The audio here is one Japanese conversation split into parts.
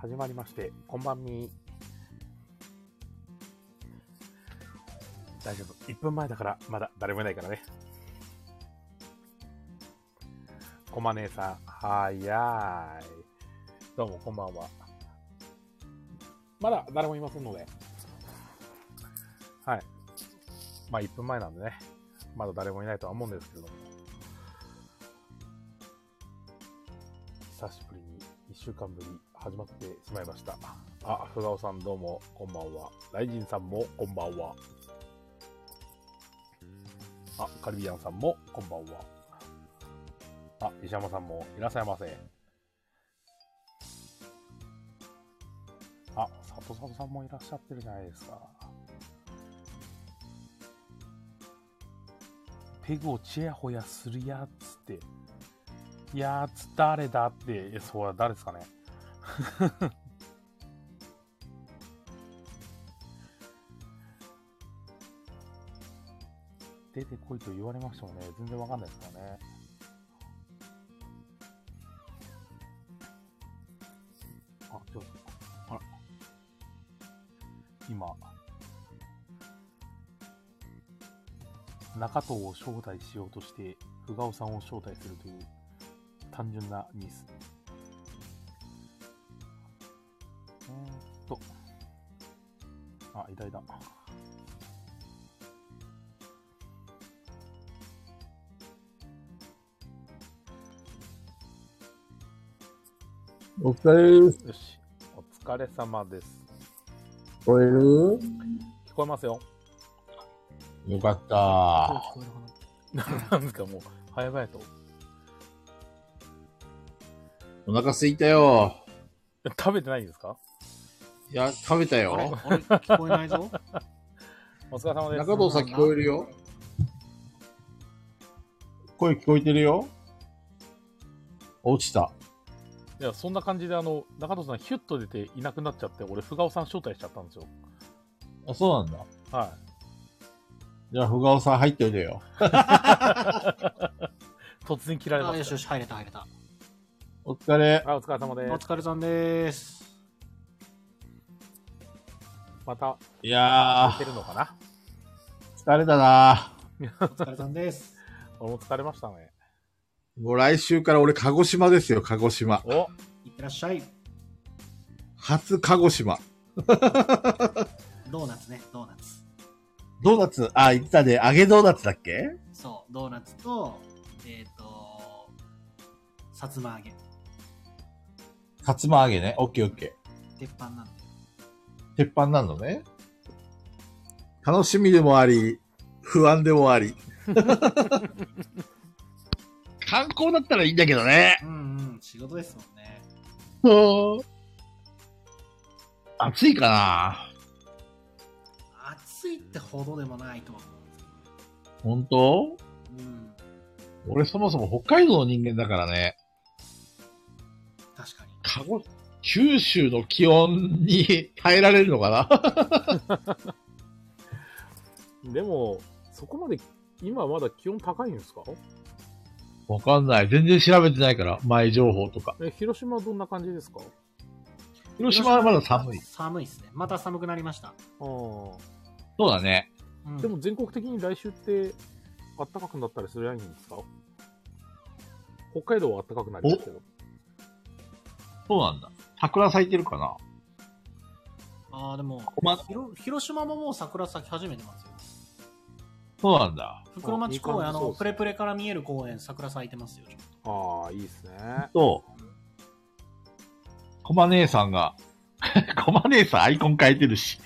始まりまして、こんばんみ。大丈夫。1分前だから、まだ誰もいないからね。こまねえさん、はーいやーい。どうも、こんばんは。まだ誰もいませんので。はい。まあ、1分前なんでね。まだ誰もいないとは思うんですけれども。久しぶりに1週間ぶり始まってしまいましたあふがおさんどうもこんばんはライジンさんもこんばんはあカルビアンさんもこんばんはあ石山さんもいらっしゃいませあ佐藤里さんもいらっしゃってるじゃないですかペグをチヤホヤするやつっていやーつ誰だってえそれは誰ですかね 出てこいと言われましてもね全然わかんないですからねあちょっとあら今中藤を招待しようとして久我尾さんを招待するという単純なミス。えー、っと。あ、偉大だ。お疲れです。よし。お疲れ様です。聞こえる聞こえますよ。 よかった。なんですか、もう、早々と。お腹すいたよ。食べてないんですかいや、食べたあれよ。あれ聞こえないぞ。お疲れ様です。中藤さん聞こえるよ。声聞こえてるよ。落ちた。いや、そんな感じで、あの、中藤さんヒュッと出ていなくなっちゃって、俺、ふがおさん招待しちゃったんですよ。あ、そうなんだ。はじゃあ、ふがおさん入っておいでよ。い。突然切られまあよししたよ。し、入れた、入れた。お疲れ。あ、お疲れ様おです。疲れさんです。また、いや寝てるのかなー、疲れたなお疲れさんです。俺も疲れましたね。もう来週から俺、鹿児島ですよ、鹿児島。おいってらっしゃい。初鹿児島。ドーナツね、ドーナツ。ドーナツ、あ、言ってたね。揚げドーナツだっけそう、ドーナツと、えっ、と、さつま揚げ。さつま揚げね。オッケーオッケー。鉄板なんで。鉄板なのね。楽しみでもあり、不安でもあり。 観光だったらいいんだけどね。うんうん、仕事ですもんね。暑いかな暑いってほどでもないとは思うんです本け当ど。うん、俺そもそも北海道の人間だからね。確かに。鹿児九州の気温に耐えられるのかなでも、そこまで、今まだ気温高いんですか わかんない。全然調べてないから、前情報とか。え、広島はどんな感じですか広島はまだ寒い。寒いですね。また寒くなりました。ああ。そうだね。うん、でも全国的に来週って暖かくなったりするやんですか北海道は暖かくなりますけど。そうなんだ。桜咲いてるかなああ、でも、ま、ひろ広島ももう桜咲き始めてますよ。そうなんだ。袋町公あ園、いい感じそあうの、ですねプレプレから見える公園、桜咲いてますよ、ちょっとああ、いいですね。と、コマ姉さんが、コマ姉さんアイコン変えてるし。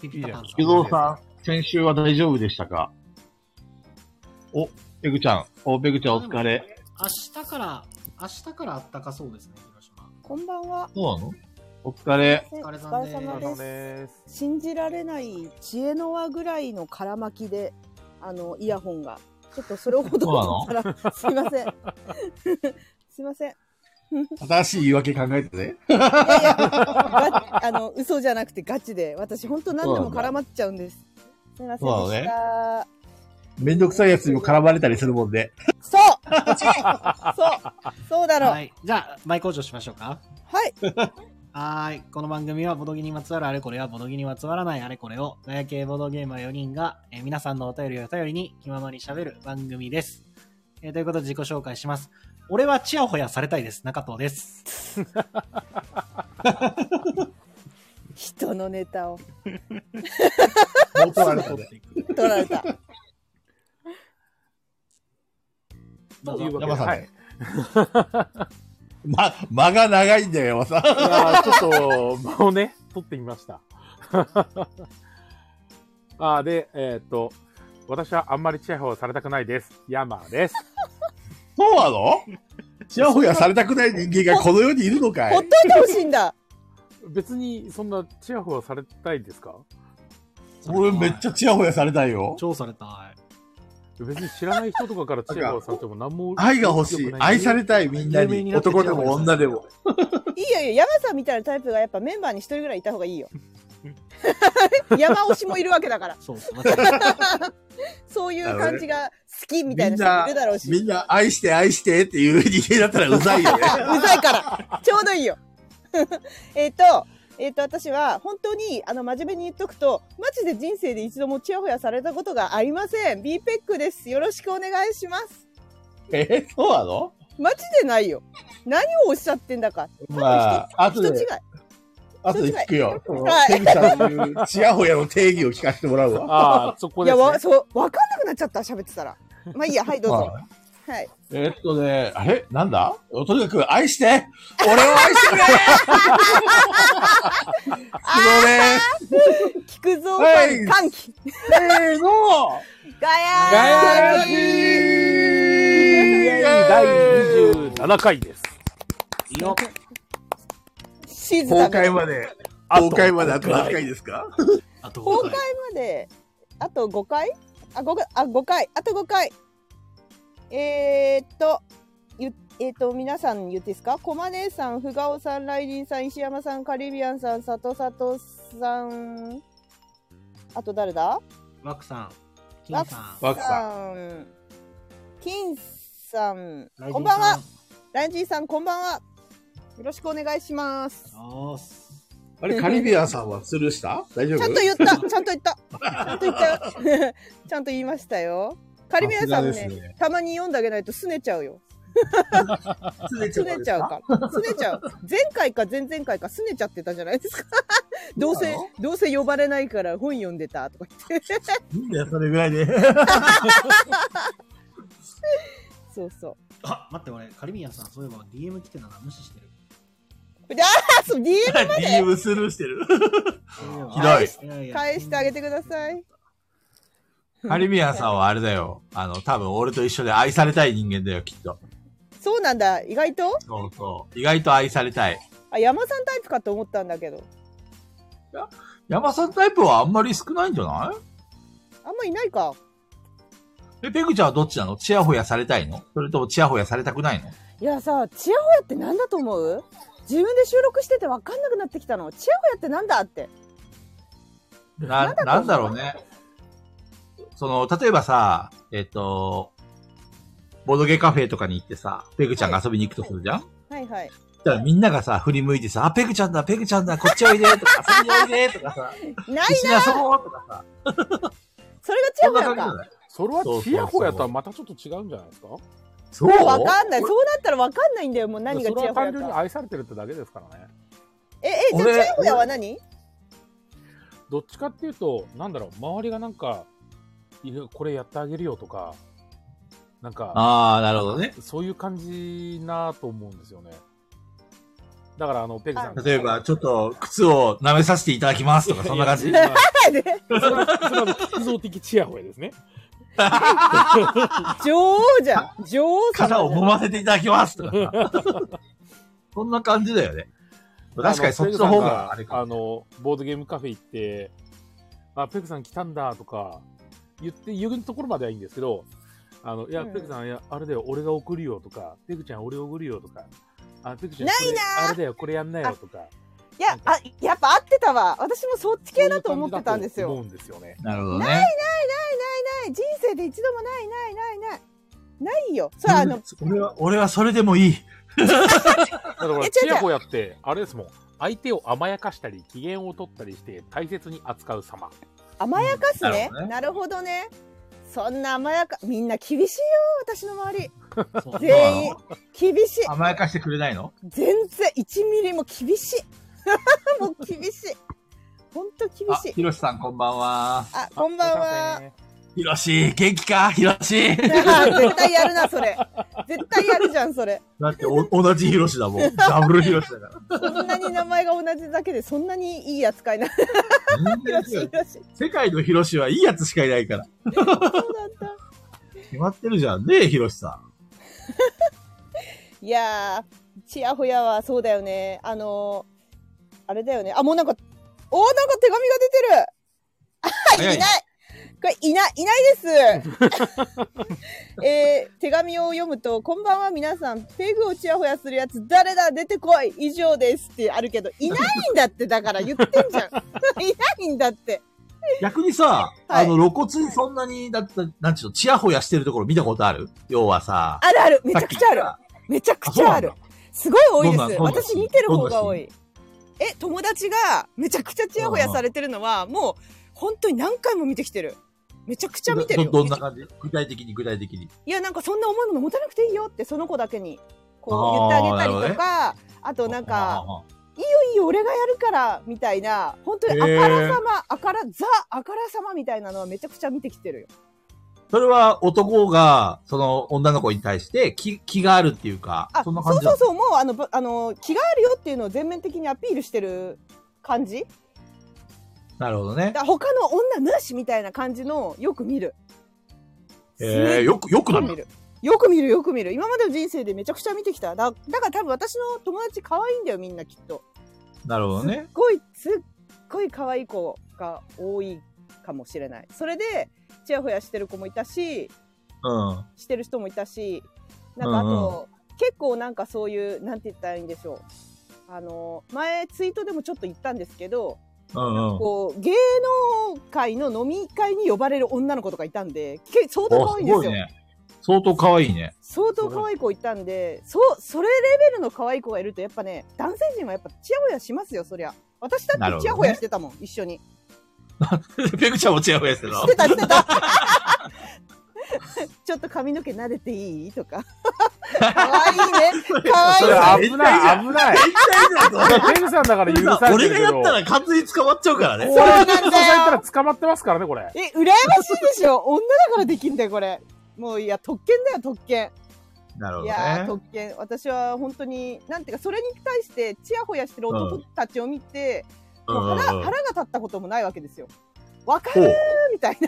ピピタパンさいゆいん。じゃぞうさん、先週は大丈夫でしたかお、ペグちゃん。お、ペグちゃんお疲れ。明日から、明日からあったかそうですね、広島。こんばんは。そうなのお疲れ。お疲れ疲様ですれ様お疲れ様です。です。信じられない知恵の輪ぐらいの空巻きで、あのイヤホンが。ちょっとそれほどそうだったら、すいません。 すいません。い新しい言い訳考えてね。やいや、があの嘘じゃなくてガチで、私本当何でも絡まっちゃうんです。すいませんでした。めんどくさいやつにも絡まれたりするもんで。そう、そう、そうだろう。ははい。じゃあ、前工場しましょうか。い、はい。はーい。この番組はボドゲにまつわるあれこれやボドゲにまつわらないあれこれを、ガヤ系ボードゲーマー4人が、えー皆さんのお便りを頼りに気ままに喋る番組です。えーということで自己紹介します。俺はチヤホヤされたいです。中藤です。人のネタを元あれだね。取られた。どうというぞ。わ山さんはねい。ま、間が長いんだよ、山さん。いやーちょっと、間をね、 取ってみました。あーで、えーっと、私はあんまりチヤホヤされたくないです。山です。そうなのちやほやされたくない人間がこの世にいるのかほっといいてほしいんだ。別に、そんなチヤホヤされたいですか俺めっちゃちやほやされたいよ。超された別に知らない人とかからチヤホヤされても何も。愛が欲しい。愛されたい、みんな有名にに。なって男でも女でも。いいよいいよ。山さんみたいなタイプがやっぱメンバーに一人ぐらいいた方が いいよ。山推しもいるわけだからい。。そうそう。間違えたそういう感じが好きみたいな人もいるだろうし。みんな愛して愛してっていう人間だったらうざいよね。 うざいから。ちょうどいいよ。 えっと、えっと、私は本当に、あの、真面目に言っとくと、マジで人生で一度もチヤホヤされたことがありません。BPEC です。よろしくお願いします。え、そうなのマジでないよ。何をおっしゃってんだか。まあ、後人違いで、。後で聞くよ。はいペグさんというちやほやの定義を聞かせてもらうわ。ああ、そこいでや、す、ねわ、。そう、わかんなくなっちゃった、喋ってたら。まあいいや、はい、どうぞ。まあはい。えっとね、あれなんだとにかく愛して俺を愛してくれそうね。聞くぞ、はい歓喜。せーのガガヤヤラージジ第27回です。いいよ。静崩かな壊まで、崩壊まであと何回ですかあと公5開回。まであと5回あ5回あ5回あと5回えー、っとゆえー、っと皆さん言っていいですかコマネさんふがおさんライリンさん石山さんカリビアンさんさとさとさんあと誰だワクさん。キンさワクさん。さん金さんん。こんばんはライジンさんこんばんはよろしくお願いしますおーす。あれ、カリビアンさんは吊るした大丈夫ちゃんと言ったちゃんと言ったちゃんと言ったよ ちゃんと言いましたよカリビアンさんもさすねがですねたまに読んであげないと拗ねちゃうよつね拗ねちゃうから拗ねちゃう前回か前々回か拗ねちゃってたじゃないですかどう せそうなどうせ呼ばれないから本読んでたとか言っていいんだよ、それぐらいで。そうそう あ、待って、俺、カリビアンさん、そういえば DM 来てたな、無視してる。でああそう DM リーブスルーしてる。ひどいどい返してあげてください。カリビアンさんはあれだよ。あの、多分俺と一緒で愛されたい人間だよ、きっと。そうなんだ意外とそうそう。意外と愛されたい。あ山さんタイプかと思ったんだけど山さんタイプはあんまり少ないんじゃなあんまいないかいえ、ペグちゃんはどっちなのチヤホヤされたいのそれともチヤホヤされたくないのいやさチヤホヤってなんだと思う自分で収録してて分かんなくなってきたのチヤホヤってなんだってな、なんだろうね。その、例えばさ、えっ、と、ボドゲカフェとかに行ってさ、ペグちゃんが遊びに行くとするじゃん、はいはいじゃあみんながさ、振り向いてさ、あ、ペグちゃんだ、ペグちゃんだ、こっちおいで、とか、遊びにおいで、とかさ、ない一緒に遊ぼう、とかさ、それがチそヤんホなヤ感じじかゃないそれはチヤホヤとはまたちょっと違うんじゃないですかそうわかんない。そうなったらわかんないんだよ。もう何がそチれヤはホヤ単純にか。愛されてるってだけですからね。え、え、じゃあ俺チヤホヤは何どっちかっていうと、なんだろう、周りがなんか、いやこれやってあげるよとか、なんか、ああ、なるほどね。そういう感じなと思うんですよね。だから、あの、ペグさん。例えば、ちょっと、靴を舐めさせていただきます、とか、そんな感じい。やいやはいねそれはそれは激増的チヤホヤですね。女王じゃん。女王様じゃ肩ん。を揉ませていただきます、とかさ。そんな感じだよね。確かにそっちの方が、ああのペれグさんかあ。の、ボードゲームカフェ行って、あ、ペグさん来たんだとか、言って、言うところまではいいんですけど、あの、いや、うんペグさん、いや、あれだよ、俺が送るよとか、ペグちゃん、俺送るよとか、あ、ペグちゃん、ないなこれあれだよ、これやんなよとか、いや、あ、やっぱ合ってたわ。私もそっち系だと思ってたんですそうよ。いう感じだと思うんですよね。なるほどね。ない、人生で一度もない、ない、ない、ない。ないよ。それはあの、俺は、俺はそれでもいい。だからこれ、え違う違うちやほやって、あれですもん。相手を甘やかしたり、機嫌を取ったりして、大切に扱う様。甘やかすね,、うんなるほどねそんな甘やかみんな厳しいよ私の周りそう全員厳しい甘やかしてくれないの全然1ミリも厳しい もう厳しいほんと厳あ、しいひろしさんこんばんは。あこんばんは。ひろし、元気かひろし。あー 絶対や るなそれ絶対やるじゃんそれだって お、同じひろしだもん。ダブルひろしだかそんなに名前が同じだけでそんなにいい扱いなら。ひろしひろし世界のひろしはいいやつしかいないから。そうなんだ決まってるじゃんねえ、ひろしさん。いやー、ちやほやはそうだよね。あのー、あれだよね。あ、もうなんか、おー、なんか手紙が出て早る。あ、いいない。これ、いない、いないです。えー、手紙を読むと、こんばんは皆さん、ペグをちやほやするやつ、誰だ、出てこい、以上ですってあるけど、いないんだって、だから言ってんじゃん。 いないんだって。逆にさ、はいあの、露骨にそんなに、だって、なんちゅうの、ちやほやしてるところ見たことある要はさ、あるある、めちゃさっくきちゃある。めちゃくちゃあるあ。すごい多いでどんなす。どんな私見てる方が多い。え、友達がめちゃくちゃちやほやされてるのは、もう本当に何回も見てきてる。めちゃくちゃ見てるどどんよな。感じ具体的に具体的に。いや、なんかそんな重いもの持たなくていいよって、その子だけに。こう言ってあげたりとか、あとなんか、あいいよ、俺がやるから、みたいな、本当にあからさま、あから、ザ、あからさまみたいなのはめちゃくちゃ見てきてるよ。それは男が、その女の子に対して気、気があるっていうかあ、、そんなそ感うじそだうそう、もうあの、ばあの、気があるよっていうのを全面的にアピールしてる感じなるほどねだ。から他の女なしみたいな感じのよく見る。えー、よく、よくよなくる。見る。よく見るよく見る。今までの人生でめちゃくちゃ見てきた。だだから多分私の友達可愛いんだよみんなきっと。なるほどねすっ。ごいすっごい可愛い子が多いかもしれない。それでチヤホヤしてる子もいたし、うん。してる人もいたし、なんかあと、結構なんかそういうなんて言ったらいいんでしょう。あの前ツイートでもちょっと言ったんですけど、うんうん。こう芸能界の飲み会に呼ばれる女の子とかいたんで、け相当可お、す愛いんですごいよ。ね。相当可愛いね。 相当可愛い子いたんで、そう、それレベルの可愛い子がいると、やっぱね、男性陣はやっぱチヤホヤしますよ、そりゃ。私だなっるほどねてチヤホヤしてたもん、一緒に。ペグちゃんもちやほやしてるのしてた、して た。ちょっと髪の毛撫でていい とか。可愛いね。可それ愛い危ない、危ない。それペグさんだから許されて俺るがけやど。ったら完全に捕まっちゃうからね。そうなんだよ俺がやったら捕まってますからね、これ。え、羨ましいでしょ。女だからできんだよ、これ。もういや、特権だよ、特権。なるほいどやーね。特権私は本当になんていうかそれに対してちやほやしてる男たちを見て、うんもう腹うんうん腹が立ったこともないわけですよ。わかほるうみたい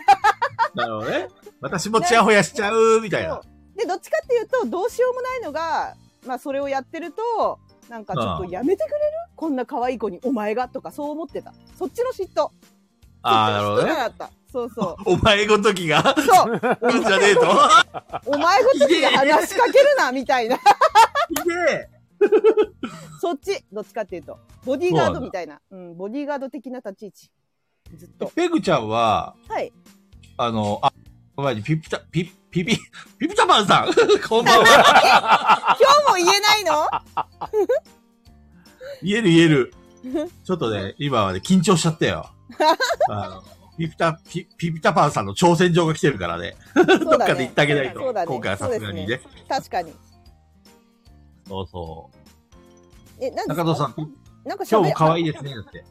なるほどね。私もちやほやしちゃうみたいなな。。でどっちかっていうとどうしようもないのが、まあ、それをやってるとなんかちょっとやめてくれるこんな可愛い子にお前がとかそう思ってたそっちの嫉妬ああ、なるほそっどちの嫉妬ね。があったそうそうお前ごとき が、そううんじゃねえと。お前ごときが話しかけるなみたいなひでそっちどっちかっていうとボディーガードみたいな、うん、ボディーガード的な立ち位置ずっえとペグちゃんは、はい あの、あ、お前にピピタ、ピ、ピピ、 ピピタパンさん。 こんばんは。今日も言えないの言える言え る。ちょっとね、今はね、緊張しちゃったよ。あのピピタ、ピ、ピピタパンさんの挑戦状が来てるからね。どどっかで言ってあげないと。そうだね今回はさすがにね。そうです確かにそうそう。えなんです中か藤さん、ピなんか喋今日も可愛いですね、だって。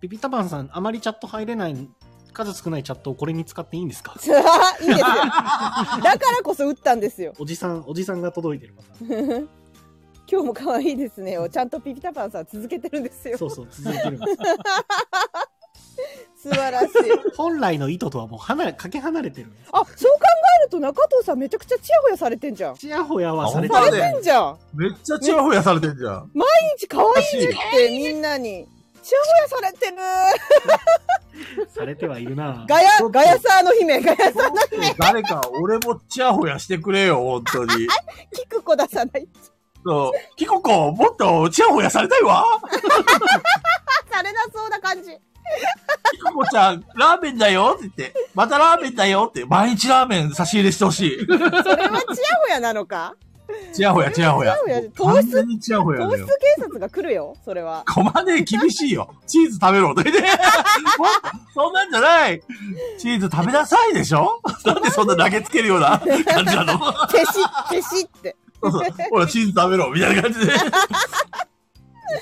ピピタパンさん、あまりチャット入れない、数少ないチャットをこれに使っていいんですかいい ですよ。だからこそ打ったんですよ。おじさん、おじさんが届いてるパタ ーン今日も可愛いですねをちゃんとピピタパンさん続けてるんですよ。そうそう、続いてるんです。素晴らしい。本来の意図とはもう離れ、かけ離れてるんです。あ、そう考えると中藤さんめちゃくちゃチヤホヤされてんじゃん。ちやほやはされてあさ本れ当だてねんじゃん。めっちゃチヤホヤされてんじゃん。毎日可愛いねってみんなに。チヤホヤされてる。されてはいるなガヤ、ガヤサーの姫、ガヤサーの誰か俺もチヤホヤしてくれよ、本当 に。キクコ出さない。そう。キココ、もっとチヤホヤされたいわ。されなそうな感じ。キココちゃん、ラーメンだよって言って、またラーメンだよって、毎日ラーメン差し入れしてほしい。それはチヤホヤなのかちやほや、ちやほや。ちやほや完全にちやほや糖だ質よ警。察が来るよ、それは。コマネ厳しいよ。チーズ食べろ。と か言ってそんなんじゃない。チーズ食べなさいでしょなんでそんな投げつけるような感じなの消し、消しって。そうそうほら、チーズ食べろ。みたいな感じで。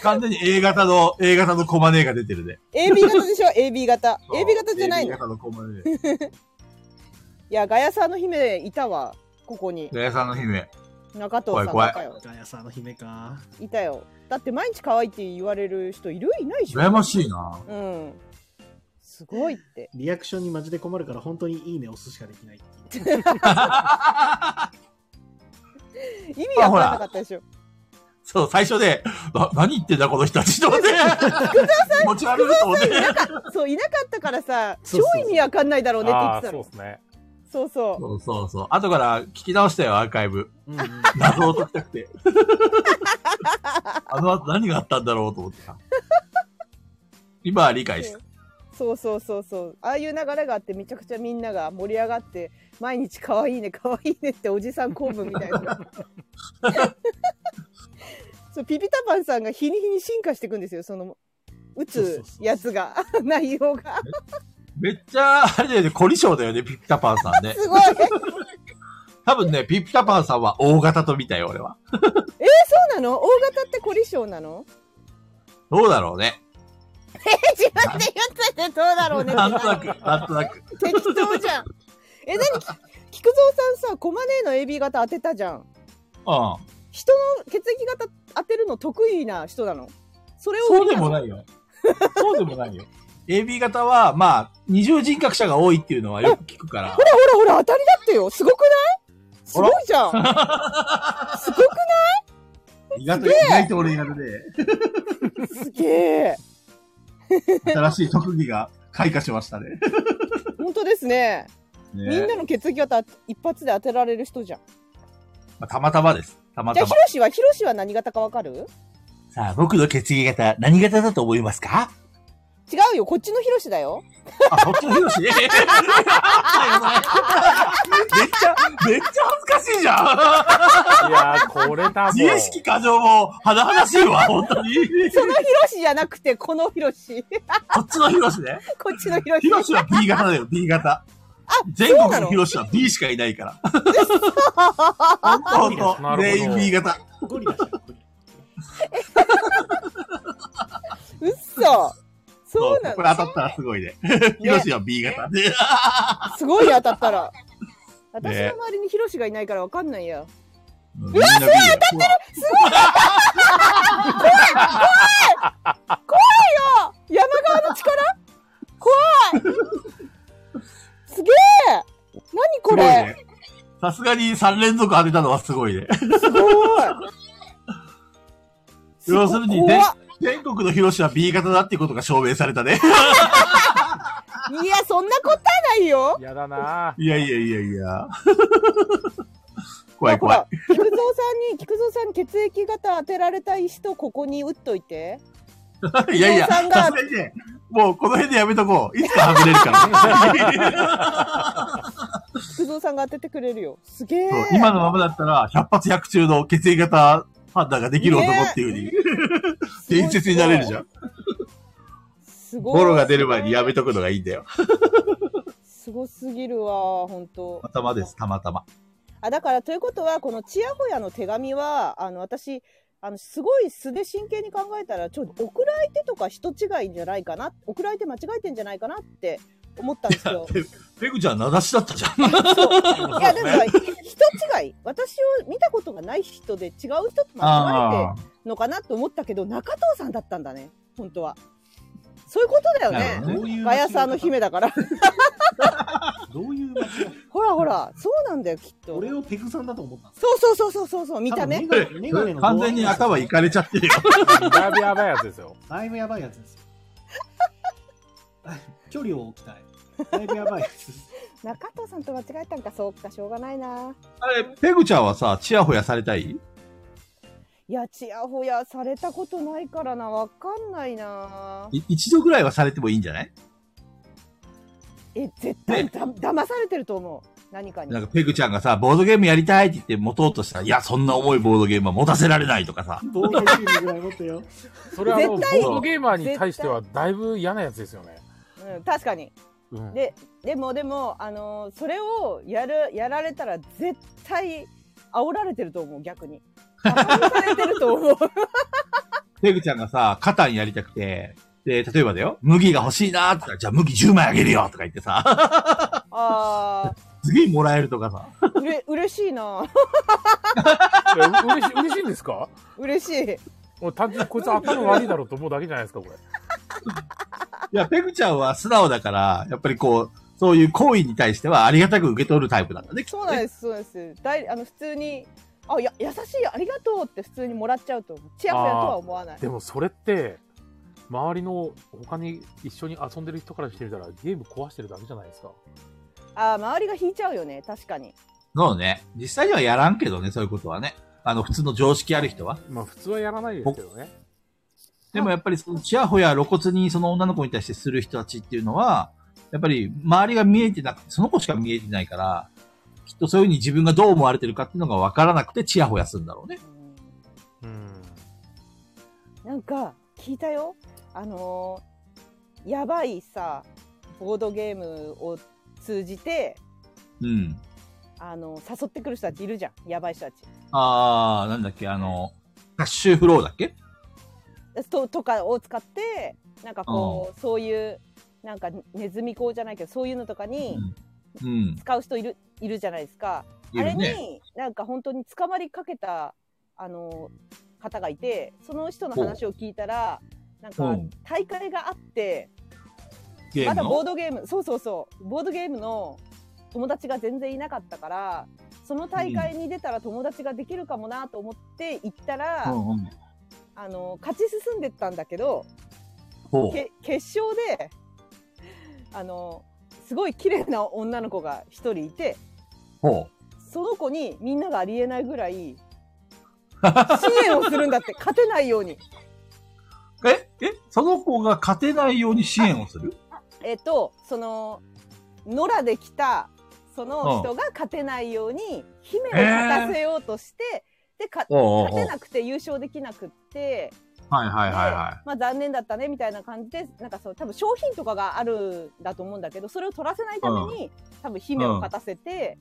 完全に A 型の、A 型のコマネが出てるね。 AB 型でしょ ?AB 型。AB 型じゃない AB の。い型のコマネ。 や、ガヤさんの姫いたわ、ここに。ガヤさんの姫。中藤さん怖い怖いとかよ。ガヤさんの姫か。いたよ。だって毎日可愛いって言われる人いるいないでしょ羨ましいな。うん。すごいって。リアクションにマジで困るから、本当にいいね押すしかできないっていう。意味わからなかったでしょ。そう、最初で、な、何言ってんだこの人たちと思 って。気持ち悪いと思って。そう、いなかったからさ、そ超うそうそう意味わかんないだろうねって言っあてあ、たそうので。すね。そうそそうそうそう。後から聞き直したよ、アーカイブ。うんうん謎を解きたく て。あの後何があったんだろうと思ってた。今は理解した。う。そうそうそうそう。ああいう流れがあって、めちゃくちゃみんなが盛り上がって、毎日可愛いね、可愛いねっておじさん公文みたいな。 そう、ピピタパンさんが日に日に進化していくんですよ、その、打つやつが、 内容が。めっちゃ、あれだよね、凝り性だよね、ピピタパンさんね。すごい。え、そう多分ね、ピピタパンさんは大型と見たよ、俺は。なの大型って凝り性なのどうだろうね。え、自分で言っててどうだろうねってななんとなく、なんとなく。適当じゃん。え、何き菊蔵さんさ、コマネーの AB 型当てたじゃん。うん。人の血液型当てるの得意な人なのそれを。そうでもないいよ。そうでもないよ。AB 型は、まあ、二重人格者が多いっていうのはよく聞くからほ、らほらほら、当たりだってよ。すごくないすごいじゃん。すごく意外と、意外と俺やるね。すげえ。新しい特技が開花しましたね。本当ですね。みんねなの血液型一発で当てられる人じゃん。まあ、たまたまです。たまじゃたあ、まヒ。ロシは、ヒロシは何型かわかるさあ、僕の血液型、何型だと思いますか違うよ、こっちのヒロシだよ。あ、そっちのヒ ロシね。めっちゃ、めっちゃ恥ずかしいじゃん。いやー、これ多分。自意識過剰も、甚だしいわ、本当に。そのヒロシじゃなくて、このヒロシ。 こっちのヒロシね。こっちのヒロシ。ヒロシは B 型 だよ、B 型。全そう国なののヒロシは B しかいないから。本当な本当るほど全員 B 型。ゴリラじゃん、ゴリラ。うっそ。そうなのこれ当たったらすごいね。ヒロシは B 型。ねすごいね当たった ら。私の周りにヒロシがいないからわかんないや。うわ、すごい当たって山側の力怖 いすげえ何これね。さすがに3連続当てたのはすごいね。すごいすごい要するに、怖ねっ、全国のヒロシは B 型だっていうことが証明されたね。いや、そんなことはないよやだなーいやいやいや いや。怖い怖い。い。ほら菊蔵さんに、菊蔵さんに血液型当てられたい人、ここに打っといて。いやいや、菊蔵さんがさすがにね、もうこの辺でやめとこう。いつかはぐれる から。菊蔵さんが当ててくれるよ。すげえそう今のままだったら、100発100中の血液型判断ができる男っていうふうに、伝説になれるじゃん。すごい。ボロが出る前にやめとくのがいいんだよ。すごすぎるわ、本当。たまたまです、たまたま。あだからということはこのちやほやの手紙はあの私あのすごい素で真剣に考えたらちょっと送る相手とか人違いじゃないかな送る相手間違えてんじゃないかなって思ったんですよ。ペグちゃん、名指しだったじゃん。いやでもさ人違い私を見たことがない人で違う人と間違えあてるのかなと思ったけど中藤さんだったんだね本当は。そういうことだよなるほどねね。どういうガヤさんの姫 だから。どういう街だほらほらそうなんだよきっと。俺をペグさんだと思ったんですそうそうそうそうそうそう見た目。多分メガネメガネの 完全に頭いかれちゃってるよ。だいぶやばいやつですよ。だいぶやばいやつですよ 距離を置きたいだいぶやばいやつです中藤さんと間違えたんかそうかしょうがないな。あれ、ペグちゃんはさ、チヤホヤされたいいや、ちやほやされたことないからな、わかんないな。い一度ぐらいはされてもいいんじゃないえ、絶対だ、騙されてると思う。何かに。なんかペグちゃんがさ、ボードゲームやりたいって言って持とうとしたら、いや、そんな重いボードゲームは持たせられないとかさ。ボードゲームぐらい持ってよ。それはあのボ絶対ードゲーマーに対してはだいぶ嫌なやつですよね。うん、確かに。うん、ででもでも、あのーそれをやるやられたら絶対煽られてると思う逆に。煽られてると 思う。ペグちゃんがさ、カタンやりたくて、で、例えばだよ、麦が欲しいなーって言ったら、じゃあ麦10枚あげるよとか言ってさ、 あすげえもらえるとかさ。あ、うれ嬉しいな。 いやう嬉し嬉しいんですか嬉しい。もう単純にこいつ頭悪いだろうと思うだけじゃないですか、これ。いや、ペグちゃんは素直だから、やっぱりこう、そういう行為に対してはありがたく受け取るタイプなんだね、きっそとうなんね。です、そうなんです。だいあの普通に。あや優しいありがとうって普通にもらっちゃうと思うちやほやとは思わないでもそれって、周りの他に一緒に遊んでる人からしてみたらゲーム壊してるだけじゃないですか。あー周りが引いちゃうよね確かにそうね。実際にはやらんけどね、そういうことはね。あの、普通の常識ある人は。まあ普通はやらないですけどね。でもやっぱり、その、ちやほや露骨にその女の子に対してする人たちっていうのは、やっぱり周りが見えてなくて、その子しか見えてないから、きっとそういうふうに自分がどう思われてるかっていうのが分からなくて、ちやほやするんだろうね。うんうん。なんか聞いたよあのーやばいさボードゲームを通じてうん。あの誘ってくる人たちいるじゃんやばい人たちあー、なんだっけ、あの、キャッシュフローだっけととかを使ってなんかこうそういうなんかネズミ講じゃないけどそういうのとかにうん。うん。使う人いるいるじゃないですか、いあれるね。になんか本当に捕まりかけたあの方がいてその人の話を聞いたらなんうかん大会があってゲーまムだの。ボードゲームそうそうそうボードゲームの友達が全然いなかったからその大会に出たら友達ができるかもなと思って行ったら、うんうん。あの勝ち進んでったんだけどほう。け決勝であのすごい綺麗な女の子が一人いてほその子にみんながありえないぐらい支援をするん だって勝てないように。う。え、え、その子が勝てないように支援をするえっとその野良で来たその人が勝てないように姫を勝たせようとして、でかおうおうお勝うてなくて優勝できなくって、はいはいはいはまあ、残念だったねみたいな感じでなんかそう多分商品とかがあるんだと思うんだけどそれを取らせないために、多分姫を勝たせて、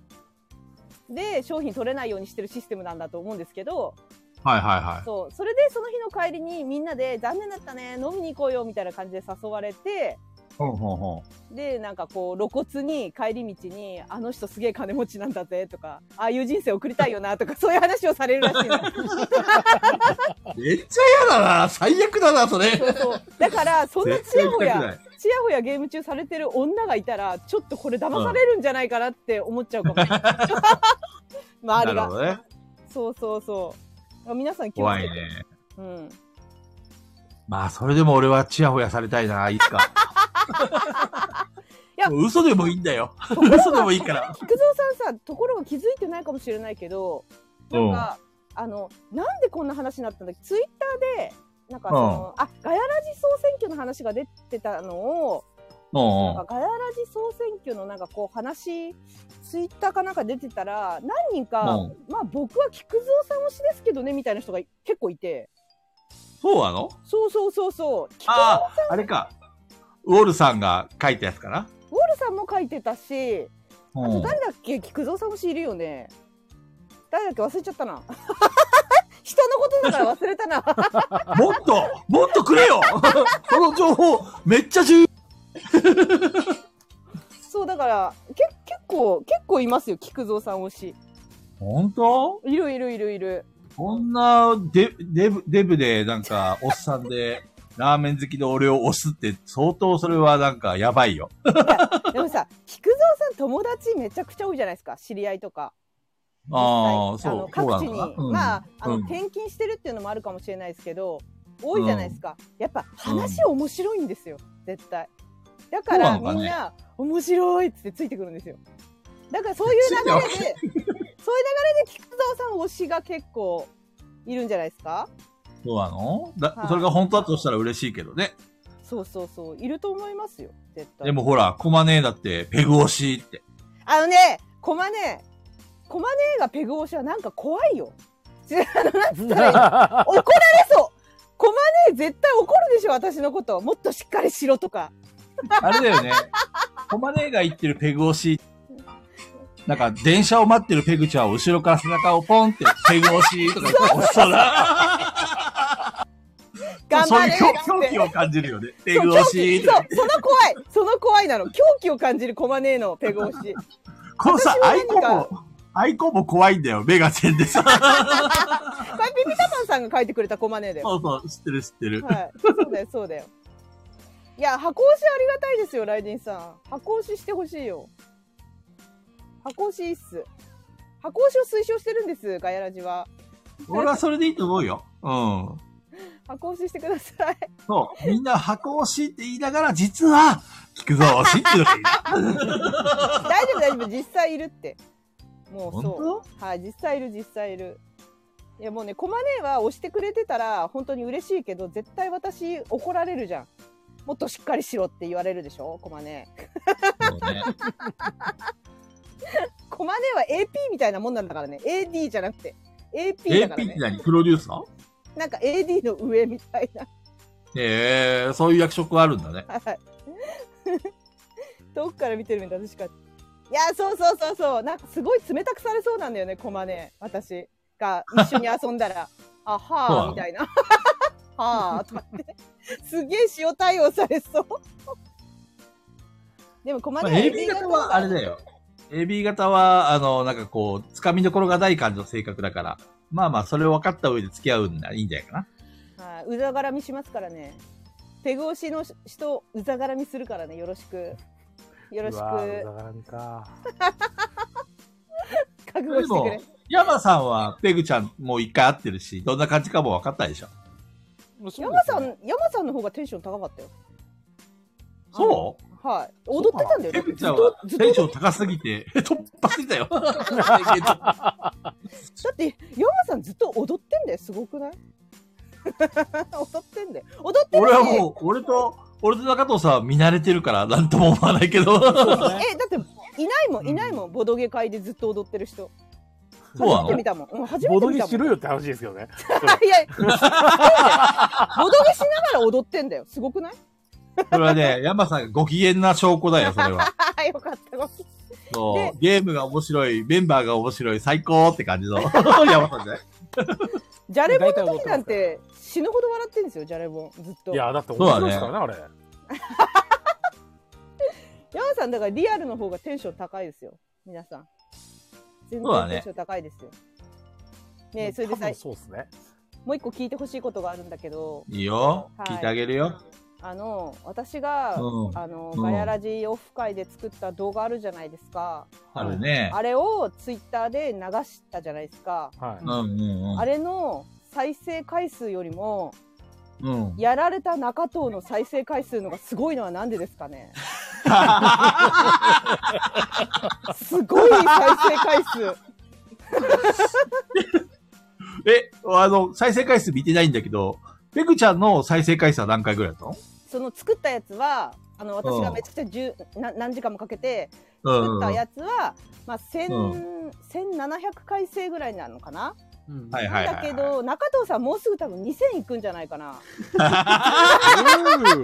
で商品取れないようにしてるシステムなんだと思うんですけどい。はいはいはい。そうそれでその日の帰りにみんなで残念だったね飲みに行こうよみたいな感じで誘われて。ほうほうほでなんかこう露骨に帰り道に「あの人すげえ金持ちなんだぜ」とか「ああいう人生送りたいよな」とかそういう話をされるらし いのう。めっちゃ嫌だな。最悪だな、それ。そうそうだからそんな絶ち対や行きほたくやない。ちやほやゲーム中されてる女がいたらちょっとこれ騙されるんじゃないかなって思っちゃうか も、周なりるが、ほどね。そうそうそう皆さん気を怖つけいて、ね。うん、まあ、それでも俺はチヤホヤされたいな、いつか。やもう嘘でもいいんだよ。嘘でもいいから。菊蔵さんさところが気づいてないかもしれないけどなんか、あのなんでこんな話になったんだっけツイッターでなんかその、あガヤラジ総選挙の話が出てたのを、うんなんかガヤラジ総選挙のなんかこう話ツイッターかなんか出てたら何人か、うんまあ僕は菊蔵さん推しですけどねみたいな人が結構いてそうなのそうそうそうそう菊蔵ああ、あれか。ウォルさんが書いたやつかな。ウォルさんも書いてたしあうとん誰だっけ菊蔵さん推しいるよね誰だっけ忘れちゃったな 人のことだから忘れたな もっと、もっとくれよこの情報、めっちゃ重要。そうだからけ結構結構いますよ菊蔵さん推し本当いるいるいるいるこんなデデブ、デブで、なんか、おっさんで、ラーメン好きの俺を押すって、相当それはなんか、やばいよ。でもさ菊蔵さん友達めちゃくちゃ多いじゃないですか知り合いとかああ、実際そう、そう各な地のにかな。うんまああの、うん転勤してるっていうのもあるかもしれないですけど多いじゃないですか、やっぱ話面白いんですよ絶対だかそらうなのかねみんな面白いっつってついてくるんですよだからそういう流 れで そういう流れで菊蔵さん推しが結構いるんじゃないですかそうなのだ、はいそれが本当だとしたら嬉しいけどね。そうそうそういると思いますよ絶対でもほら、コマネーだって、ペグ推しって。あのね、コマネ、コマネがペグ推しはなんか怖いよ。ちあの、なんつったらいいのあ怒られそうコマネ絶対怒るでしょ、私のこと。もっとしっかりしろとか。あれだよね。 コマネが言ってるペグ押し。なんか、電車を待ってるペグちゃんを後ろから背中をポンってペグ押しとか言って、押しそうだ。頑そう張いれう狂っ狂気て。を感じるよね。ペそうグ狂押し気とそかう。その怖いその怖いなの狂気を感じるコマネのペグ推しこのさ、アイ私コもなんかも、アイコも怖いんだよ。目が点でさ。これピピタパンさんが書いてくれたコマネだよ そうそう、知ってる知ってる。はいそうだよそうだよいや箱推しありがたいですよライジンさん箱推ししてほしいよ箱推しいいっす箱推しを推奨してるんですガヤラジは 俺はそれでいいと思うよ。うん。箱推ししてくださいそう。みんな箱押しって言いながら、実は、菊 蔵推しっていうのがいいな。大丈夫大丈夫実際いるってもうそう本はい、実際いる実際いる。いやもうね、コマネは押してくれてたら本当に嬉しいけど、絶対私怒られるじゃん。もっとしっかりしろって言われるでしょ、コマネ。当そう ね。コマネは AP みたいなもんなんだからね。AD じゃなくて AP AP だかっらてね。何プロデューサーなんか AD の上みたいな。ええそういう役職があるんだね。はい。 遠くから見てるみたい確かに。いや、そうそうそうそう。なんかすごい冷たくされそうなんだよね、コマネ、私が一緒に遊んだ ら。あ、そうなはあ、のみたいな。 はあ、とかって。すげえ塩対応されそう。 でもコマまあ、ネ AB 型はあれだよ。AB 型は、あの、なんかこう、掴みどころがない感じの性格だから、まあまあ、それを分かった上で付き合うんならいいんじゃないかな。はい、うざがらみしますからね。ペグ推しの人、うざがらみするからね、よろしく。よろしうわーうくざがらみか。覚悟してくれで。山さんは、ペグちゃんもう一回会ってるし、どんな感じかも分かったでしょ。山さん、山さんの方がテンション高かったよ。そうはい。踊ってたんだよね。ペグちずゃっんはと、ずっテンシと。ョン高すぎて、 突破すぎ たよ。だって、山さんずっと踊ってんだよ。すごくない 踊ってんだよ。踊ってる俺しはもう、俺と、俺と中藤さんは見慣れてるから、なんとも思わないけ ど。え、だって、いないもん、いないもん。ボドゲ会でずっと踊ってる人。そうな初めての見たもん。うん、初めボてド見ゲたしもん。ろよって話ですけどね。 いや、ボドゲしながら踊ってんだよ。すごくない それはね、山さんがご機嫌な証拠だよ、それは。ああ、よかった。 ごめんそでう。ゲームが面白い、メンバーが面白い、最高って感じ の。山さんじゃないじゃれぼんの時なんて死ぬほど笑ってんですよ、じゃれぼん。ずっと。い山や、だって面白いですからね、あれ。さん、だからリアルの方がテンション高いですよ。皆さん。全そうだ然ねテンション高いですよ。ねえそれで多さ分、そうですね。もう一個聞いてほしいことがあるんだけど、いいよ。はい聞いてあげるよ。あの、私が、うん。あの、うんガヤラジオフ会で作った動画あるじゃないですか。あるね。あれをツイッターで流したじゃないですか。はうんうんあれの再生回数よりも、うん。うん。やられた中藤の再生回数のがすごいのはなんでですか ねすごい再生回数。え、あの、再生回数見てないんだけど、ペグちゃんの再生回数は何回ぐらいだっその作ったやつは、あの、私がめちゃくちゃ十な何時間もかけてたの作うっん。たはいやつは、まあ、千う1700回生ぐらいになるのかなうんはいはいだはい。けど、中藤さんもうすぐ多分2000いくんじゃないかな。い。なん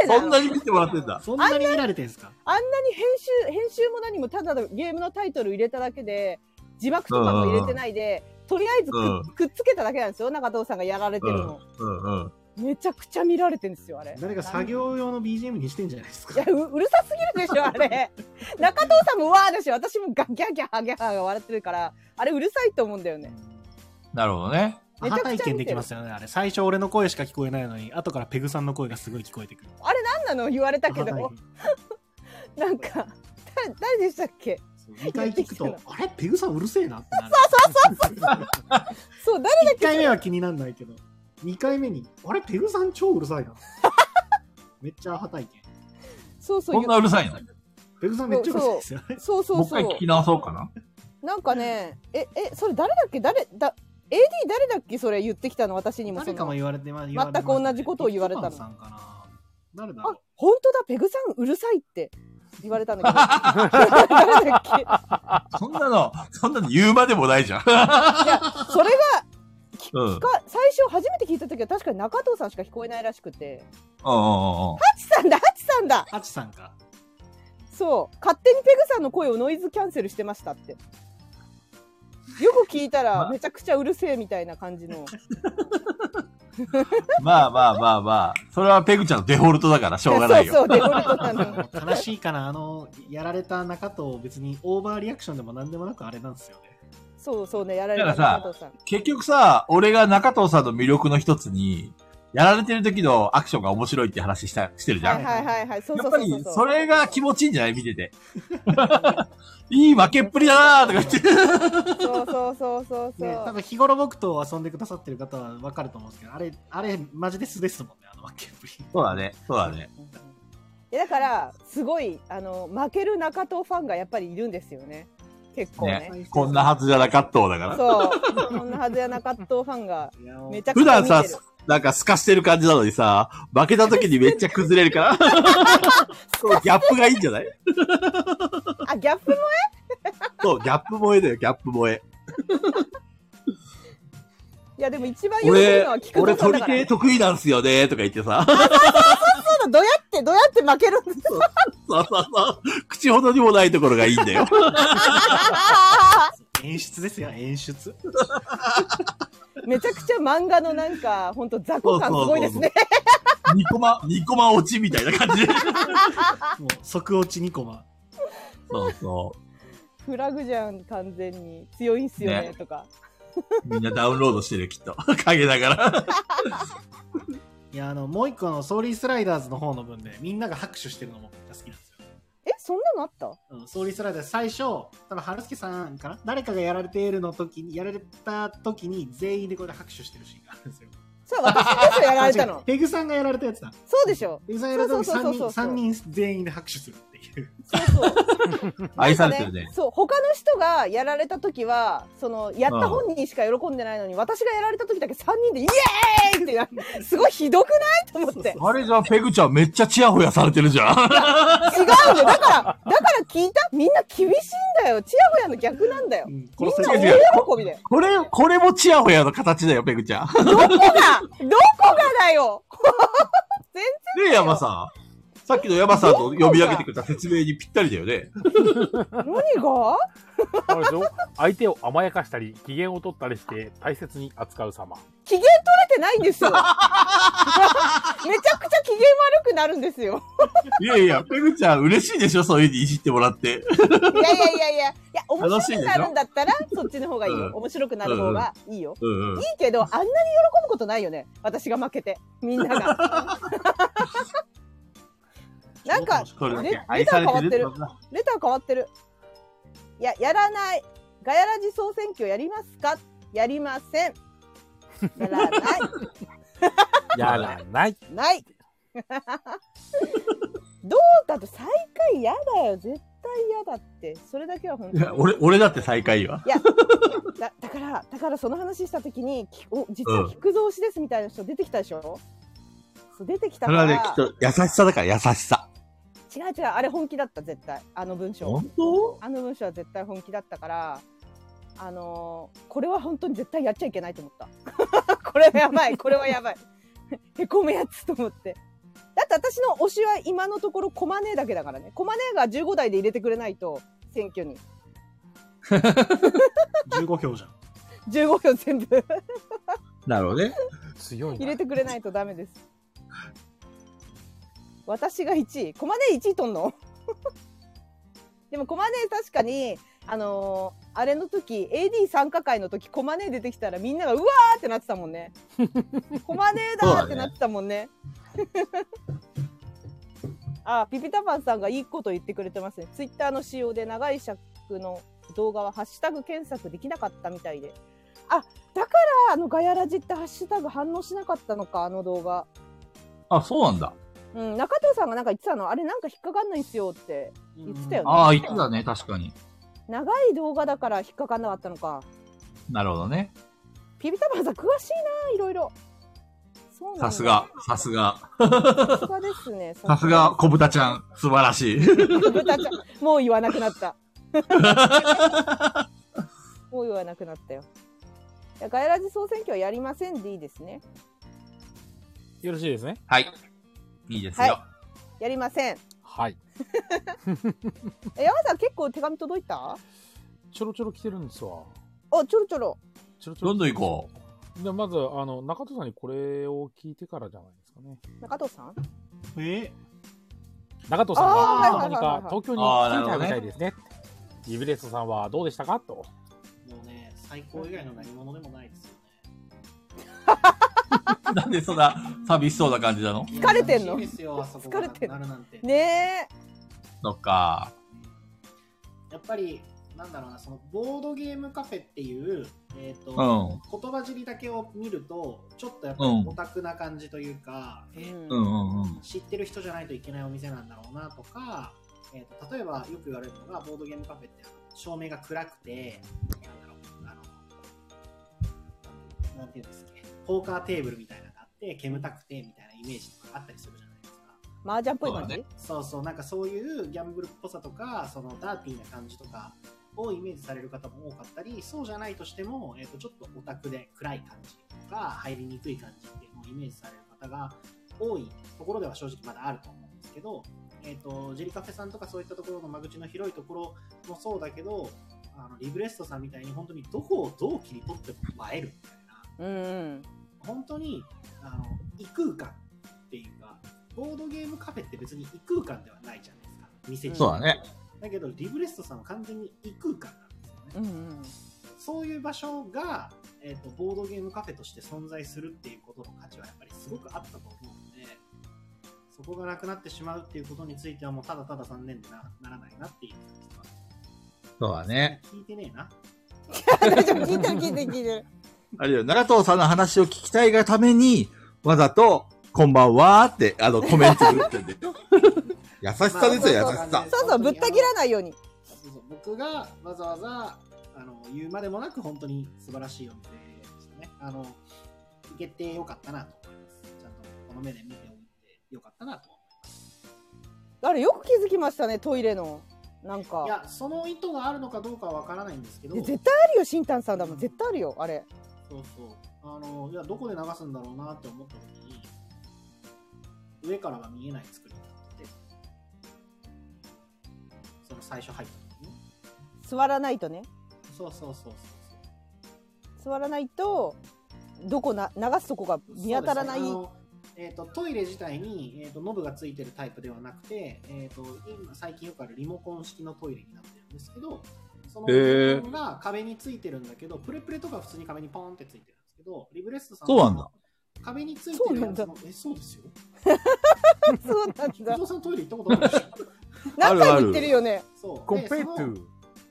でだよそんなに見てもらってんだ。そんなに見られてんすかあんなに編集、編集も何もただゲームのタイトル入れただけで、字幕とかも入れてないで、とりあえずく,、うんくっつけただけなんですよ、中藤さんがやられてるの。うんうん。めちゃくちゃ見られてるんですよ、あれ。誰か作業用の BGM にしてんじゃないですいやかう、うるさすぎるでしょ、あれ。中藤さんもうわーだし、私もガギャギャギャが笑ってるから、あれうるさいと思うんだよね。なるほどね。めアちゃくハち体ゃ見てる験できますよね、あれ。最初俺の声しか聞こえないのに、後からペグさんの声がすごい聞こえてくる。なんなの言われたけアハ体ど、験なんか、誰、誰でしたっけ2回聞くやとってき、あれペグさんうるせえなってなる。そう、誰1回目は気にならないけど、2回目に、あれペグさん超うるさい な。めっちゃアハ体験。そうそうこんなうるさいのペグさんめっちゃうるさいですよね。そうそもうう一回そう聞き。直そうかな。なんかね、え、え、それ誰だっけ誰、だ、AD 誰だっけそれ言ってきたの私にもそ誰かもの。言われてま、言われて全まくすね同じことを言われたのピッチパンさんかな誰だあろ、本当だ、ペグさんうるさいって。言われたんだけど。誰だっけそんなの、そんなの言うまでもないじゃん。それがうん。うんうんか最初初めて聞いた時は確かに中藤さんしか聞こえないらしくてうんうん。ハチさんだハチさんだハチさんか。そう勝手にペグさんの声をノイズキャンセルしてましたってよく聞いたらまめちゃくちゃうるせえみたいな感 じのまあまあまあまあ。それはペグちゃんのデフォルトだから、しょうがないよ。そうそうデフォルトなのもう悲しいかな、あの、やられた中と別にオーバーリアクションでも何でもなくあれなんですよね。そうそうねやられだたからさ中藤さん結局さ、俺が中藤さんの魅力の一つに、やられてる時のアクションが面白いって話した、してるじゃん。はいはいはいはいそうやそっうぱそうり、うそれが気持ちいいんじゃない見てて。 いい負けっぷりだなーとか言って。そうそうそうそうそう、ね、多分日頃僕と遊んでくださってる方は分かると思うんですけど、あれ、あれ、マジで素ですもんね、あの、ワッケープリン。そうだね、そうだね。いやだからすごいあの負ける中藤ファンがやっぱりいるんですよね結構ねね。こんなはずじゃなかっただから。そうこんなはずや中藤ファンがいやもうめちゃく普ち段ゃ見てさる、なんか透かしてる感じなのにさ、負けた時にめっちゃ崩れる から。そう、ギャップがいいんじゃないあギャップもそう、ギャップ萌えだよ、ギャップ萌え。いやでも一番喜ぶ俺のは、菊俺田さんだ取りから、手ね、得意なんすよね、とか言ってさ。そうだどうやってどうやって負けるんですかそうそうそう。口ほどにもないところがいいんだよ。演出ですよ、演出。 めちゃくちゃ漫画のなんか本当雑魚感すごいですねニコマ、ニコマ落ちみたいな感じで。もう即落ち2コマ。そうそフラグじゃん完全に強いんすよねねとかう。みんなダウンロードしてるよ、きっと。陰だから。いや、あの、もう一個のソーリースライダーズの方の分で、みんなが拍手してるのも僕が好きなんですよ。えそんなのあったうん、ソーリースライダーズ最初、多分春介さんかな誰かがやられているの時に、やられた時に全員でこれで拍手してるシーンがあるんですよ。そう私でしょやら れたあ違のうペグさんがやられたやつだ。そうでしょペグさんがやられた時そうそうそうそうそう3人、3人全員で拍手するっていう。そうそう愛さなんれかてるね。そう他の人がやられた時はそのやった本人しか喜んでないのに、私がやられた時だけ3人で「イエーイ!」ってやるすごいひどくないと思ってあれじゃん、ペグちゃんめっちゃチヤホヤされてるじゃん。違うんだよだからだから聞いたみんな厳しいんだよチヤホヤの逆なんだようん、みん殺なせ大違う違喜うびだよこれ、これもチヤホヤの形だよ、ペグちゃん。どこがどこがだよ全ねえ、山さん。さっきの山さんの読み上げてくれた説明にぴったりだよね。然何があれでしょ相手を甘やかしたり機嫌を取ったりして大切に扱う様機嫌取れてないんですよめちゃくちゃ機嫌悪くなるんですよいやいや、ペグちゃん嬉しいでしょ、そういうふうにいじってもらって。いやいやいやいやいや面楽しい白でしょくなるんだったらそっちの方がいいよ、うん面白くなる方がいいよ、うんうんいい。けどあんなに喜ぶことないよね私が負けてみん ながなんかそれだけレ愛されてるってレター変わこっとだ。レター変わってる。いや、やらない。ガヤラジ総選挙やりますかやりません。やらない。やらないない。 どうだと最下位やだよ。絶対やだって。それだけは本当いに。や俺、俺だって最下位は。だだから、だからその話したときに、きお実は菊蔵氏ですみたいな人出てきたでしょ、そう出てきたそかれはら、ね、きっと優しさだから、優しさ。違う違う、あれ本気だった、絶対。あの文章。本当あの文章は絶対本気だったから、あのーこれは本当に絶対やっちゃいけないと思った。 これはやばい、これはやばい。 へこむやつと思って。だって私の推しは今のところコマネだけだからね。コマネが15台で入れてくれないと、選挙に。 15票じゃん。 15票全部 なるほどね。強い入なれてくれないとダメです。私が1位。コマネ1位取んの でもコマネ確かに、あのーあれの時、AD 参加会の時、コマネ出てきたらみんながうわーってなってたも んね。コマネだーってなってたもんね。 あ、ピピタパンさんがいいこと言ってくれてますね。ツイッターの仕様で長い尺の動画はハッシュタグ検索できなかったみたいで。あ、だからあのガヤラジってハッシュタグ反応しなかったのか、あの動画。あ、そうなんだ。うん、中藤さんがなんか言ってたの、あれなんか引っかかんないんすよって。言ってたよねああ、言ってたね、確かに。長い動画だから引っかかんなかったのか。なるほどね。ピピタパンさん詳しいな、いろいろ。そうなんださすが、さすが、さすがです ね。さすが、小豚ちゃん、素晴らしい。小豚ちゃん。もう言わなくなった。もう言わなくなったよ。いやガヤラジ総選挙はやりませんでいいですね。よろしいですね。 はい。いいですよ。やりません。はい。え山さん結構手紙届いた？あちょろちょろ来てるんですわ。ちょろちょろ。ちょろちょろ。どんどん行こう。う。でまず、あの、中戸さんにこれを聞いてからじゃないですかね。中藤さん？え中藤さんは、いつのあー間にはいはいはいかはい東京に着いたみたいですね。リブレストさんはどうでしたかと。もうね、最高以外の何物でもないですよなんでそんな寂しそうな感じなのね。疲れてんのいや寂しいですよ、あそこ疲れてんのなくなるなんて。ねえ。そっか。やっぱり、なんだろうな、そのボードゲームカフェっていう、えっ、と、うん。言葉尻だけを見ると、ちょっとやっぱりオタクな感じというか、えーうんうんうん。知ってる人じゃないといけないお店なんだろうなとか、えーと例えばよく言われるのがボードゲームカフェって照明が暗くてなんだろうあのなんていうんですっけポーカーテーブルみたいなのがあって煙たくてみたいなイメージとかあったりするじゃないですか麻雀っぽい感そじ？うだねそうそうなんかそういうギャンブルっぽさとかそのダーティーな感じとかをイメージされる方も多かったりそうじゃないとしても、えー、とちょっとオタクで暗い感じとか入りにくい感じっていうのをイメージされる方が多いところでは正直まだあると思うんですけど、えー、とジェリカフェさんとかそういったところの間口の広いところもそうだけどあのリブレストさんみたいに本当にどこをどう切り取っても映えるみたいなうんうん。本当にあの異空間っていうかボードゲームカフェって別に異空間ではないじゃないですか店自体そうだねだけどリブレストさんは完全に異空間なんですよね、うんうん。 そういう場所が、えー、とボードゲームカフェとして存在するっていうことの価値はやっぱりすごくあったと思うのでそこがなくなってしまうっていうことについてはもうただただ残念でなならないなっていう感じはそうだね。聞いてねえな大丈夫聞いてる聞いてる聞 いてる。あれだよ、長藤さんの話を聞きたいがために、わざと、こんばんはーって、あの、コメント打って んだよ。優しさですよ、優しさ。そうそうぶった切らないように。そうそう僕がわざわざあの言うまでもなく本当に素晴らしいお店でしたね。あの行けてよかったなと思います。ちゃんとこの目で見ておいてよかったなと思います。あれよく気づきましたねトイレのなんか。いや、その意図があるのかどうかはわからないんですけど、いやそう絶対あるよ新丹さんだもん絶対あるよあれ。そうあのいやどこで流すんだろうなって思った時に、上からは見えない作りになってて、その最初入った時に、ね、座らないとねそうそうそうそうそう。座らないとどこな流すとこが見当たらない。そうですうねあのえー、とトイレ自体に、えー、とノブがついてるタイプではなくて、えー、と今最近よくあるリモコン式のトイレになってるんですけどそのへーリモコンが壁についてるんだけど、プレプレとか普通に壁にポーンってついてるんですけどリブレストさんそうなんだ壁についてるやつそうなのえそうですよそうなん伊だ藤。さんトイレ行ったことあ るでしょあ何る回あもる言ってるよね。そうコンペイトでそのゥ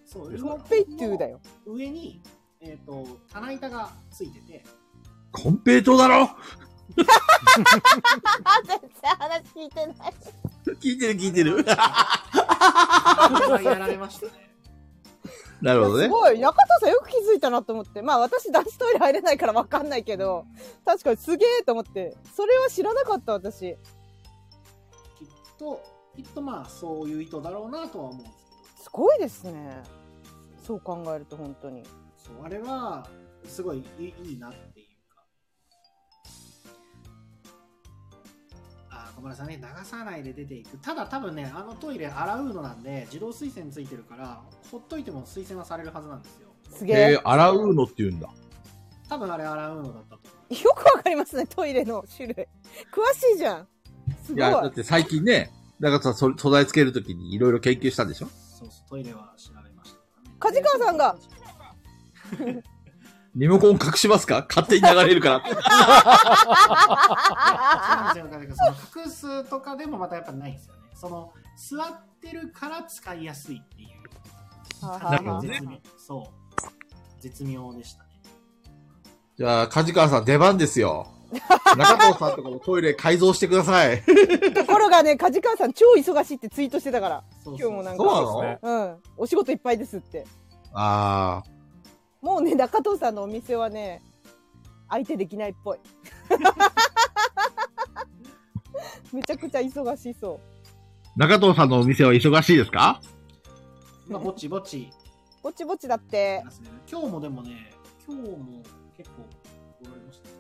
そうですかリモココンペイトゥーンだのよ。上に、えー、と棚板がついてて コンペイトーだろあ全然話聞いてない。聞いてる聞いてる。 あれやられましたねなるほどすね。ごい中田さんよく気づいたなと思ってまあ私男子トイレ入れないからわかんないけど確かにすげえと思ってそれは知らなかったき私っときっとまあそういう意図だろうなとは思うんですけどすごいですねそう考えると本当にそうあれはすごいいいいいなっていうかあーごめんなさいね流さないで出ていくただ多分ねあのトイレ洗うのなんで自動水洗ついてるからほっといても水洗はされるはずなんですよすげええー、洗うのって言うんだ。多分あれ洗うのだったと思うよくわかりますねトイレの種類詳しいじゃんすいごいや、だって最近ね、長藤さん、そ素材つけるときにいろいろ研究したんでしょそうそうトイレは調べましたからね梶川さんがリモコン隠しますか勝手に流れるから。 違うんですよだからその隠すとかでもまたやっぱないんですよねその座ってるから使いやすいっていうなるほどね絶妙そう絶妙でしたねじゃあ、梶川さん出番です よ。中藤さんとかもトイレ改造してください。ところがね梶川さん超忙しいってツイートしてたからそう今日もなんかそそううなでのうんお仕事いっぱいですってあもうね中藤さんのお店はね相手できないっぽい めちゃくちゃ忙しそ中藤さんのお店は忙しいですかまあ、ぼちぼちう。ぼちぼちだって。話せる今日もでもね、今日も結構おられました。あ、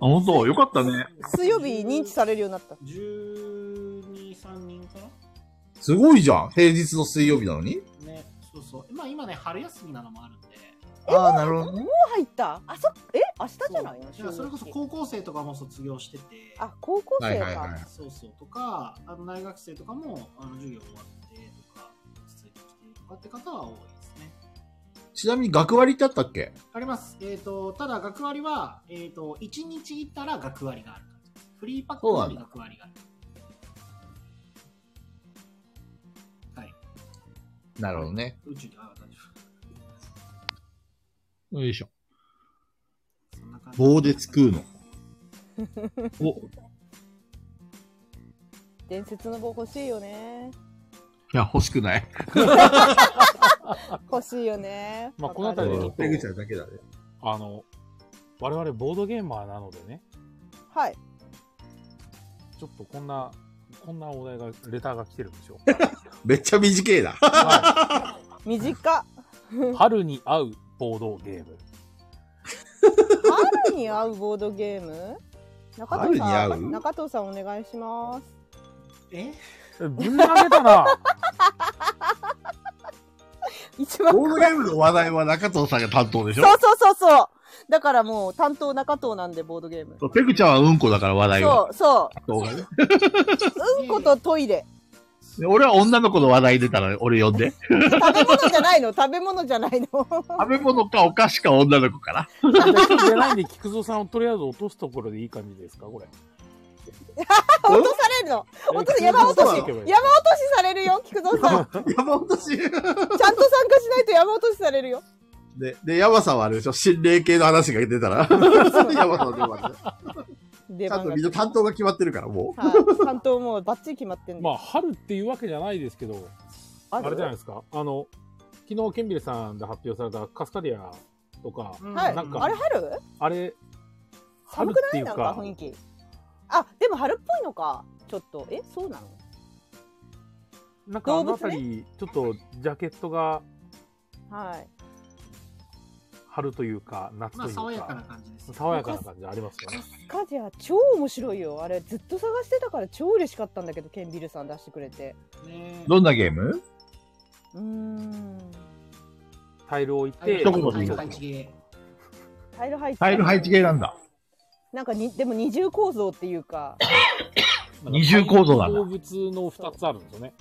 本当よかったね。水曜日認知されるようになった。 12、3人かすごいじゃん。平日の水曜日なのに。なね、そうそう。まあ今ね、春休みなのもあるんで。ああ、なるほどね。入ったあ、そっえ明日じゃないのそうだからそれこそ高校生とかも卒業してて、あ、高校生か。はいはいはいそうそうとか、あの大学生とかもあの授業終わってとか、落ち着いてきてとかって方は多いですね。ちなみに学割ってあったっけあります。えっ、と、ただ学割は、えっ、と、1日行ったら学割がある感じです。フリーパックより学割がある。はい。なるほどね。宇宙にあ大丈よいしょ。夫。そんな感じ。棒で作るの。お、い伝説の棒欲しいよね。や、欲しくない。欲しいよね。まあわこのか辺るりでペグちゃんだけだね。あの、我々ボードゲーマーなのでね、はい。ちょっとこんな、こんなお題が、レターが来てるんでしょ。 めっちゃ短いな。は短っ。い春に合うボードゲーム。春に合うボードゲーム中春藤さ、に合うん中藤さんお願いします。えぶん投げたな一番。ボードゲームの話題は中藤さんが担当でしそょうそうそうそう。だからもう担当中藤なんで、ボードゲーム。ペグちゃんはうんこだから話題は。そうそ動画ねう。うんことトイレ。で俺は女の子の話題出たら俺呼ん で。食べ物じゃないの食べ物じゃないの食べ物かお菓子か女の子かな。ちょっと出ないんで、菊蔵さんをとりあえず落とすところでいい感じですか、これ。落とされるの 落とす山落としえー山菊蔵さん行けばいい落としされるよ菊蔵さん山本氏。ちゃんと参加しないと山落としされるよで、で、山さんはあれでしょ心霊系の話が出た ら。山さんの出番で出ちゃん番とがみんな担当が決まってるから、もう。はい担当もうバッチリ決まってんまの、あ、春っていうわけじゃないですけど、あれじゃないですか。あの、昨日、ケンビルさんで発表されたカスカディアとか、はいなんかあれ春あれ、寒春くっなていいうなんかか雰囲気あでも春っぽいのかちょっとえそうなのなんかあの動物ね辺り、ちょっとジャケットがはい春というか、夏まとあいう爽やかなか、感じです。爽やかな感じありますよね。カジア超面白いよあれずっと探してたから超嬉しかったんだけどケンビルさん出してくれてねどんなゲームうーんタイルを置いて、一言でいいそのう配置ゲタイル配置タイル配置系なんだ。なんかにでも二重構造っていうかそう二重構造なんだ動物の二つあるんですよね。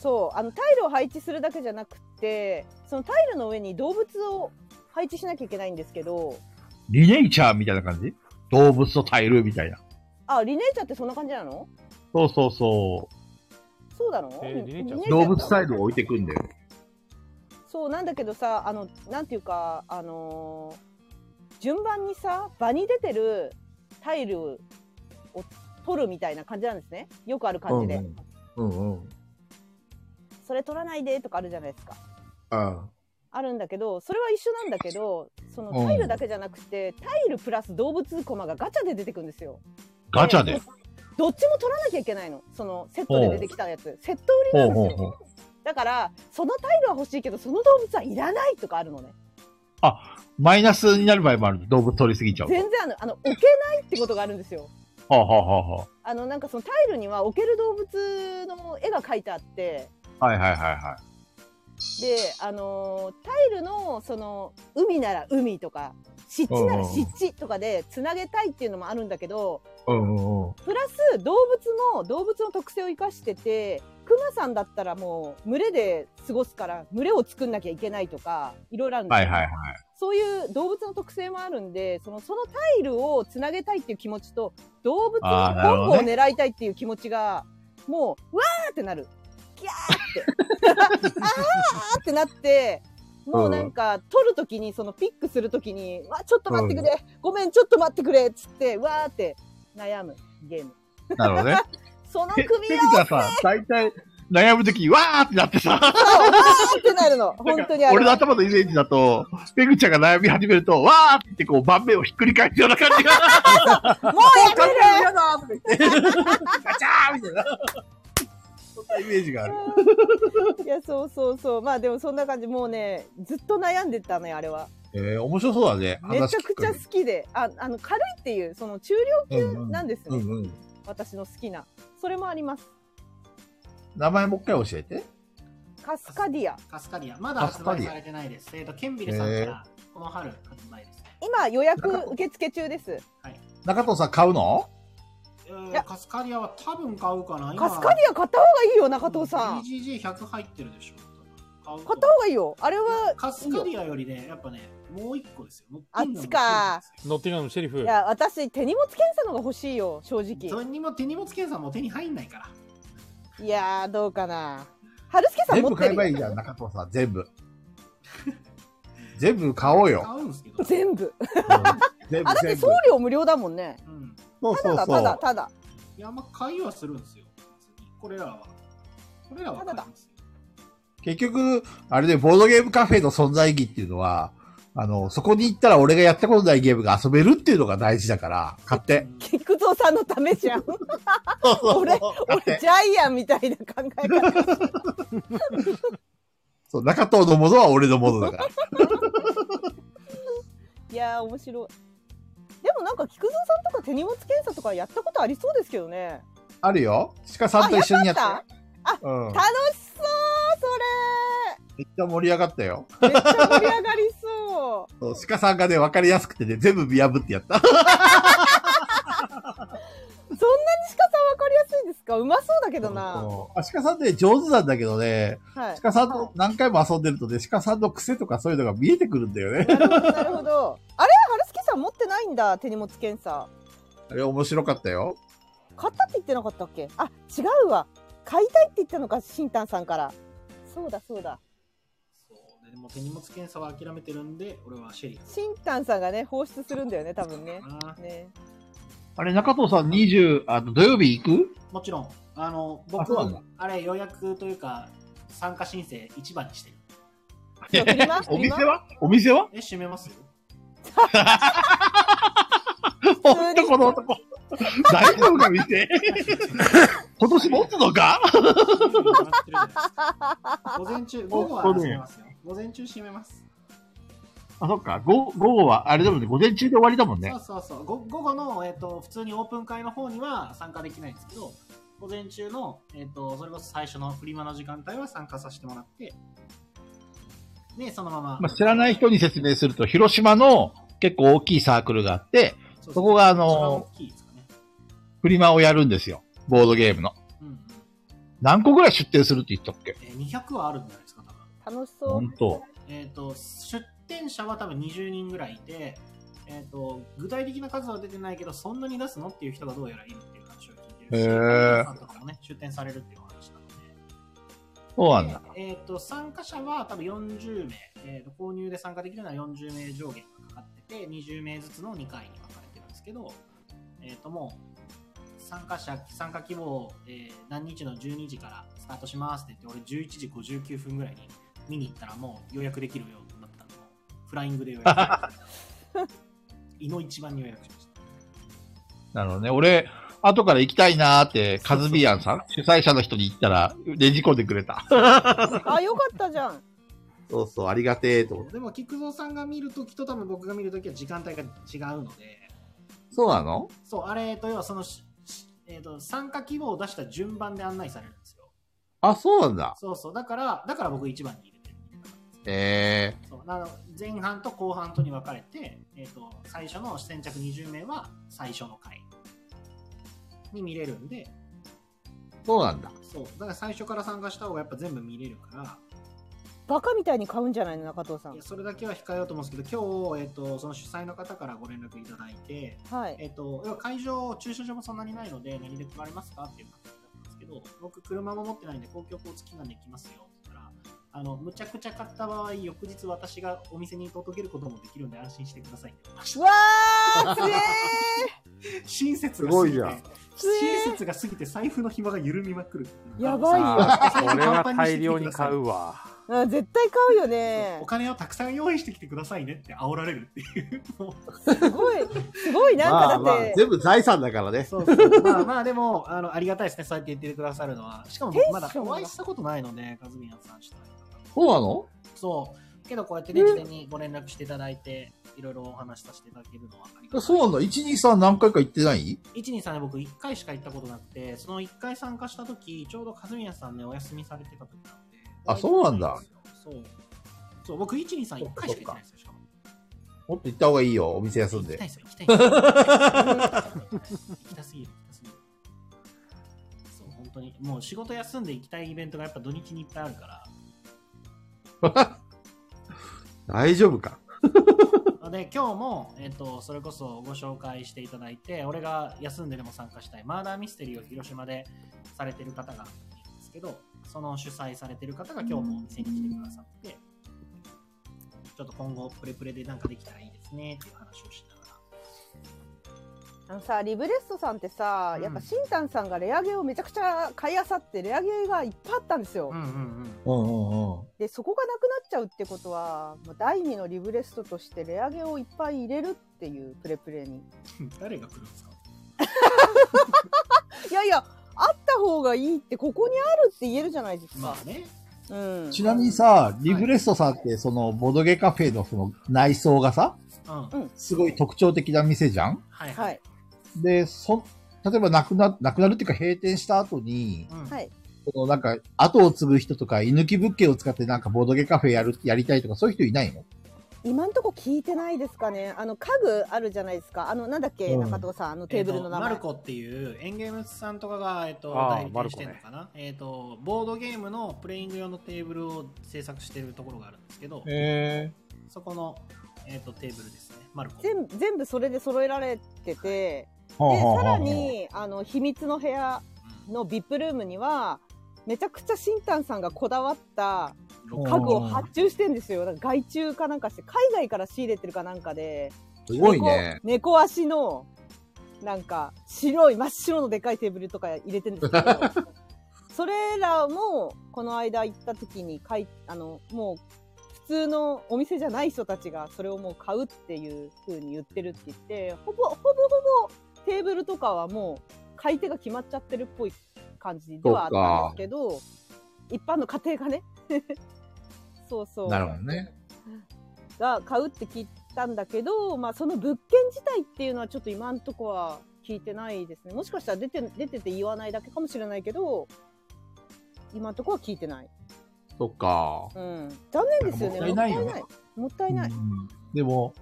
そうあのタイルを配置するだけじゃなくてそのタイルの上に動物を配置しなきゃいけないんですけどリネイチャーみたいな感じ動物とタイルみたいな。あリネーチャーってそんな感じなのそうそうそそうなの、えーリネーチャーう。動物タイルを置いてくんだよ。そうなんだけどさあのなんていうかあのー順番にさ場に出てるタイルを取るみたいな感じなんですねよくある感じで、うんうんうんうん。それ取らないでとかあるじゃないですかああるんだけどそれは一緒なんだけどそのうんタイルだけじゃなくて、タイルプラス動物コマがガチャで出てくるんですよガチャで。どっちも取らなきゃいけないのそのセットで出てきたやつセットほう売りなんほでうすよほう。だからそのタイルは欲しいけどその動物はいらないとかあるのねマイナスになる場合もあるんで動物取りすぎちゃうと。全然あのあの置けないってことがあるんですよはあ、はあははあのなんかそのタイルには置ける動物の絵が描いてあってあ、はいはいはいはであのータイルのその海なら海とか湿地なら湿地とかでつなげたいっていうのもあるんだけどい。うんうんうん。プラス動物も動物の特性を生かしててクマさんだったらもう群れで過ごすから群れを作んなきゃいけないとかいろいろあるんですはいよはいはい。そういう動物の特性もあるんでそのそのタイルをつなげたいっていう気持ちと動物のあーなるほコンボどを狙いたいっていう気持ちがもうわーってなるギャーって あーってなってもうなんか取るときにそのピックするときに「わちょっと待ってくれ、ごめんちょっと待ってくれ」っつってわーって悩むゲーム。なるほど ね。そのペ首グをちゃんさ、大体悩むときにわーってなってさ、 ってなるの本当にあれ俺の頭のイメージだと、ペグちゃんが悩み始めると、わーって言ってこう盤面をひ っくり返すような感じが、もうやめるガチャーみメージがある。いや、そうそうそう。まあでもそんな感じ。もうね、ずっと悩んでたのよ、あれは。えー、面白そうだね。めちゃくちゃ話好聞きで。あ、あの、軽いっていう、その中く限り量なんですうね。んうん。うんうん。私の好きな。それもあります。名前もう一回教えて。カスカディア。カスカディア。まだ発売されてないです。えっと、ケンビルさんから、この春発売ですね。今予約受付中です。中藤さん買うのえーいやカスカディアは多分買うかな。カスカディア買った方がいいよ、中藤さん。 BGG100 入ってるでしょ。買うと買った方がいいよ。あれは、カスカディアよりね、やっぱね、もう一個ですよ。もうあっちかノッティンガムシェリフい。や、私、手荷物検査のが欲しいよ、正そ直。れにも手荷物検査も手に入んないから。いやー、どうかな。春助 さん全持部って買えばるいいよ。じゃん、中藤さん。全部。全部買おう よ。買うんすけど。全部。全部あ、だって全部送料無料だもんね。うん。そうたそうだそたうだ。ただ。いや、まあ、買いはするんですよ。別にこれらは。これらは買いますよ。結局、あれで、ボードゲームカフェの存在意義っていうのは、あの、そこに行ったら俺がやったことないゲームが遊べるっていうのが大事だから、買って。うん菊蔵さんのためじゃん。そうそうそ う俺買っ俺、て。ジャイアンみたいな考え方。そう、中藤のものは俺のものだから。いやー、面白い。でもなんか、菊蔵さんとか手荷物検査とかやったことありそうですけどね。あるよ。鹿さんと一緒にやっあやた。うん。楽しそう、めっちゃ盛り上がったよ。それ。めっちゃ盛り上がりそう。そう鹿さんがね、わかりやすくてね、全部見破って やった。そんなに鹿さんわかりやすいんですかうまそうだけどな。あ鹿さんね、上手なんだけどね、はい。鹿さんと何回も遊んでるとね、鹿さんの癖とかそういうのが見えてくるんだよね。なるほど。あれ春月さん持ってないんだ、手荷物検査。 あれ面白かったよ。買ったって言ってなかったっけあ、違うわ。買いたいって言ったのか、しんたんさんから。そうだそうだ。そうででも手荷物検査は諦めてるんで、俺はシェリしんたんさんがね、放出するんだよね、多分ねー。かな。 ねあれ、中藤さん20、あの、土曜日行くもちろん、あの、あ僕そうなはんだあれ予約というか、参加申請一番にしてる。そうフリマフおリマ店はお店はえ、閉め ますよほんとこ の男。大丈夫か見 て。今年持つのか閉めるに決まってるじゃないですか午前中、午後はそう閉ねめますよ。午前中閉めます。あ、そっか。午午後は、あれだもんね、午前中で終わりだもんねそ。うそうそう。ご午後の、えっ、と、普通にオープン会の方には参加できないんですけど、午前中の、えっ、と、それこそ最初のフリマの時間帯は参加させてもらって、で、そのまま。まあ、知らない人に説明すると、広島の結構大きいサークルがあって、そうそうそこがあ一番の大きいですかね。フリマをやるんですよ。ボードゲームの。うんうん。何個ぐらい出店するって言ったっけえー、200はあるんじゃないですか、多分。楽しそう。本当。えっ、と、出店者は多分20人ぐらいいて、えっ、と、具体的な数は出てないけど、そんなに出すのっていう人がどうやらいるっていう話を聞いてるし、へーお客さんとかもね、出店されるっていう話なので。そうなんだ。でえっ、と、参加者は多分40名、えーと、購入で参加できるのは40名上限がかかってて、20名ずつの2回に分かれてるんですけど、えっ、と、もう、参加者、参加希望、えー何日の12時からスタートしますって言って、俺11時59分ぐらいに見に行ったらもう予約できるようになったのフライングで予約しました。胃の一番に予約しました。なるほどね。俺、後から行きたいなーって、カズビアンさん、主催者の人に言ったら、レジ込んでくれた。あ、よかったじゃん。そうそう、ありがてえと思って。でも、菊蔵さんが見るときと多分僕が見るときは時間帯が違うので、そうなのそう、あれ、えっと要はそのし、しえっと参加希望を出した順番で案内されるんですよ。あ、そうなんだ。そうそう、だから、だから僕一番に入れてる。えそうなの前半と後半とに分かれて、えっと最初の先着20名は最初の回に見れるんで、えー、そうなんだ。そう、だから最初から参加した方がやっぱ全部見れるから、バカみたいに買うんじゃないの、中藤さいんや。それだけは控えようと思うんですけど、今日、えっとその主催の方からご連絡いただいて、はい。えっと、要は会場、駐車場もそんなにないので、何で来られますかっていう感じだったんですけど、僕、車も持ってないんで、公共交通機関で行きますよって言ったら、あの、むちゃくちゃ買った場合、翌日私がお店に届けることもできるんで安心してくださいって言われましうわー、すげーた。親切がすぎてすごいじゃん。親切が過ぎて財布の暇が緩みまくる。やこばいよれは大量に買うわ。あ絶対買うよねお。金をたくさん用意してきてくださいねって煽られるっていう。すごい、すごい、なんかだって、全部財産だからね。そうそうまあまあでもあのありがたいですねそうやって言ってくださるのはしかも僕まだテンションがお会いしたことないのでカズミヤさんしたそうなのそうけどこうやってね事前にご連絡していただいていろいろお話しさせていただけるのはありがたいそうなの ?123 何回か行ってない123で僕1回しか行ったことなくてその1回参加した時ちょうど和宮さんねお休みされてた時なんであそうなんだそうそう僕123 1回しか行ってないんですよしかももっと行った方がいいよ、お店休行んきでたい。ですよ行きたいん ですよ行きたすぎる行きたすぎるそう本当にもう仕事休んで行きたいイベントがやっぱ土日にいっぱいあるから 大丈夫か。で今日も、えっとそれこそご紹介していただいて俺が休んででも参加したいマーダーミステリーを広島でされてる方がいるんですけどその主催されてる方が今日もお店に来てくださってちょっと今後プレプレでなんかできたらいいですねっていう話をしながらあのさ、リブレストさんってさう、んやっぱ新ンさんがレアゲーをめちゃくちゃ買いあさって、レアゲーがいっぱいあったんですよ。うんうんうんうんうん。で、そこがなくなっちゃうってことは、もう第二のリブレストとしてレアゲーをいっぱい入れるっていうプレプレに。うん誰が来るんですかいやいや、あった方がいいって、ここにあるって言えるじゃないですかま。あねうん。ちなみにさ、リブレストさんって、その、ボドゲカフェのその内装がさ、うんはすごい特徴的な店じゃんいははいい。で、そ、例えばなくな、なくなるっていうか閉店した後に、うんはい。そのなんか、後を継ぐ人とか、居抜き物件を使ってなんかボドゲカフェやる、やりたいとか、そういう人いないの今んとこ聞いてないですかね。あの、家具あるじゃないですか。あの、なんだっけ、うん中藤さん、あのテーブルの名前。えーとマルコっていうエンゲームズさんとかが、えっとあー代理店してるのかな、えっとボードゲームのプレイング用のテーブルを制作してるところがあるんですけどへそこの、えっとテーブルですねマルコ全部全部それで揃えられてて、え。でさらにあの秘密の部屋の VIP ルームにはめちゃくちゃ新ンさんがこだわったうん家具を発注してんですよなんか外注かなんかして海外から仕入れてるかなんかですごいね。猫猫足のなんか白い真っ白のでかいテーブルとか入れてるんですけ どそれらもこの間行った時にかいあのもう普通のお店じゃない人たちがそれをもう買うっていう風に言ってるって言ってほぼほぼほぼテーブルとかはもう買い手が決まっちゃってるっぽい感じではあったんですけど一般の家庭がね そうそうなるほどね。が買うって聞いたんだけど、まあ、その物件自体っていうのはちょっと今んとこは聞いてないですねもしかしたら出て出てて言わないだけかもしれないけど今んとこは聞いてない、そっか。うん、残念ですよねもったいないよねもったいないもったいない、うんでも、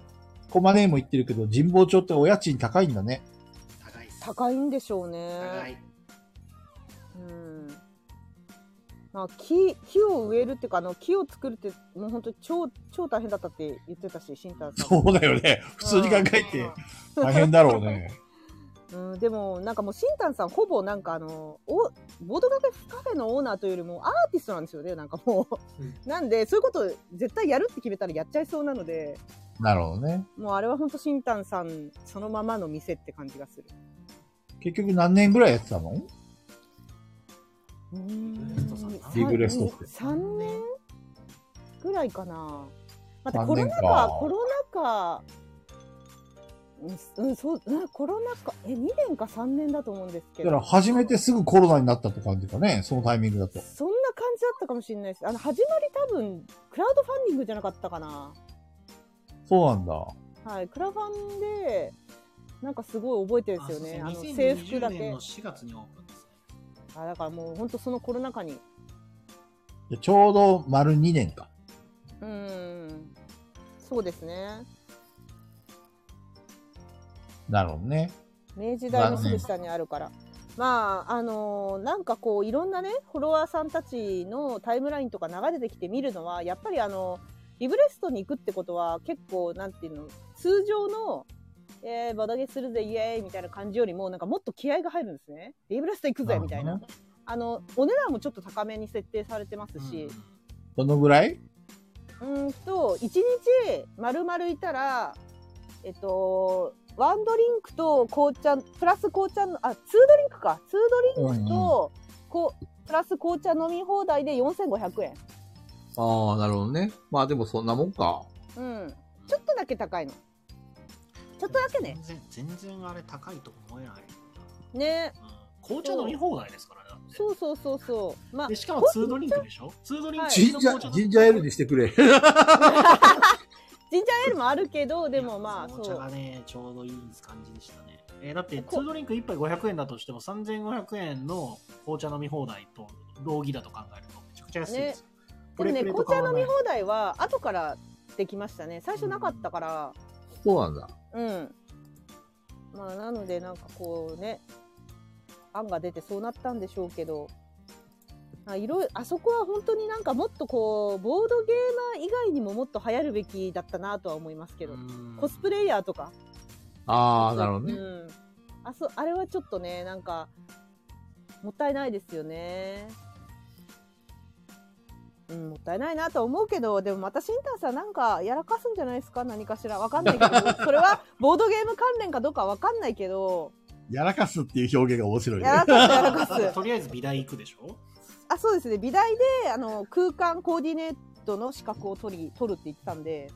コマネーも言ってるけど、神保町ってお家賃高いんだね。 高いっす高いんでしょう高ね、いうんまあ、木木を植えるっていうかあの木を作るってもう本当に超超大変だったって言ってたし新太さんそうだよね。普通に考えて、大変だろうね。 うん、でもなんかもう新ンさんほぼなんかあのおボードカフェカフェのオーナーというよりもアーティストなんですよねなんかもう、うんなんでそういうこと絶対やるって決めたらやっちゃいそうなのでなるほどね。もうあれは本当新ンさんそのままの店って感じがする結局何年ぐらいやってたのレストさんなリブレストって3年ぐらいかなまたコロ三年ナか禍コロナ禍うんうんそううんコロナ禍え2年か3年だと思うんですけだかどら初めてすぐコロナになったって感じかね。そのタイミングだと。そんな感じだったかもしれないです。あの始まり多分クラウドファンディングじゃなかったかな。そうなんだ。はい、クラファンでなんかすごい覚えてるんですよね。ああのそうです制服だ2020年けの。4月にオープンですねあだからもう本当そのコロナ禍に。でちょうど丸2年か。うーん。そうですね。なるほどね。明治大のすぐ下にあるから。まあ、あのーなんかこういろんなねフォロワーさんたちのタイムラインとか流れてきて見るのはやっぱりあのリブレストに行くってことは結構なんていうの通常の「えー、バダゲするぜイエーイ」みたいな感じよりもなんかもっと気合が入るんですねリブレスト行くぜみたいなるほどね。あのお値段もちょっと高めに設定されてますし、どのぐらいうーんと1日丸々いたらえっとワンドリンクと紅茶、プラス紅茶の、あ、ツードリンクか。ツードリンクと、こう、プラス紅茶飲み放題で4500円。ああ、なるほどね。まあでもそんなもんか。うん。ちょっとだけ高いの。ちょっとだけね。全然、全然あれ高いと思えない。ね。うん紅茶飲み放題ですからねだって。そうそうそうそう。まあで、、しかもツードリンクでしょツードリンクはいジンジャー、ジンジャーエールにしてくれ。ジンジャーエールもあるけど、でもまあ、そ紅茶がう。ね、ちょうどいい感じでしたね。えーだって、ツードリンク1杯500円だとしても、3500円の紅茶飲み放題と同義だと考えると、めちゃくちゃ安いですよ。でもね、プレプレ紅と変茶わら飲ないみ放題は、後からできましたね。最初なかったから。そうなんだ。うん。まあ、なので、なんかこうね、案が出てそうなったんでしょうけど、あいろいあそこは本当になんかもっとこう、ボードゲーマー以外にももっと流行るべきだったなとは思いますけど、うんコスプレイヤーとか。ああ、なるほどねう。ん。あそ、あれはちょっとね、なんか、もったいないですよね。うん、もったいないなとは思うけど、でもまたシンタンさんなんかやらかすんじゃないですか何かしら。わかんないけ ど、それはボードゲーム関連かどうかわかんないけど、やらかすっていう表現が面白いね。やらかすやらかあ す。とりあえず美大行くでしょあ、そうですね。美大で、あの、空間コーディネートの資格を取り、取るって言ってたんで、へ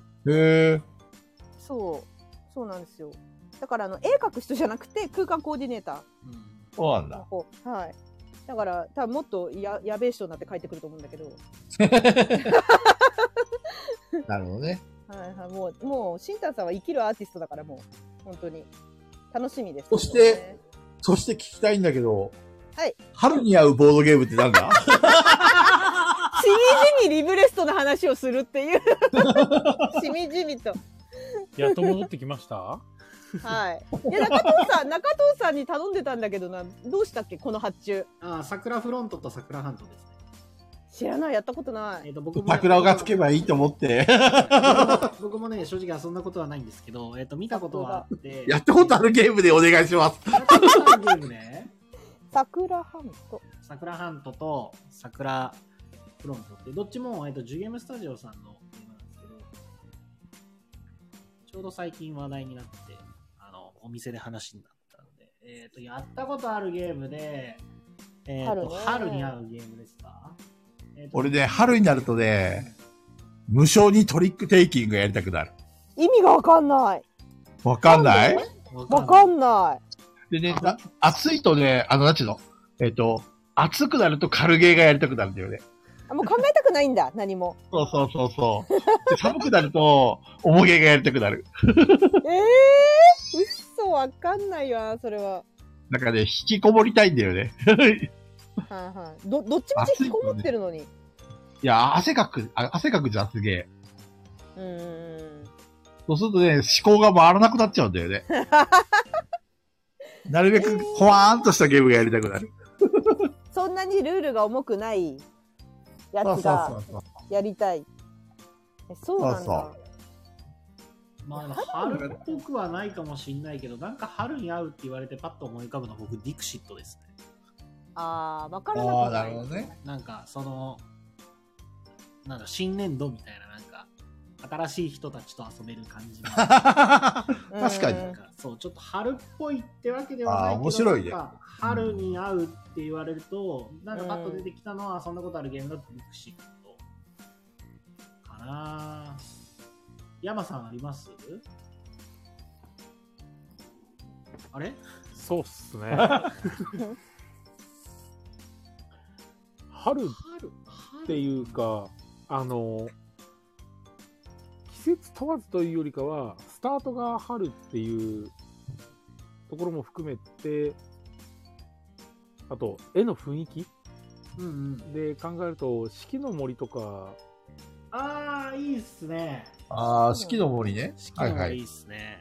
え。そう、そうなんですよ。だから、あの、絵描く人じゃなくて、空間コーディネーター。うんそうなんだ。こうはい。だから、多分もっとややべえ人になって帰ってくると思うんだけど、なるほどね。はいはい、もう、もう、シンタンさんは生きるアーティストだから、もう、本当に、楽しみです、そして、そして聞きたいんだけど、はい。春に合うボードゲームってなん だしみじみリブレストの話をするって いう、しみじみと。やっと戻ってきましたはい。いや、中藤さん、中藤さんに頼んでたんだけどな、どうしたっけ、この発注。あー桜フロントと桜半島ですね。知らない、やったことなえい。ーと僕も桜がつけばいいと思って。 僕もね、正直遊んだことはないんですけど、えっ、と、見たことはあって。やったことあるゲームでお願いします。やったことあるゲームね。桜半島。桜ハントと桜フロントって、どっちも、えっ、と、ジュゲームスタジオさんのゲームなんですけど、ちょうど最近話題になって、あの、お店で話になったので、えっ、と、やったことあるゲームで、えっ、と春、春ねに合うゲームですか、えーと俺ね、春になるとね、無償にトリックテイキングやりたくなる。意味がわかんない。わかんないわわかんんなでね、な暑いとね、あの、なんちゅうのえっ、と、暑くなると軽ゲーがやりたくなるんだよね。い。もう考えたくないんだ、何も。そうそうそうそう。で寒くなると、重げがやりたくなる。ええー、嘘わかんないわ、それは。なんかね、引きこもりたいんだよね。はいはい。ど、どっちみち引きこもってるのに。いや、汗かく、あ汗かくじゃん、すげえ。うーん。そうするとね、思考が回らなくなっちゃうんだよね。なるべく、ほわーんとしたゲームがやりたくなる。そんなにルールが重くないやそうつそうがそう。やりたい。えそうなんそだう。まあ、春っぽくはないかもしんないけど、なんか春に合うって言われてパッと思い浮かぶの僕、ディクシットですね。ああ、わからなくああ、なないるほどね。なんか、その、なんだ、新年度みたいな、なんか、新しい人たちと遊べる感 じのうん確かになんか、そう、ちょっと春っぽいってわけではないけど、あー面白いねなんか春に合うって言われると、なんかパッと出てきたのは、そんなことあるゲームだと、ミクシットかなぁ山さんありますあれそうっす ね。春っ春春ていうか、あの、季節問わずというよりかは、スタートが春っていうところも含めて、あと、絵の雰囲気うんうん。で考えると、四季の森とか、ああ、いいっすね。ああ、四季の森ね。四季はいのは方いい。いっすね。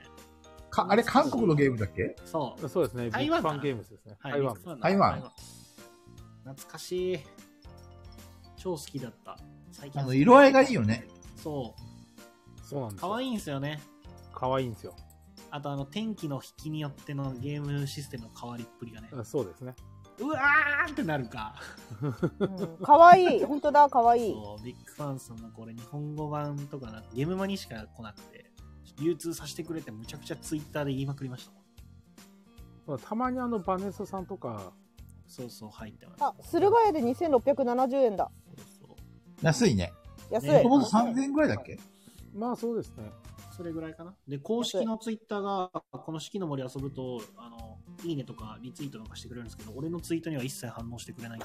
かあれ、韓国のゲームだっけそう。そうですね、台湾ビッかグフなァンゲームズですね。はい台湾ビッグファンだ台湾懐かしい。超好きだった。最あの色合いがいいよね。そう。そうなんです可よ。愛いんですよね。かわいいんですよ。あとあの天気の引きによってのゲームシステムの変わりっぷりがね。あそうですね。うわーってなるか。うんかわいい。本当だ、かわいい。そう、ビッグファンさんのこれ日本語版とかなゲームマにしか来なくて、ちょ流通させてくれってむちゃくちゃツイッターで言いまくりましたもんまあたまにあのバネッサさんとか、そうそう入ってますあ、駿河屋で2670円だ。そうそう安いね。安い。ねもともと3000円ぐらいだっけまあそうですね。それぐらいかなで公式のツイッターがこの式の森遊ぶとあのいいねとかリツイートなんかしてくれるんですけど俺のツイートには一切反応してくれない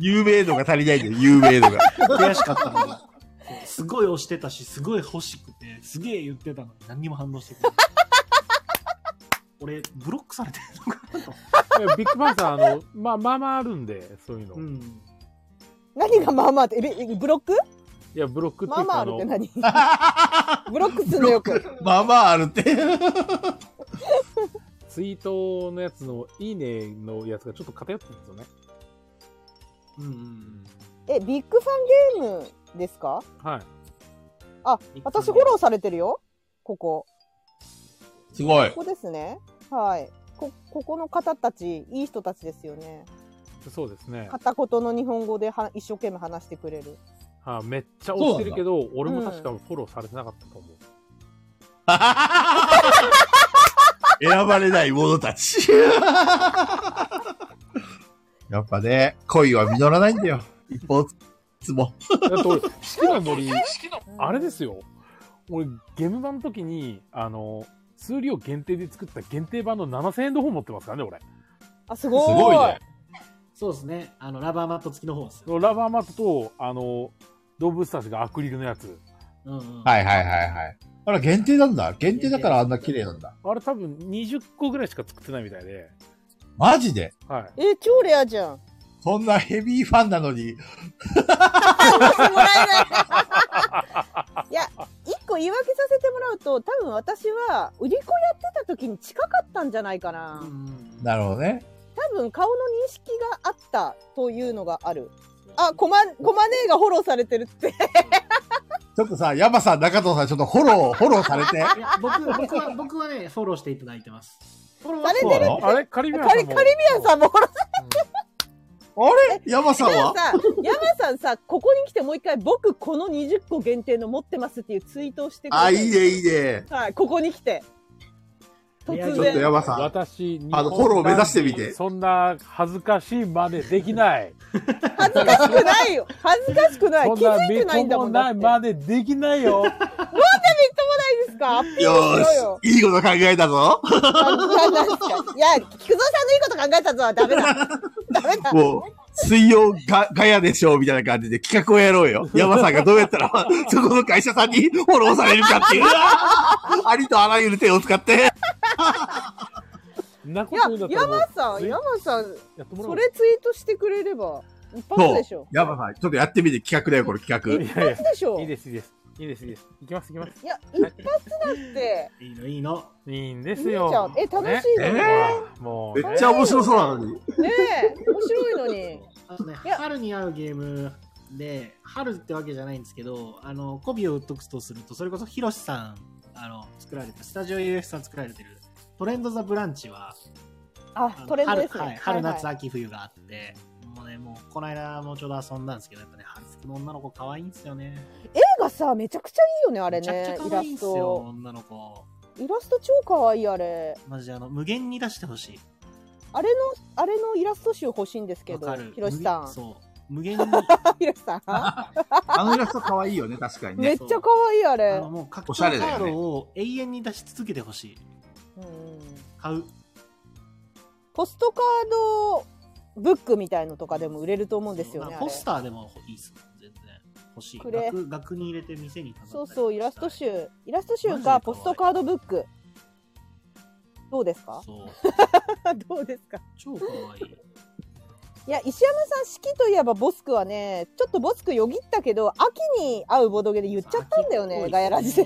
有名度が足りないんだよ、有名度が。悔しかったのにそうすごい押してたしすごい欲しくてすげえ言ってたのに何にも反応してくれない俺ブロックされてるのかなといやビッグバンさん、あの、まあまあまああるんで、そういうの。いん何がまあまあって、ええブロックや、ブロックってまいあうまあか、ああるっのて、何 ブロックすんのよく。まあまああるって。ツイートのやつの、いいねのやつがちょっと偏ってるんですよね。うんうんうんえ、ビッグファンゲームですかはい。あ、私フォローされてるよ。ここ。すごいこ。こですね。はい。こ、ここの方たち、いい人たちですよね。そうですね。片言の日本語では一生懸命話してくれる。はい、めっちゃ押してるけど、俺も確かフォローされてなかったと思う。選ばれない者たち。 やっぱね、恋は実らないんだよ。一方つも。だ って俺、四季の森、うんあれですよ。俺、ゲーム版の時に、あの、数量限定で作った限定版の7000円の方持ってますからね、俺。あ、すごーい。すごいねそうですねあのラバーマット付きの方ですよ、ラバーマットと、あの、動物たちがアクリルのやつ。うんうん、はいはいはいはい。あら、限定なんだ。限定だからあんな綺麗なんだ。あれ多分20個ぐらいしか作ってないみたいで。マジではい。え、超レアじゃん。そんなヘビーファンなのに。もらえない。いや、一個言い訳させてもらうと、多分私は、売り子やってた時に近かったんじゃないかな。うんうんなるほどね。多分顔の認識があったというのがある。あ、コマ、コマネーがフォローされてるって。ちょっとさ、ヤマさん、中藤さん、ちょっとフォロー、フォローされ て。いや僕僕は僕はねフォローしていただいてますフォローはされてそうなるのあれカリビアンカさんリ、も。カリビアンさんもフォローさあれヤマさんれてるはさ、ヤマさんさ、ここに来てもう一回、僕この20個限定の持ってますっていうツイートをしてくれたあ、いいね、いいね。はい、ここに来て。突ちょっと然。ヤマさん。私、あのフォロー目指してみてそんな恥ずかしい真似でき ない。恥ずかしくないよ。恥ずかしくない。そん気づないみてないっんとだももんなだいって。真似できない よ。いいですかアピールしよろよ。ーし、いいこと考えたぞ。なななんですか いや、菊蔵さんのいいこと考えたぞはダメだ。ダメ だ。もう、水曜が、ガヤでしょうみたいな感じで企画をやろうよ。ヤマさんがどうやったら、そこの会社さんにフォローされるかっていう。ありとあらゆる手を使って。んないこと言うんだっ、たらもうや山さん、ツイ山さん、やってもらおそうれツイートしてくれれば、一発そでしょう。。ヤマさん、ちょっとやってみて企画だよ、これ企いやいや一発でしょ。いいいです、いいです。いいです、いいです。いきます、いきます。や、一発だって、いいのいいのいいんでいいすじよ。ゃん。え、楽しいのねね。えもうね、画。めっちゃ面白そうなのに。ねえ、面白いのに。あとねいや春に合うゲームで春ってわけじゃないんですけどあのコビを特とするとそれこそヒロシさんあの作られてスタジオ UF さん作られてるトレンド・ザ・ブランチはああ、のトレンドですね。春,、はい、春はいはい夏秋冬があってもうねもうこの間もちょうど遊んだんですけどやっぱね春服の女の子可愛いんですよね絵がさ、めちゃくちゃいいよね、ああれめちゃく。ねちゃイ可ラ愛いんスですよト。女の子イラスト超可愛い、あれ。マジあの無限に出してほしいあれの、あれのイラスト集欲しいんですけわどか、るひろしさ無限ん。そう無 限にひろしさん。あのイラスト可愛いよね、確かに めっちゃ可愛い、ああれの。もう格お闘しカゃれだよねードを永遠に出し続けてほしいうん買うポストカードブックみたいのとかでも売れると思うんですよまね。ああれポスターでもいいですもん、全然。欲しい。くれ額額に入れて店に飾ったそりうそう、イラストしたい。集。イラスト集マジで可愛かいポストカードブック。どうですかそう。 どうですか超可愛い。いや、石山さん、四季といえばボスクはね、ちょっとボスクよぎったけど、秋に会うボドゲで言っちゃった んだよね、ガヤラジで。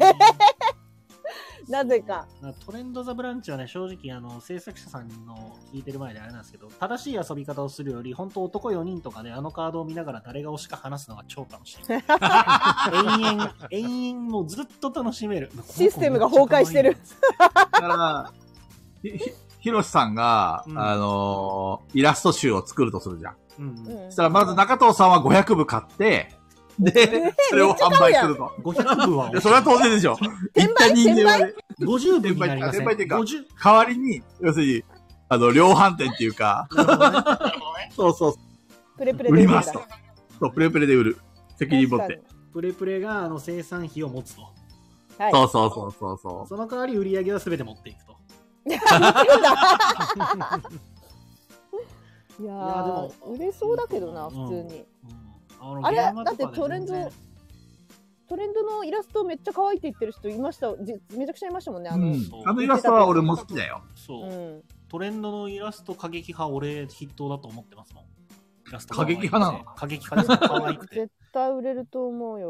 なぜか。そう。トレンド・ザ・ブランチはね、正直、あの、制作者さんの聞いてる前であれなんですけど、正しい遊び方をするより、本当男4人とかであのカードを見ながら誰が推しか話すのが超楽 しい。永遠、永遠もうずっと楽しめる。システムが崩壊し てる。だから、ひ、ひひろしさんが、うんあのーイラスト集を作るとするじゃん。うんうん。そしたらまず中藤さんは500部買って、で、それを販売すると。 500部は多いやいそれは当然でしょ。転売一旦人間はね、 50部になりません。転売っていうか50代わりに、要するに、あの、量販店っていうか、そうそうプレプレ売でりいいんだますと。そう、プレプレで売る。責任持って。確か プレプレがあの生産費を持つと。にはい そうそうそうそうそう。その代わり売り上げは全て持っていくと。いやいやでもー売れそうだけどな普通にあのあれゲーマーとかだってトレンド全然トレンドのイラストめっちゃ可愛いって言ってる人いましたじめちゃくちゃいましたもんねあうの、うんん。あのイラストは俺も好きだよ。そう、トレンドのイラスト過激派俺筆頭だと思ってますもん。イラスト可愛くて過激派なの過激派です。可愛くて 絶。対売れると思うよ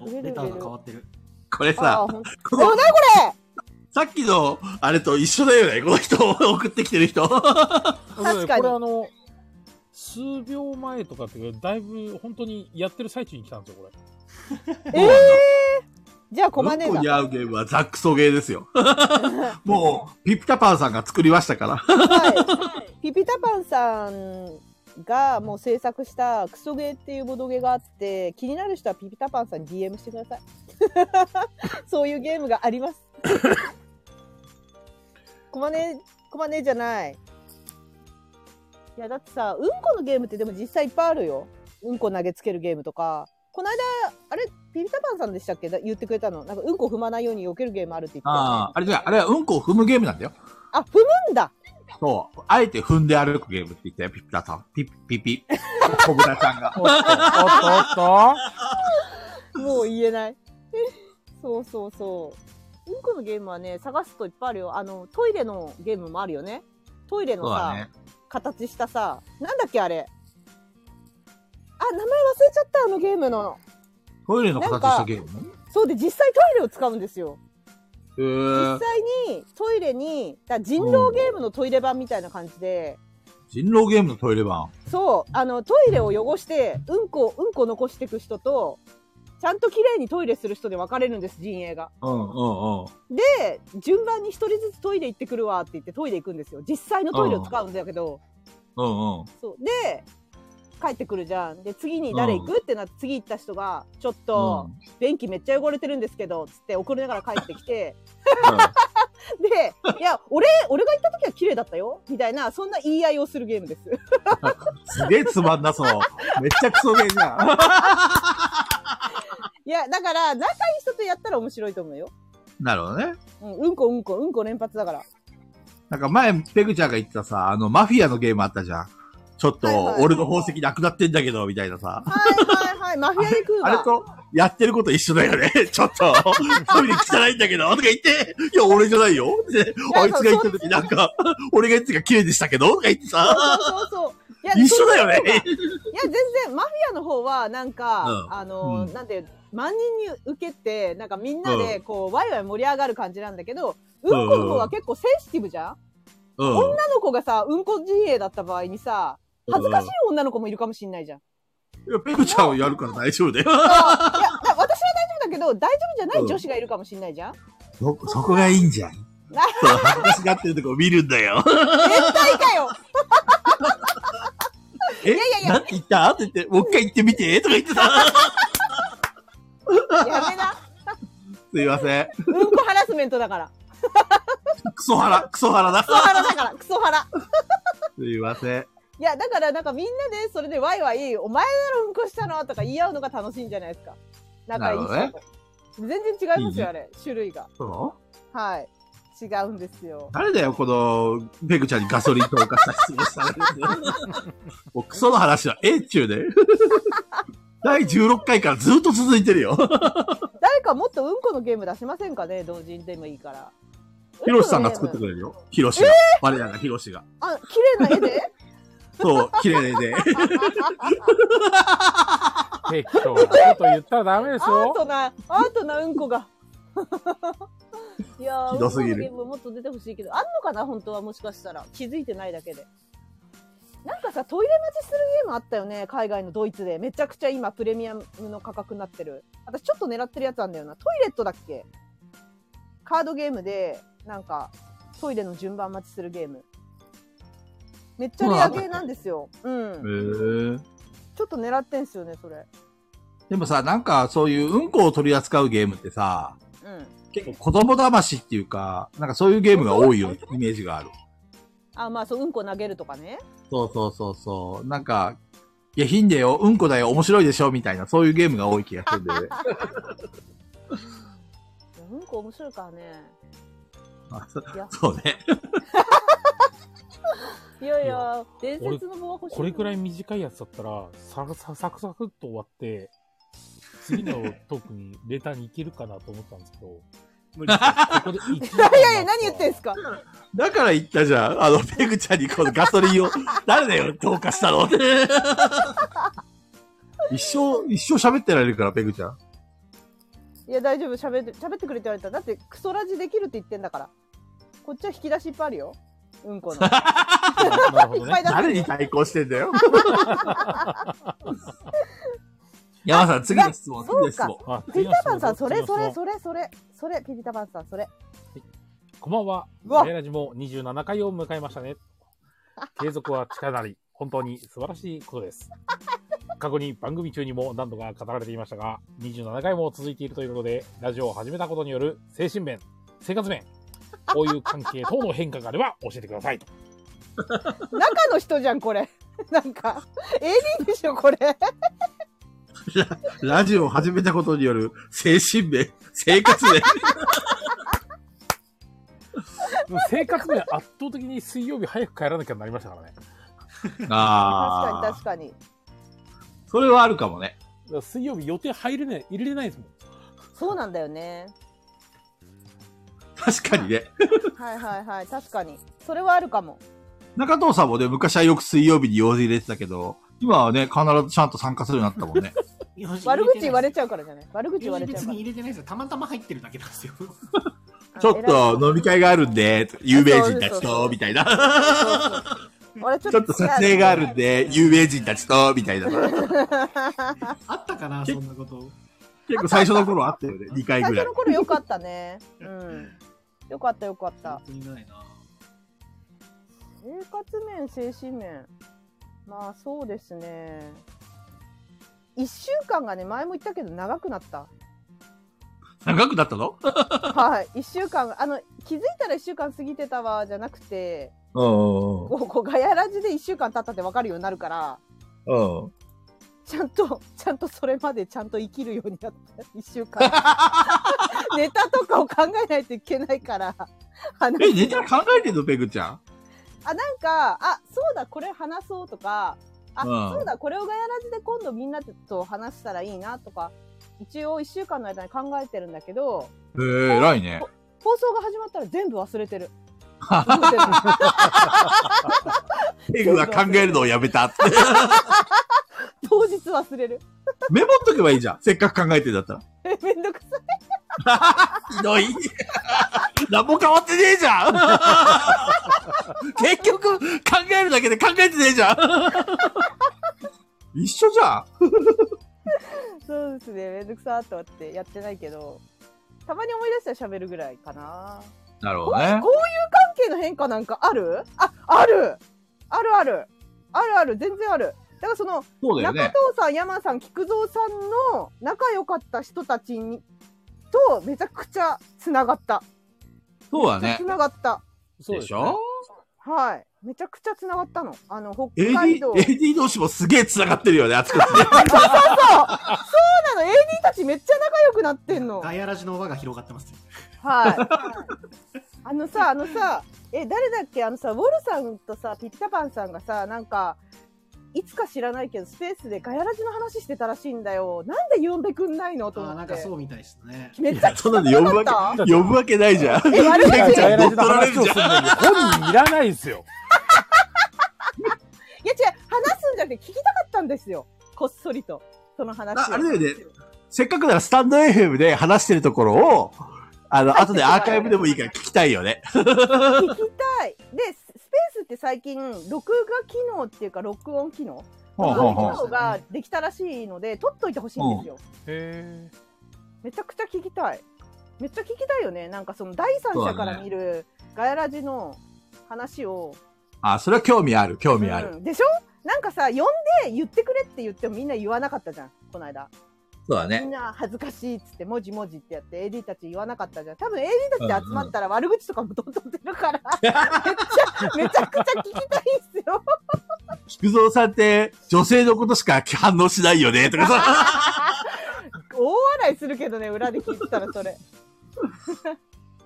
おレターが変わってる。これあさあ、ほんとこなのんだこさっきの、あれと一緒だよね。この人を送ってきてる人。確かこにれあの、数秒前とかっていうか、だいぶ本当にやってる最中に来たんです よ、これ。れえー、じゃあコマネうんこだに合うゲームはザックソゲーですよ。もう、ピピタパンさんが作りましたから。はい、ピピタパンさんがもう制作したクソゲーっていうボドゲがあって気になる人はピピタパンさんに DM してください そういうゲームがあります コマネコマネじゃないいやだってさうんこのゲームってでも実際いっぱいあるようんこ投げつけるゲームとかこの間あれピピタパンさんでしたっけだ言ってくれたのなんかうんこ踏まないように避けるゲームあるって言ってたよねああ、あれじゃあ、あれはうんこを踏むゲームなんだよ。あ踏むんだそう。あえて踏んで歩くゲームって言ったよ、ピピタさん。ピッピピ。小豚ちゃんが。おっと、おっと、おっもう言えない。 そうそうそう。うんこのゲームはね、探すといっぱいあるよ。あの、トイレのゲームもあるよね。トイレのそうださ、ね。形したさ、なんだっけあれ。あ、名前忘れちゃった、あのゲームの。トイレの形したゲームね。そうで、実際トイレを使うんですよ。え実ー、際にトイレに、だから人狼ゲームのトイレ版みたいな感じで、人狼ゲームのトイレ版。そう、あの、トイレを汚して、うんこ、うんこ残していく人と、ちゃんと綺麗にトイレする人で分かれるんです、陣営が。うんうんうん。で順番に一人ずつトイレ行ってくるわって言ってトイレ行くんですよ実際のトイレを使うんだけど、うんうん。そうで帰ってくるじゃんで次に誰行く、ってなって次行った人が「ちょっと、便器めっちゃ汚れてるんですけど」つって怒りながら帰ってきて で「いや俺俺が行った時は綺麗だったよ」みたいなそんな言い合いをするゲームです すげえつまんなそう。めっちゃクソゲーじゃん。いやだから仲いい人とやったら面白いと思うよ、 なるほどね。うん、うんこうんこうんこ連発だからなんか前、ペグちゃんが言ってたさ、あの、マフィアのゲームあったじゃん。ちょっはいとは、い俺の宝石なくなってんだけど、みたいなさ。はいは いはいマフィアで食うあれわと、やってること一緒だよね。 ちょっと、トイレ汚いんだけど、とか言って、いや、俺じゃないよ。で、あいつが言った時なんか、 俺が言ってた時が綺麗でしたけど、とか言ってさ、そうそうそういや一緒だよね。いや全然マフィアの方はなんか、うんあうの、んなんていう万人に受けてなんかみんなでこう、ワイワイ盛り上がる感じなんだけどうんこの方は結構センシティブじゃん、うん。女の子がさうんこ陣営だった場合にさ恥ずかしい女の子もいるかもしれないじゃん、いや、ペグちゃんをやるから大丈夫だよ。いやだ私は大丈夫だけど大丈夫じゃない女子がいるかもしれないじゃん、そ、そこがいいんじゃ ん。そう、恥ずかしがってるとこ見るんだよ。絶対かよえ、 いやいやなんて言ったって言って、もう一回言ってみて、とか言ってさ、やめな すいません。うんこハラスメントだからクソハラ、クソハラだ。クソハラだからクソハラすいません。いやだからなんかみんなでそれでワイワイ「お前ならうんこしたの?」とか言い合うのが楽しいんじゃないですか仲いい人と、なる全然違いますよいあれ種類がそうはい違うんですよ誰だよ、この、ペグちゃんにガソリン投下した質問した ねもうクソの話は、ええっちゅう ね。第16回からずっと続いてる よ。誰かもっとうんこのゲーム出しませんかね同人でもいいからヒロシさんが作ってくるれるよ。ヒロシが。我らがヒロシが。あ綺麗な絵でそう、綺麗な絵 で。と。適当なこと言ったらダメですアーよ。トなアートなうんこがいやーひどすぎるうんこのゲームもっと出てほしいけどあんのかな本当はもしかしたら気づいてないだけでなんかさトイレ待ちするゲームあったよね海外のドイツでめちゃくちゃ今プレミアムの価格になってる私ちょっと狙ってるやつなんだよなトイレットだっけカードゲームでなんかトイレの順番待ちするゲームめっちゃレアゲーなんですよ、うんへえ。ちょっと狙ってんすよね、それ。でもさ、なんかそういううんこを取り扱うゲームってさ、うん。結構子供騙しっていうか、なんかそういうゲームが多いようなイメージがある。あ、まあそう、うんこ投げるとかね。そうそうそうそう。なんか、下品だよ、うんこだよ、面白いでしょ、みたいな、そういうゲームが多い気がするん で、ね。いやうんこ面白いからね。あそいやそうね。いやいいやや、伝説の棒は欲しい。これくらい短いやつだったら、サクサクサクっと終わって、次のトークにレターに行けるかなと思ったんですけど、ここで行きたい いやいや、何言ってんすかだから言ったじゃん。あの、ペグちゃんにこのガソ リンを、誰だよ、投下したのって。一生、一生喋ってられるから、ペグちゃん。いや、大丈夫、喋って、喋ってくれって言われたら。だって、クソラジできるって言ってんだから。こっちは引き出しいっぱいあるよ。うんこの。いっなるほどぱねい。出誰せるによ。対抗してんだ よ。山さん、次の質問、次の質問。あピ次ピのタ質パン問さん、それ、それ、次の質問それ、それ、それ、ピピタパンさん、それ。こんばんは。うわガヤラジも27回を迎えましたね。継続は力なり、本当に素晴らしいことです。過去に番組中にも何度か語られていましたが、27回も続いているということで、ラジオを始めたことによる精神面、生活面、こういう関係等の変化があれば教えてくださいと。中の人じゃん、これ。 なんか、AD でしょ、これ。ラジオを始めたことによる精神面、生活 面。でも生活面圧倒的に水曜日早く帰らなきゃなりましたからね。だか確かに、ああ確。かに。それはあるかもね。ら水曜日予定入れない、入れれないですもん。そうなんだよね。確かにね。はいはいはい、確かに。それはあるかも。中藤さんもね、昔はよく水曜日に用事入れてたけど、今はね、必ずちゃんと参加するようになったもん ね。悪口言われちちゃうからじゃない悪口言われちゃう別かに入れてないですよ。たまたま入ってるだけなんです よ。ら。ちょっと飲み会があるんで、有名人たそちうそうそと、うみた いな。俺ちょちっとょっと撮影があるんで、有名人たちと、みたいな。結あったかな、そんなこと。構最初の頃あったよね、2回最ぐら初い の。頃よかったね。うん。よかったよかった本。当にないな。生活面、精神面。まあそうですね。一週間がね、前も言ったけど長くなった。長くなったのはい。一週間、あの、気づいたら一週間過ぎてたわ、じゃなくて、うんこう、こうガヤラジで一週間経ったってわかるようになるから、うん。うん。ちゃんと、ちゃんとそれまでちゃんと生きるようになった。一 週間。ネタとかを考えないといけないから。話え、ネタ考えてんのペグちゃん。あ、なんか、あ、そうだ、これ話そうとか、あ、うんそうだ、これをガヤラジで今度みんなと話したらいいなとか、一応一週間の間に考えてるんだけど、えー、偉いね。放送が始まったら全部忘れ てる。思ってるペグは考えるのをやめたって。当日忘れる。 メモっとけばいいじゃん。せっかく考えてんだったら。えめんどくさい。ひどい。 何も変わってねえじゃん結局、考えるだけで考えてねえじゃん 一緒じゃんそうですね、めんどくさーと思ってやってないけど、たまに思い出したら喋るぐらいかな。なるほこうこういう関。係の変化なんかあるあ、あるあるあるあるある全然あるだからその、そうだよ中ね藤。さん、山さん、菊蔵さんの仲良かった人たちにとめちゃくちゃつながった。そうだねつ。ながった。そうでですしねょはい。めちゃくちゃつながったの。あの、北海 AD, 道。 AD 同士もすげえ繋がってるよね、あちこちね。そうなの、AD たちめっちゃ仲良くなってんの。ガヤラジの輪が広がってますよ。はい。あのさ、あのさ、え、誰だっけあのさ、ウォルさんとさ、ピッタパンさんがさ、なんか、いつか知らないけど、スペースでガヤラジの話してたらしいんだよ。なんで呼んでくんないのとあ思ーって。なんかそうみたいですね。めっちゃそんなの呼 ぶわけ、呼ぶわけないじゃん。え、悪口ガ言うヤラジの話をするのに本人いらないですよ。いや違う、話すんじゃなくて聞きたかったんですよ。こっそりと。その話を。ああれだよね。せっかくならスタンド FM で話してるところを、あの、後でアーカイブでもいいから聞きたいよね。聞きたい。で、ススペースって最近、録画機能っていうか、録音機能ほう録ほ音う機ほ能ができたらしいので、撮っといてほしいんですよ。へえ。めちゃくちゃ聞きたい。めっちゃ聞きたいよね。なんかその第三者から見るガヤラジの話を。あ、それは興味ある、興味ある。うんでしょなんかさ、呼んで言ってくれって言ってもみんな言わなかったじゃん、この間。そうだみんね。な恥ずかしいっつって、もじもじってやって、AD たち言わなかったじゃん。多分 AD たち集まったら悪口とかもどんどん出 るから、めっちゃ、めちゃくちゃ聞きたいんすよ。 菊蔵さんって女性のことしか反応しないよね、とか さ。大笑いするけどね、裏で聞いてたらそれ。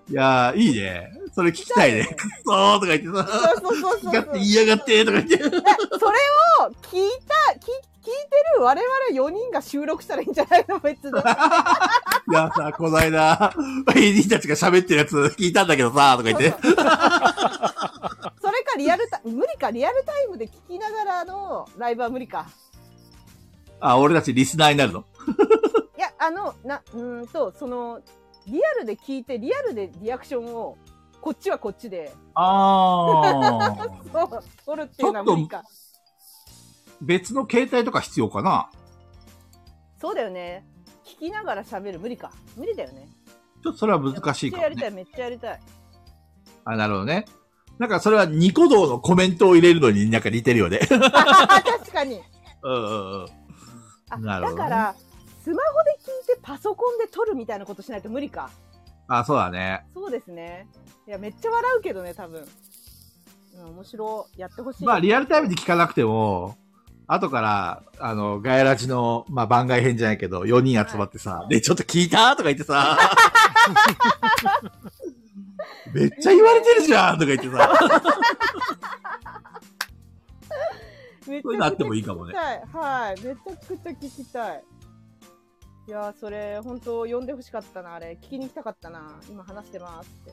いやー、いいね。それ聞きたいね。くそーとか言ってそさ、うそうそう そう。使って言いやがって、とか言って。えそれを聞いた、聞聞いてる我々4人が収録したらいいんじゃないの別で。いやさ、この間、AD たちが喋ってるやつ聞いたんだけどさ、とか 言って。それかリアルタイム、無理か、リアルタイムで聞きながらのライブは無理か。あ、俺たちリスナーになるの。いや、あの、な、うーんと、その、リアルで聞いて、リアルでリアクションを、こっちはこっちで、あー。そう、取るっていうのは無理か。 別の携帯とか必要かなそうだよね。聞きながら喋る無理か。無理だよね。ちょっとそれは難しいかめっちゃも、ね。やりたい、めっちゃやりたい。あ、なるほどね。なんかそれはニコ動のコメントを入れるのになんか似てるよね。確かに。 うんうんうん。あ、なるほどだねから、スマホで聞いてパソコンで撮るみたいなことしないと無理か。あ、そうだね。そうですね。いや、めっちゃ笑うけどね、多分。うん、面白いやってほしい。まあリアルタイムで聞かなくても、後から、あの、ガヤラジの、まあ番外編じゃないけど、4人集まってさ、で、ちょっと聞いたとか言って さ、めっちゃ言われてるじゃんとか言ってさ、めっそういうちのあゃってもいいかも 聞ね。きたい。はい。めちゃくちゃ聞きたい。いやー、それ、本当呼んでほしかったな、あれ。聞きに行きたかったな。今話してますって。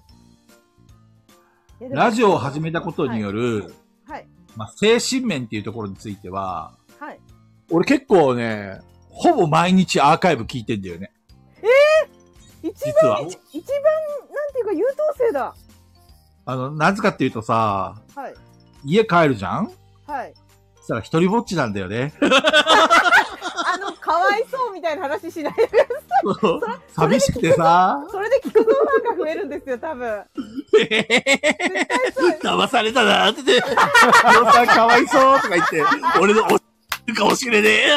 いやでもラジオを始めたことによる、はい。まあ精神面っていうところについては、はい。俺結構ね、ほぼ毎日アーカイブ聞いてんだよね。一実は番、一一番、なんていうか、優等生だ。あの、なぜかっていうとさ、はい。家帰るじゃんはい。そしたら一人ぼっちなんだよね。あの、かわいそうみたいな話しないでくださ寂しくてさい。、それで聞くのファンが増えるんですよ、多分。絶対そうよ。騙されたなーって言って、お父さんかわいそうとか言って、俺のお、かもしれねえ。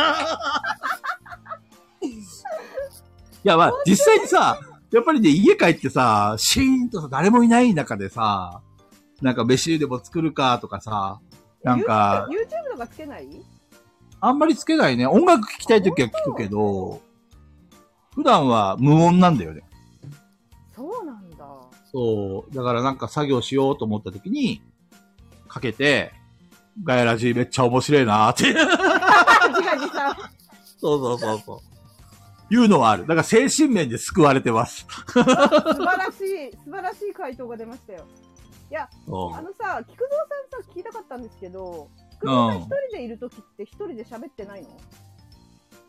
いや、まあ、実際にさ、やっぱりね、家帰ってさ、シーンとさ誰もいない中でさ、なんか飯でも作るかとかさ、なんか、 YouTube とかつけないあんまりつけないね。音楽聴きたいときは聴くけど、普段は無音なんだよね。そうなんだ。そう。だからなんか作業しようと思ったときに、かけて、ガヤラジめっちゃ面白いなーって。自画自賛。そうそうそうそう。いうのはある。だから精神面で救われてます。素晴らしい素晴らしい回答が出ましたよそあうのさ菊蔵さんさ聞きたかったんですけど菊蔵さん一人でいる時って一人で喋ってないの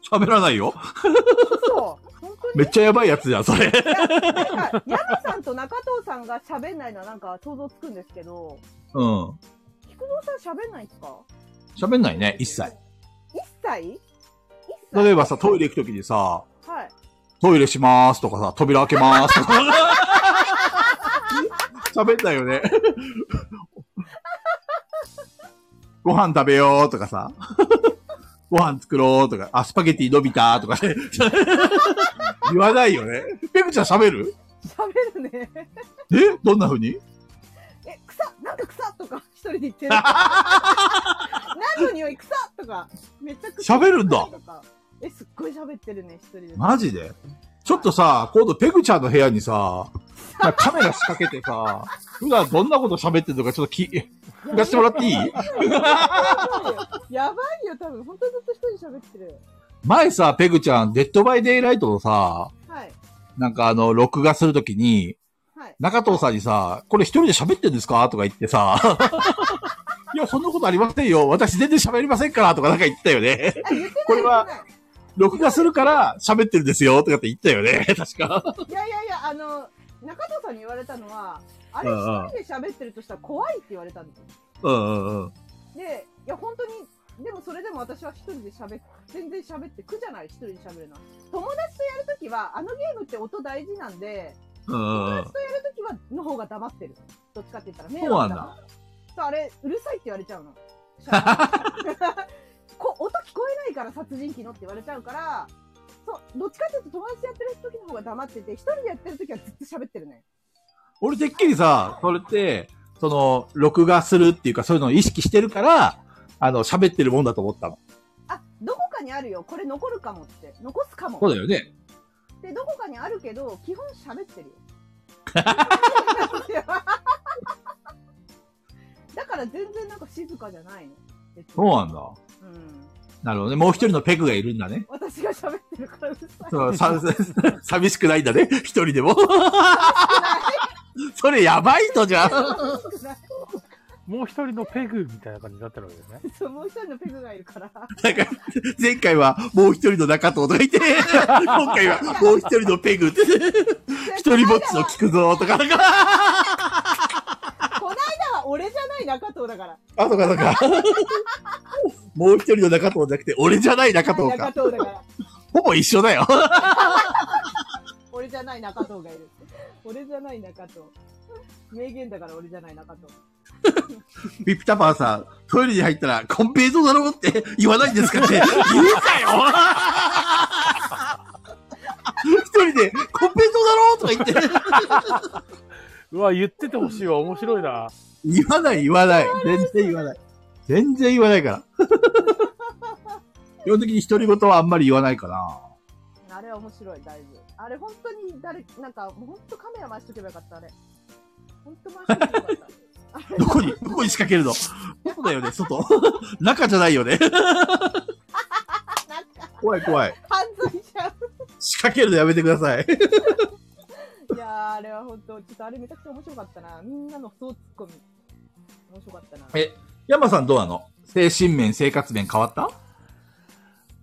喋らないよ。そう本当めっにちゃやばいやつじゃん、それ。いやなんか山さんと中藤さんが喋んないのはなんか想像つくんですけどうん。菊蔵さん喋んないんですか喋んないね、一切。一切一切例えばさ、トイレ行くときにさ、はいトイレしまーすとかさ、扉開けまーすとか。喋んないよね。ご飯食べようとかさ。ご飯作ろうとか、あ、スパゲティ伸びたとかね。言わないよね。ペグちゃん喋る喋るねえどんな風にえ草なんか草とか 一人で 言ってる何の匂い草とかめちゃくちゃ喋るんだとかえすっごい喋ってるね一人でマジでちょっとさ、今度ペグちゃんの部屋にさ、カメラ仕掛けてさ、普段どんなこと喋ってるのかちょっと聞、聞かせてもらっていいやばいよ、多分。本当にずっと一人で喋ってる。前さ、ペグちゃん、デッドバイデイライトのさ、はい。なんかあの、録画するときに、はい。中藤さんにさ、これ一人で喋ってんですかとか言って さ、いや、そんなことありませんよ。私全然喋りませんから、とかなんか言ってたよね。あ、言ってない。これは言って録画するから喋ってるんですよ、とかって言ってたよね。確か。ない。いやいやいや、あの、中藤さんに言われたのは、あれうんうん一人で喋ってるとしたら怖いって言われたんですよ。うんうんうん。で、いや、本当に、でもそれでも私は一人で喋っ全然喋って苦じゃない、一人で喋るのは。友達とやるときは、あのゲームって音大事なんで、うんうんうん友達。とやるときは、の方が黙ってる。どっちかって言ったら、そうなんだそうあれ、うるさいって言われちゃうの。 こ音聞こえないから殺人鬼のって言われちゃうから、そう、どっちかっていうと友達とやってる時の方が黙ってて、一人でやってる時はずっと喋ってるね。俺てっきりさ、それって、その、録画するっていうか、そういうのを意識してるから、あの、喋ってるもんだと思ったの。あ、どこかにあるよ。これ残るかもって。残すかも。そうだよね。で、どこかにあるけど、基本喋ってるよ。だから全然なんか静かじゃないの。別にそうなんだ。うん。なるほどね。もう一人のペグがいるんだね。私が喋ってるからうるさい。そう、さ、 寂しくないんだね。一人でも。 それやばい人じゃん。もう一人のペグみたいな感じになってるわけですね。そう、もう一人のペグがいるから。なんか、前回はもう一人の中藤とかいて、今回はもう一人のペグって、一人ぼっちの聞くぞとか、なんか、こないだは俺じゃない中藤だから。あ、とかなんか、もう一人の中藤じゃなくて、俺じゃない中藤中か。藤だから。ほぼ一緒だよ。俺じゃない中藤がいる。俺じゃない中藤。名言だから俺じゃない中藤。ピピタパンさん、トイレに入ったら、コンペイトだろうって言わないんですかって、言うかよ一人で、コンペイトだろうとか言って、 うわ、言っててほしいわ。面白いな。言わない、言わない。全然言わない。全然言わないから。基本的に独り言はあんまり言わないかな。あれは面白い、だいぶ。あれ本当に誰、なんか、もう本当カメラ回しとけばよかった、あれ。本当回しとけばよかった。あれどこに、どこに仕掛けるの外だよね、外。中じゃないよね。なんか、怖い怖い。 犯罪じゃ仕掛けるのやめてください。ん。いやー、あれは本当、ちょっとあれめちゃくちゃ面白かったな。みんなの総ツッコミ。面白かったな。え山さんどうなの精神面、生活面変わった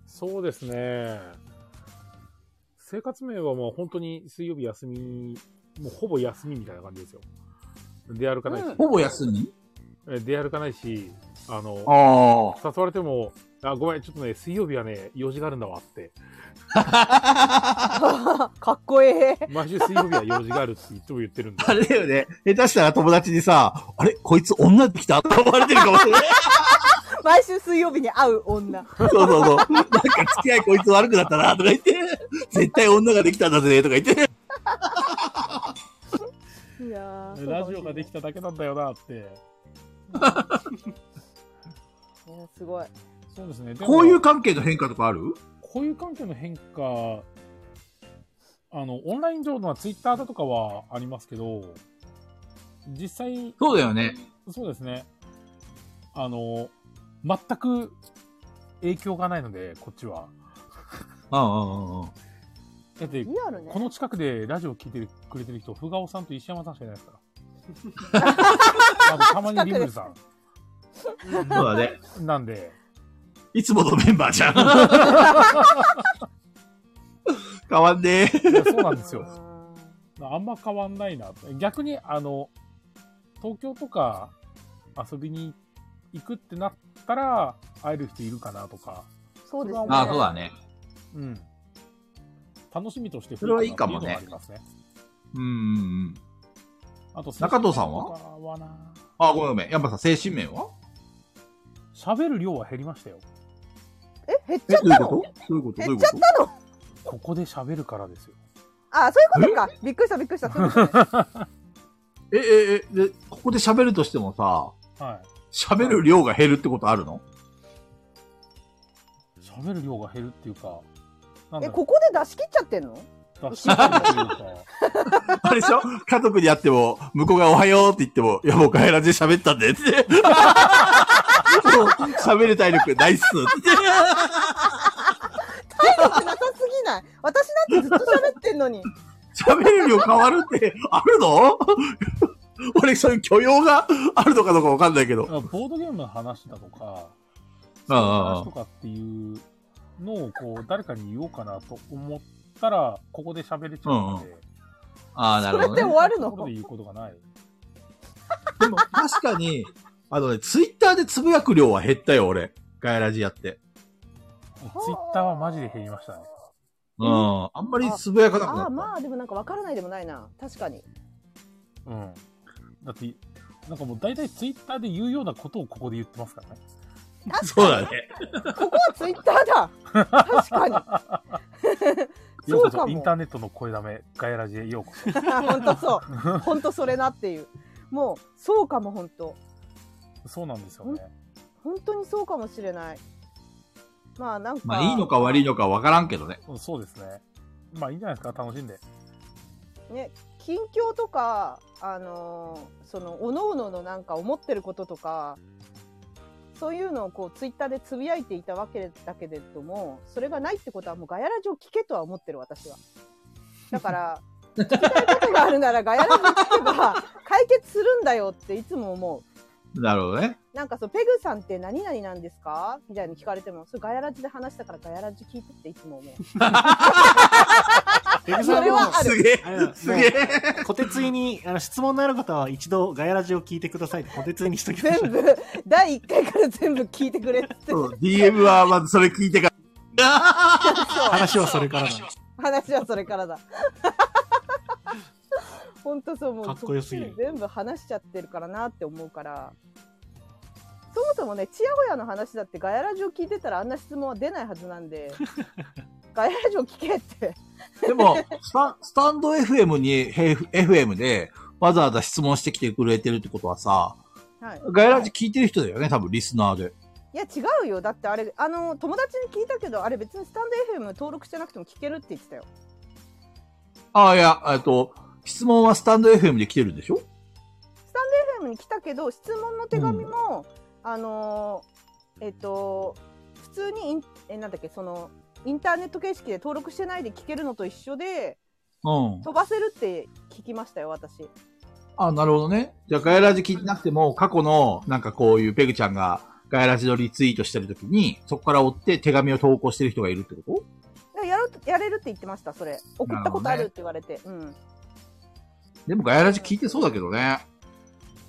そうですね。生活面はもう本当に水曜日休み、もうほぼ休みみたいな感じですよ。出歩かないし、ほぼ休みえ出歩かないし、あの、あ誘われても、あ、ごめん、ちょっとね、水曜日はね、用事があるんだわって。あ。かっこええ。毎週水曜日は用事があるっていつも言ってるんで。 あれだよね。下手したら友達にさ、あれこいつ女できたと思われてるかもしれ ない。毎週水曜日に会う女。そうそうそう。なんか付き合いこいつ悪くなったなとか言って、絶対女ができたんだぜとか言って。いやーそうかラもしジれオながいできただけなんだよなって。いやすごい。そうですね。でもこういう関係の変化とかあるこういう環境の変化、あの、オンライン上のはツイッターだとかはありますけど、実際、そうだよね。そうですね。あの、全く影響がないので、こっちは。うんうんうんうん。だって、リアルねこ。の近くでラジオ聞いてくれてる人、ふがおさんと石山さんしかいないですから。あとたまにリムルさそうだね。ん。なんで、いつものメンバーじ ゃん。変わんねえ。いやそうなんですよ。ああんま変わんないな。逆に、あの、東京とか遊びに行くってなったら、会える人いるかなとか、ーそうですね。あそうだね。うん。楽しみとしてそれはいいかも増ねえたなっていうのはありますね。うんうんうん。あと、中藤さん精神面はとかはなあ、ごめんごめん。やっぱさ、精神面は喋る量は減りましたよ。え、減っえちゃっ、どういうたことのどういうことどう減いっうちゃっことたのここで喋るからですよ。あ、そういうことか。びっくりした、びっくり した。そういうことねえ、え、え、で、ここで喋るとしてもさ、は喋る量が減るってことあるのい。喋る量が減るっていうか、なんだえ、ろここで出し切っちゃってんのう、出し切るっていうか、 あれでしょ家族に会っても、向こうがおはようって言っても、いやもう帰らずに喋ったんでって。もう 喋る体力ないっすって。体力なさすぎない。私だってずっと喋って んのに。喋る量変わるってあるの俺、そういう許容があるのかどうかわかんないけど。うんうんボードゲームの話だとか、うん話とかっていうのをこう誰かに言おうかなと思ったら、ここで喋れちゃうので、ああ、なそれって終わるのここで言うことがない。でも確かに、あのね、ツイッターでつぶやく量は減ったよ、俺。ガイラジやって。ツイッターはマジで減りましたね。うん。あんまりつぶやかなくなあっあ、た。まあでもなんかわからないでもないな。確かに。うん。だって、なんかもう大体ツイッターで言うようなことをここで言ってますからね。そうだね。ここはツイッターだ確かに ようそうこかそインもターネットの声だめ、ガヤラジへようこそ。本当そう本当それなっていうもうそうかも本当そうなんですよね。本当にそうかもしれないまあなんかまあいいのか悪いのかわからんけどね。うんそうですね。まあいいんじゃないですか、楽しんで。ね近況とかあのーその各々のなんか思ってることとかそういうのをこうツイッターでつぶやいていたわけだけれどもそれがないってことはもうガヤラジを聞けとは思ってる私はだから聞きたいことがあるならガヤラジを聞けば解決するんだよっていつも思うなるほどね。なんかそう、ペグさんって何々なんですかみたいに聞かれても、それガヤラジで話したからガヤラジ聞いてっていつも思う。ペグそさんれもはあする。げえあれだもうすげえ小鉄いに、あの、質問のある方は一度ガヤラジを聞いてくださいって小鉄いにしときましょ全う。部、第1回から全部聞いてくれってそう DM はまずそれ聞いてから。 話はそれからだ。話はそれからだ。 本当そう、もう、かっこよすぎる途中全部話しちゃってるからなって思うから。そもそもね、ちやほやの話だってガヤラジを聞いてたらあんな質問は出ないはずな んで、ガヤラジを聞けって。でも、スタスタンド FM に、へ FM で、わざわざ質問してきてくれてるってことはさ、はい。ガヤラジ聞いてる人だよね、多分リスナーで。いや違うよだってあれあの友達に聞いたけどあれ別にスタンド FM 登録してなくても聞けるって言ってたよああ、いや、えっと、質問はスタンド FM で来てるでしょ FM に来たけど質問の手紙も、あのーえっ、と普通にインえなんだっけそのインターネット形式で登録してないで聞けるのと一緒でうん。飛ばせるって聞きましたよ私あなるほどね。じゃあ、ガヤラジ聞いてなくても、過去の、なんかこういうペグちゃんが、ガヤラジのリツイートしてるときに、そこから追って手紙を投稿してる人がいるってことだからやろうやれるって言ってましたそれ送ったことあるって言われて、うんでも、ガヤラジ聞いてそうだけどね。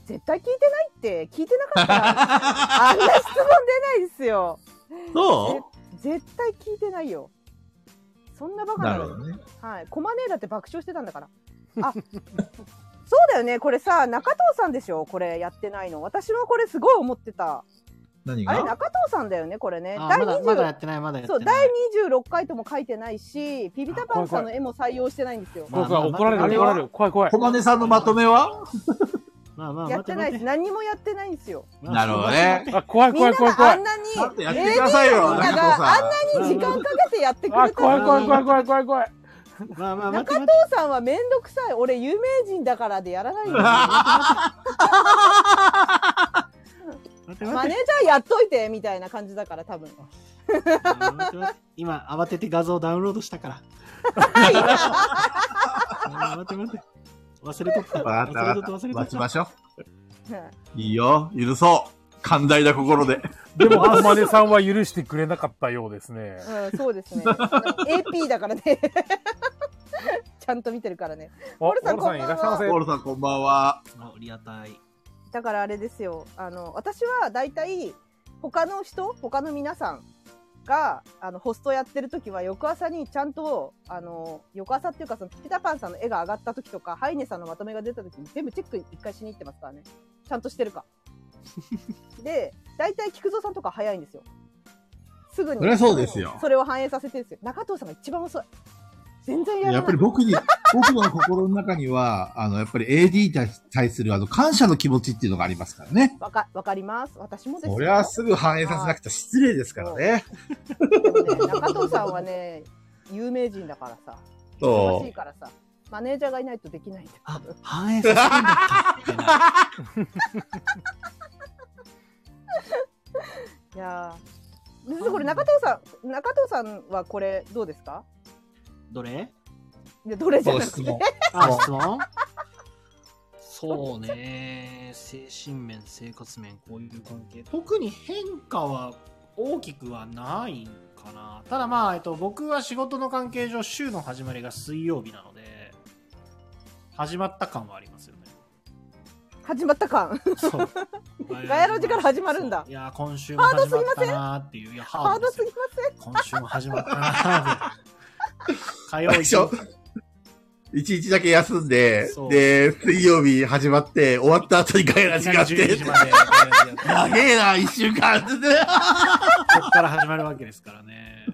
絶対聞いてないって聞いてなかったらあんな質問出ないですよそ絶対聞いてないよそんなバうカななるのほどね。はい、コマネーだって爆笑してたんだから。あ、そうだよね。これさ、中藤さんでしょ。これやってないの。私はこれすごい思ってた。何あれが中藤さんだよね。これね。あ第まだ、まだや20ってない、まだやってそなうい。第26回とも書いてないし、ピピタパンさんの絵も採用してないんですよ。怖まあい怖い、怒らまあれる、怒られる。怖い怖い小。金さんのまとめはまあまあ、やってないです。何にもやってないんですよ。まあなるほどねあ、怖いみん怖ない怖いが怖あいん。なに、ちゃんとやってくだ AD さいよ、のみん中な藤があんさん。なに時間かけてやってくあ、れたの怖い怖いに怖い怖い怖い怖い。まあまあ、待っ中て藤待っさんはめんどくさい。俺有名人だからでや らないよ。て、待って待っマネーて。ジャーやっといてみたいな感じだか ら多分。あ待って待って今、慌てて画像をダウンロードしたから。 あ待って待って。忘れとった。わかった忘れわとっかた、った。忘れと待っちた。ましょう。いいよ、許そう。寛大な心で。でも、コマネさんは許してくれなかったようですね。うん、そ うですね。AP だからね。 ちゃんと見てるからね。お、オルルささんんこんばんはいらっしゃいませ。オールさんこんばんは。あリアタイ。だからあれですよ。あの、私は大体、他の人、他の皆さんが、あの、ホストやってる時は、翌朝にちゃんと、あの、翌朝っていうか、その、ピピタパンさんの絵が上がった時とか、ハイネさんのまとめが出た時に全部チェック一回しに行ってますからね。ちゃんとして るか。で、大体、菊蔵さんとか早いんですよ。すぐに。そりゃそうですよそれを反映させてるんですよ。中藤さんが一番遅い。全然やらない。やっぱり僕に、僕の心の中には、あの、やっぱり AD に対対するあの、感謝の気持ちっていうのがありますからね。わか、わかります。私もですよ。そりゃすぐ反映させなくて失礼ですからね。でもね、中藤さんはね、有名人だからさ、忙しいからさ、マネージャーがいないとできないんだ。あ、反映させるんだったって な。いやー、先生これ中藤さん、中藤さんはこれどうですか？どれでどれじゃなくそてう質 問、あ、そう質問 そうね。精神面、生活面、こういう関係。特に変化は大きくはないんかな。ただまあ、えっと、僕は仕事の関係上、週の始まりが水曜日なので、始まった感はありますよね。始まった感。 そう。ガヤラジから始まるんだそういや、今週も始まったなーっていう。いや、ハハーードドですすよぎ。ません。今週も始まったなーって。火曜でしょ日。一日だけ休んでそ、うで、水曜日始まって、終わった後にガイラいジきがなありって、 12時まで、こ長えな、一週間こから始まるわけですからね。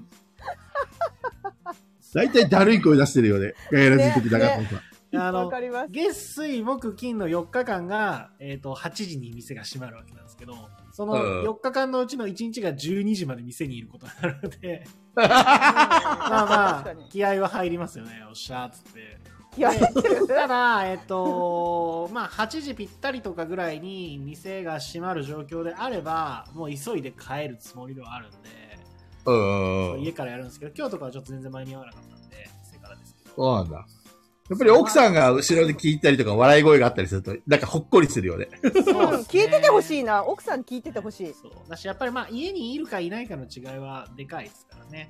大体だるい声出してるよね。ガイラジの時だからねさ。 あわのか、りま す。月、水、木、金の4日間が、えっ、と、8時に店が閉まるわけなんですけど、そのうん4日間のうちの1日が12時まで店にいることになるので、まあまあ 確か、に気合は入りますよね、おっしゃーっつって。いや入って るただ、えっ、と、まあ、8時ぴったりとかぐらいに店が閉まる状況であれば、もう急いで帰るつもりではあるんで、うそうんうんう家ん。からやるんですけど、今日とかはちょっと全然間に合わなかったんで、店からです けど。そうなんだ。やっぱり奥さんが後ろで聞いたりとか笑い声があったりすると、なんかほっこりするよね。うん聞いててほしいなな。奥さん聞いててほしい。そうだしやっぱりまあ家にいるかいないかの違いはでかいですからね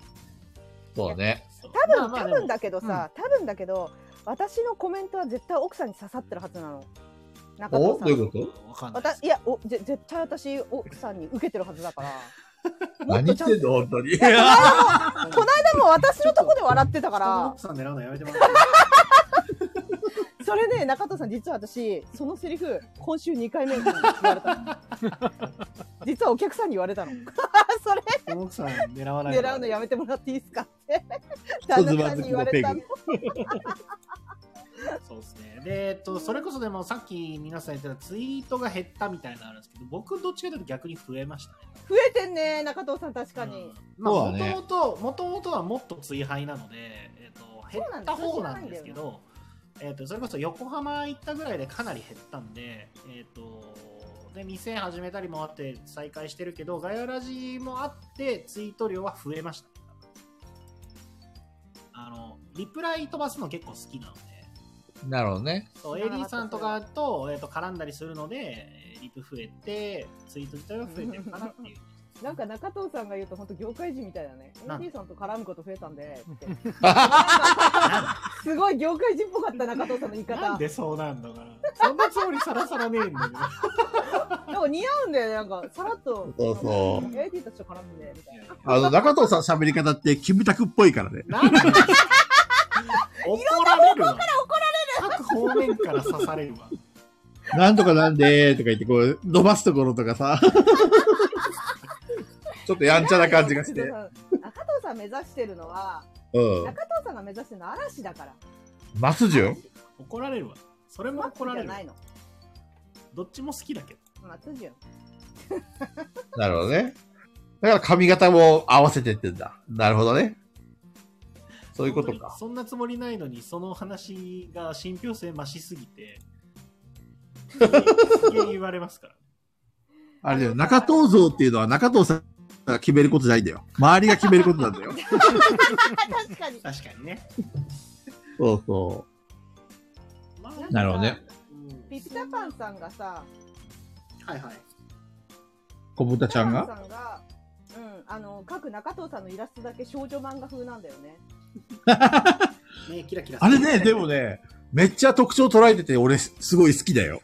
そうね。そう多分、まあまあ多でも分だけどさ、多分だけど、私のコメントは絶対奥さんに刺さってるはずなの。中お藤どさ。うんいうことわかんないで私すいやおぜ絶対私奥さんに受けてるはずだからもっ何言とちっゃんとてんの、本当に。この間も私のとこで笑ってたか人のら奥さん狙うのやめてもらそれで、中藤さん実は私そのセリフ今週2回目に言われた の実はお客さんに言われたの それって奥さん狙わない狙うのやめてもらっていいですかって人 旦妻那さ好んきに言わのペれたグ。そうですねでえっとそれこそでもさっき皆さん言ってたツイートが減ったみたいなのあるんですけど僕どっちかというと逆に増えましたね増えてんね中藤さん確かに、まあそうだもねともともとはもっと追廃なので、えっと減った方なんですけそどえっとそれこそ横浜行ったぐらいでかなり減ったんで,、えっとで店始めたりもあって再開してるけどガヤラジもあってツイート量は増えましたあのリプライ飛ばすの結構好きなのでなるほどね。そう知ら AD なかったさんとかと,、えっと絡んだりするのでえーリプ増えてツイート自体は増えてるかなっていうな んか中藤さんが言うと本当業界人みたいだねなん AD さんと絡むこと増えたんでってすごい業界人っぽかった中藤さんの言い方なんでそうなんだから。そんなつもりさらさらねえんだよ。なんか似合うんだよね、なんか、さらっと。。そうそう AT たちと絡んで、みたいな。あの、中藤さん喋り方って、キムタクっぽいからね。なんで怒られるわ。各方面から刺されるわ。 なんとかなんでーとか言って、こう、伸ばすところとか さ。ちょっとやんちゃな感じがして。中藤さん目指してるのは、うん。中藤さんが目指してるのは嵐だから。マスジュン怒られるわ。それも松怒ら潤れじゃるわな。いの。どっちも好きだけど。松潤。 なるほどね。だから髪型も合わせてってんだ。なるほどね。そういうことか。そんなつもりないのに、その話が信憑性増しすぎ て、すげえすげえ言われますから。あれだよ、中藤像っていうのは中藤さんが決めることじゃないんだよ。周りが決めることなんだよ。確かに。確かにね。 そうそまあなるほどね。うんピピタパンさんがさ、はいはい。う。小豚ちゃんピピがタパンさんが、うん、あの、各中藤さんのイラストだけ少女漫画風なんだよね。ねキラキラ あれね、でもね。ね、めっちゃ特徴捉えてて、俺、すごい好きだよ。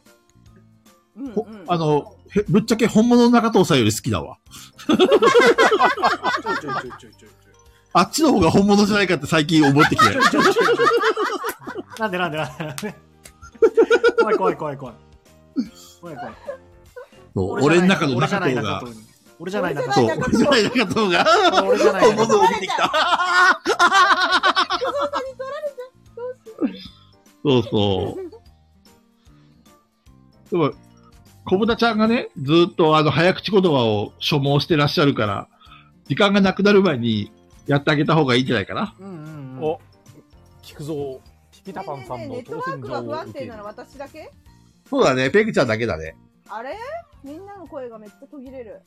うん、うほん。あ、の、へぶっちゃけ本物の中藤さんより好きだわ。ちょいちょいちょいちょいちょいちょい。あっちの方が本物じゃないかって最近思って きて。なんでなんでなんで。怖い怖い怖い怖い。怖い怖い。そう俺の中の俺じ中ゃない藤中が。藤に。俺じゃない中そう、藤俺俺じゃない中じゃない中藤が。に。俺じゃない本中藤物を見てきた。どうしよそうそう。でも、小豚ちゃんがね、ずーっとあの、早口言葉を所望してらっしゃるから、時間がなくなる前にやってあげた方がいいんじゃないかな。うんうんうん。お、聞くぞ。ピピタパンさう。ねえねんえねえネのット当ワー選状をクが不安受け定るなの。私だけそうだね、ペグちゃんだけだね。あれみんなの声がめっちゃ途切れる。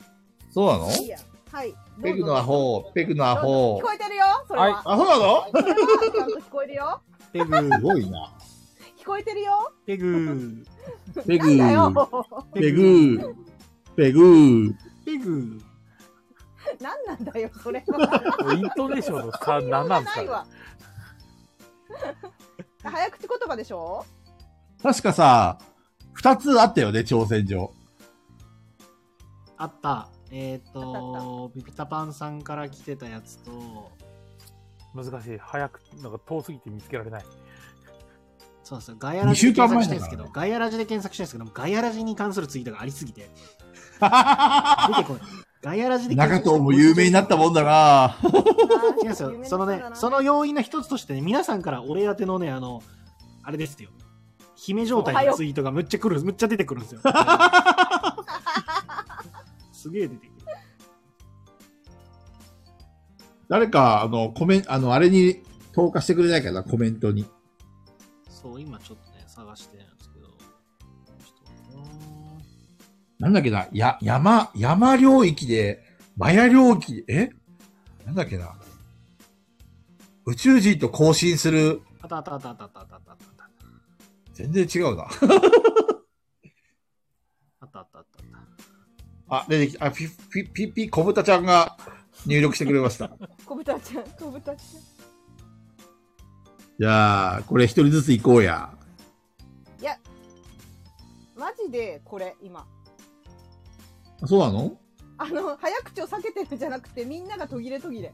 そうないいや。はい。ペグのアホ、ペグのアどうぞホ聞。こえてるよ、それは。はいあ、そうなのそれはちゃんと聞こえるよ。ペグすごいな。聞こえてるよ。ペグペなんだよ。ペグペグペグなんなんだよ、それは。もうイントネーションの差言いよ何なうがんですないかわ。 早口言葉で しょ確かさ、二つあったよね、挑戦状。あった。えっあと、ピピタパンさんから来てたやつと、難しい。早く、なんか遠すぎて見つけられない。そうなんですよ。ガヤラ二ジ週で検間索前してんでだからねすけど、ガヤラジで検索してんですけど、ガヤラジに関するツイートがありすぎて、出てこない。ガヤラ ジで中検索して藤も有名になったもんだな 違うんですよ。そのね、その要因の一つとしてね、皆さんから俺宛てのね、あの、あれですよ。姫状態のツイートがむっちゃ来る、むっちゃ出てくるんですよ。すげえ出てくる。 誰か、あの、コメント、あの、あれに投下してくれないかな、コメントに。そう、今ちょっとね、探してるんですけど。ちょっと待ってななんだっけな、や、山、山領域で、マヤ領域、えなんだっけな。宇宙人と交信する、あったあったあったあったあったあったあったあった。全然違うな。あったあったあったあった。 あ、出てきた。あ、ピッピッピッピッ小豚ちゃんが入力してくれま した。小豚ちゃん、小豚ちじゃあ、これ一人ずつ行こうや。ゃん。マジで、これ、今。あそうなのあの、早口を避けてるんじゃなくて、みんなが途切れ途切れ。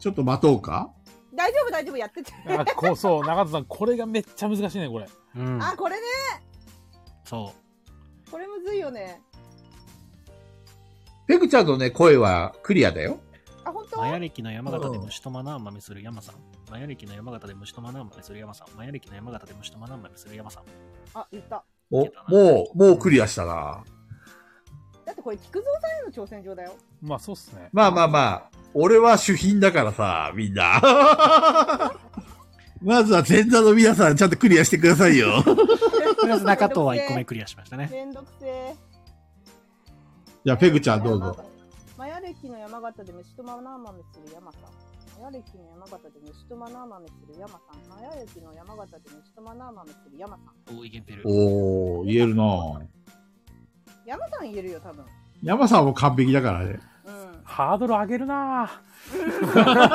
ちょっと待とうか大丈夫、大丈夫、やってて。あこうそう、中田さん、これがめっちゃ難しいね、これ。うん。 あ、これね、そこれむずいよね。ペグちゃんのね、声はクリアだよ。あ、本う。当マヤ歴の山形で虫とマナー豆する山さん。マヤ歴の山形で虫とマナー豆する山さん。マヤ歴の山形で虫とマナー豆する山さん。あ、言った。お、もう、もうクリアしたな。だってこれ、菊蔵さんへの挑戦状だよ。まあ、そうっすね。まあまあまあ、俺は主品だからさ、みんな。 まずは前座の皆さん、ちゃんとクリアしてください よ。とりあえず中藤は1個目クリアしましたね。 めんどくせえ。じゃあ、ペグちゃんどうぞ。山形。マヤ歴の山形で虫とマナー豆する山さん。マヤ歴の山形で虫とマナー豆する山さん。マヤ歴の山形で虫とマナー豆する山さん。お、いけてる。おー、言えるなぁ。山さん言えるよ、多分。山さんも完璧だからね。うん。ハードル上げるなぁ。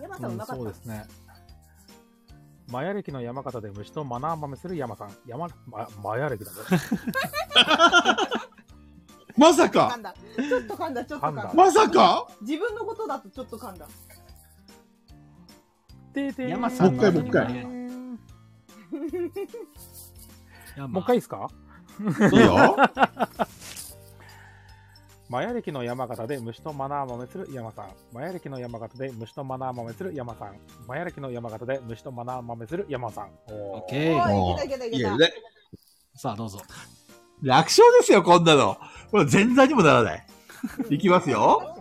山さんうまかっそうたで。すね。マヤ歴の山形で虫とマナー豆する山さん。山、ま、マヤ歴だね。まさ噛かんだ。ちょっと噛んだ、ちょっと噛んだ噛ん。だまさか自分のことだとちょっと噛んだ。てて山さんもう一回もう一回も山う一回いいですかいいよ。マヤ歴の山形で虫とマナー豆する山さん。マヤ歴の山形で虫とマナー豆する山さん。マヤ歴の山形で虫とマナー豆する山さん。オおッーケー。おい、いけたいけたいけた。ね。さあ、どうぞ。楽勝ですよ、こんなの。これ前座にもならない。いきますよ。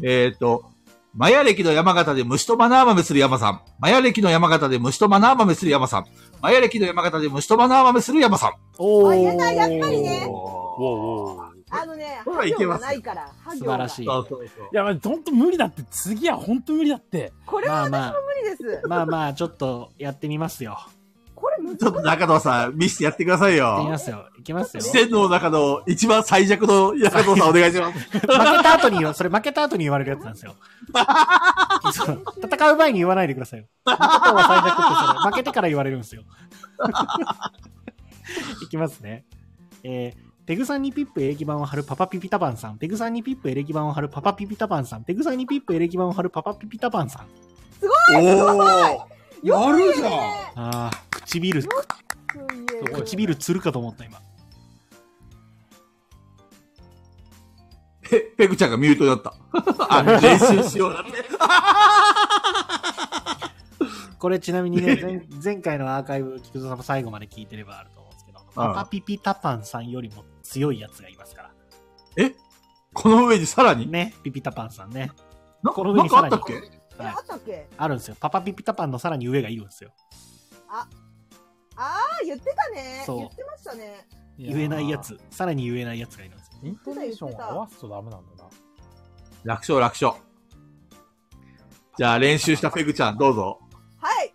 えっ、ー、と、マヤ歴の山形で虫とマナー豆する山さん。マヤ歴の山形で虫とマナー豆する山さん。マヤ歴の山形で虫とマナー豆する山さん。おあ言えないやっぱりねおーおーおーあのね、ほらはい行けがますないから。は素行晴がらしい。そうそうそうい。や、本当無理だって。次は本当無理だって。これはまあまあ、無理です。まあまあ、ちょっとやってみますよ。これ難しちょっと中野さん、見せてやってくださいやってみよま。すよ。いきますよ。四負け天王の中の一番最弱の中野さんお願いします。た後に言わ、それ負けた後に言われるやつなんですよ。そう戦う前に言わないでくださいよ。負けた方が最弱ってそれ負けてから言われるんですよ。 いきますね。えーペグさんにピップエレキ板を貼るパパピピタパンさん。ペグさんにピップエレキ板を貼るパパピピタパンさん。ペグさんにピップエレキ板を貼るパパピピタパンさん。おーい。よく言えやるじゃんねああ、唇、よく言えるすごい唇つるかと思った今。ペペグちゃんがミュートだった。あ、練習しようだって。これちなみに ね、前前回のアーカイブ、菊蔵さんも最後まで聞いてればあると思うんですけど、パパピピタパンさんよりも強いやつがいますから。この上にさらに。ね、ピピタパンさんね。なこの上なにんかさあらにったっけえあったっけあるんですよ。パパピピタパンのさらに上がいるんですよ。ああ、言ってたね。そう言ってましたね。言えないややつ、さらに言えないやつがいるんですよ。ー。イントネーションを合わすとダメなんだな。楽勝楽勝。じゃあ練習したペグちゃん、どうぞ。はい。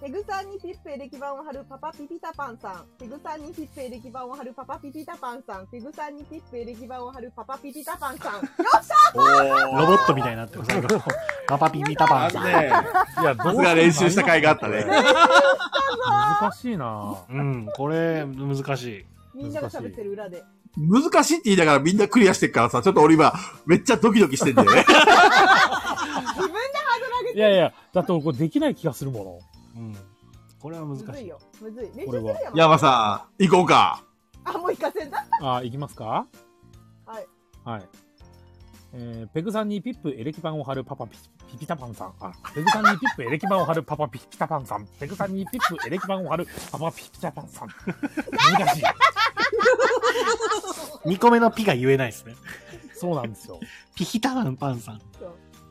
ペグさんにピップエレキ板を貼るパパピピタパンさん。ペグさんにピップエレキ板を貼るパパピピタパンさん。ペグさんにピップエレキ板を貼るパパピピタパ ンさん。よっしゃロボットみたいにな ってる、最後。パパピピタパンさん。いや、どうさすが練習した甲回斐があったね。 難しいなうん、これ、難しい。みんなが喋ってる裏で。難しいって言いながらみんなクリアしてっからさ、ちょっと俺今、めっちゃドキドキしてんだよね。自分でハードル上げいやいや、だってこれできない気がするもうん。これは難むずしいい。よ。むずい。練習こすれるはや山さん、行こうか。あ、もう行かせた。の。あ、いきますかはい。はい。えー、ペグさんにピップエレキパンを貼るパパピピピタパンさん。あ、ペグさんにピップエレキパンを貼るパパピピタパンさん。ペグさんにピップエレキパンを貼るパパピピタパンさん。難しい。 2個目のピが言えないですね。そうなんですよ。ピヒタワンパンさん。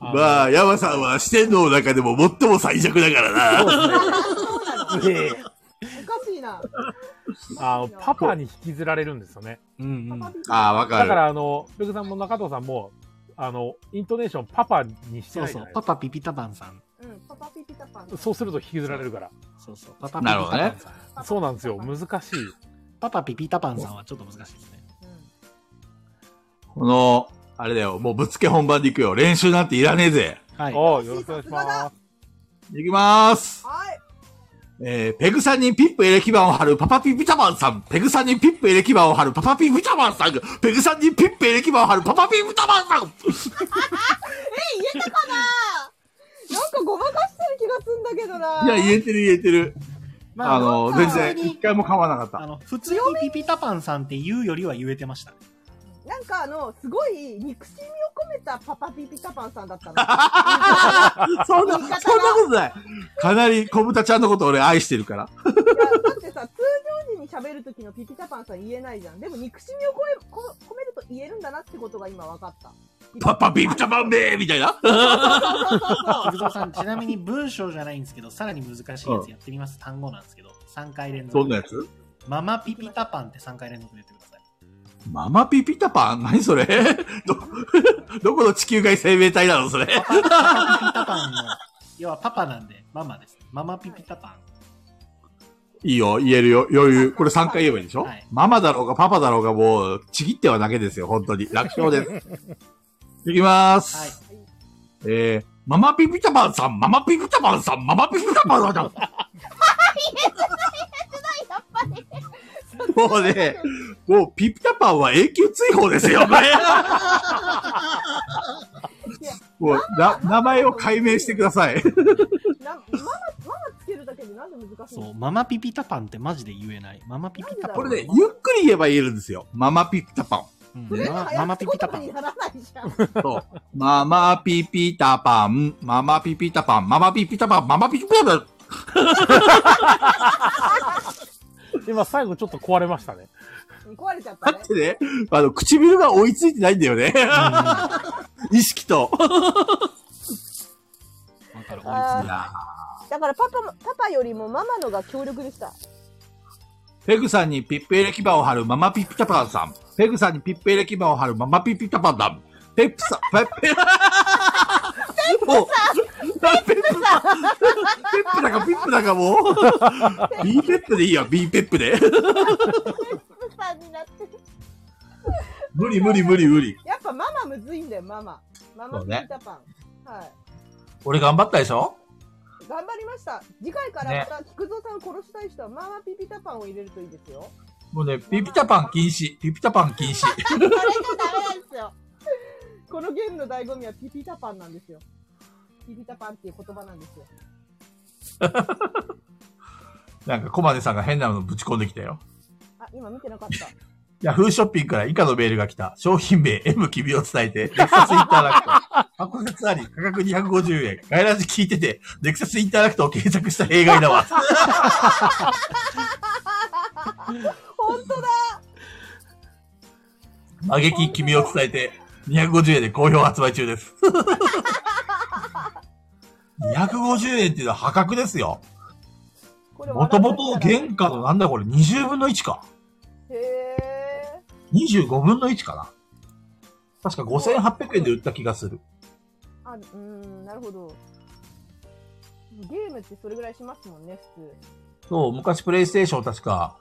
あまあ、山さんは四天王の中でも最も最弱だからな。そうなの。の、え えおかしいな。あのパパに引きずられるんですよね。うんうパん。パあピああ、わだかかる。ら、あの、ペグさんも中藤さんも、あの、イントネーションパパにしてそなういじそゃうな。いパパピピタパンさん。うん、パパピピタパン。そうすると引きずられるから。そうそう。パパピピタパンさん。そうなんですよ。難しい。パパピピタパンさんはちょっと難しいですね。うこの、あれだよ、もうぶっつけ本番で行くよ。練習なんていらねえぜ。はい。おうよろしくお願いします。行きまーすん。。はい。えー、ペグさんにピップエレキバンを貼るパパピピタマンさん。ペグさんにピップエレキバンを貼るパパピピタマンさん。ペグさんにピップエレキバンを貼るパパピピタマンさん。言えたかな。なんかごまかしてる気がすんだけどな。いや、言えてる言えてる。まあの、全然、普通に一回も噛まなかったあ。の、普通にピピタパンさんって言うよりは言えてましたね。なんかあの、すごい憎しみを込めたパパピピタパンさんだったの。そんな、そ言んいな方がことない。かなり、小豚ちゃんのこと俺愛してるから。いやだってさ、通常時に喋る時のピピタパンさん言えないじゃん。でも憎しみをこえこ込めると言えるんだなってことが今分かった。パパピピタマンめーみたいな。そうそうそう菊蔵さん、ちなみに文章じゃないんですけど、さらに難しいやつやってみます。単語なんですけど、3回連 そ続んな。やつママピピタパンって3回連続で言ってください。ママピピタパン 何それど、 どこの地球外生命体なのそれ。パ パピピタパンの、要はパパなんで、ママです。ママピピタパいいよ、言えるよ、余裕。これ3回言えばいいでしょ、はいママだろうがパパだろうがもう、ちぎってはだけですよ、本当に。楽 勝です。いきン。まーはい。す。えー、ママピピタパンさん、ママピピタパンさん、ママピピタパンさん。もうね、もうピピタパンは永久追放ですよ、これもう、な、名前を解明してください。そう。なママ、ママつけるだけでなんで難しいそのう、ママピピタパンってマジで言えない。ママピピタパン。これね、ゆっくり言えば言えるんですよ。ママピピタパン。うんそれママがマ早マ口ピ言ピタ葉パンに。ならないじゃん。そう。ママピピタパン、ママピピタパン、ママピピタパン、ママピピタパン。今最後ちょっと壊れましたね。 壊れちゃっただねっ。てね、あの、唇が追いついてないんだよね。 意識と。わかる、あいーやだからパパも、パパよりもママのが強力でした。ーペグさんにピッペレキバを貼るママピピタパンさん。ペグさんにピッペレキバを貼るママピピタパンさん。ペップさん、ペッペ、ペップさんペップさんペップだか、ピップだかもう。B ペップでいいよ、B ペップで。さんになってる。無理無理無理無理。やっぱママむずいんだよ、ママ。ママそうピねピタパン。はい。俺頑張ったでしょ頑張りました。次回かねらまた菊蔵さんを殺したい人はママピピタパンを入れるといいですよ。もうね、ピピタパン禁止。ピピタパン禁止。それじゃダメなんですよ。このゲームの醍醐味はピピタパンなんですよ。ピピタパンっていう言葉なんですよ。なんか、コマネさんが変なのぶち込んできたよ。あ、今見てなかった。ヤフーショッピングから以下のメールが来た。商品名 M 君を伝えて、ネクサスインター ラクト。箱説あり、価格250円。ガイラジ聞いてて、ネクサスインターラクトを 検索した例外だわ。本当だあげき君を伝えて、250円で好評発売中です。250円っていうのは破格ですよ。これもともと原価のなんだこれ、20分の1か。へえ。 25分の1かな。確か5800円で売った気がする。あ、うーん、なるほど。ゲームってそれぐらいしますもんね、普通。そう、昔プレイステーション確か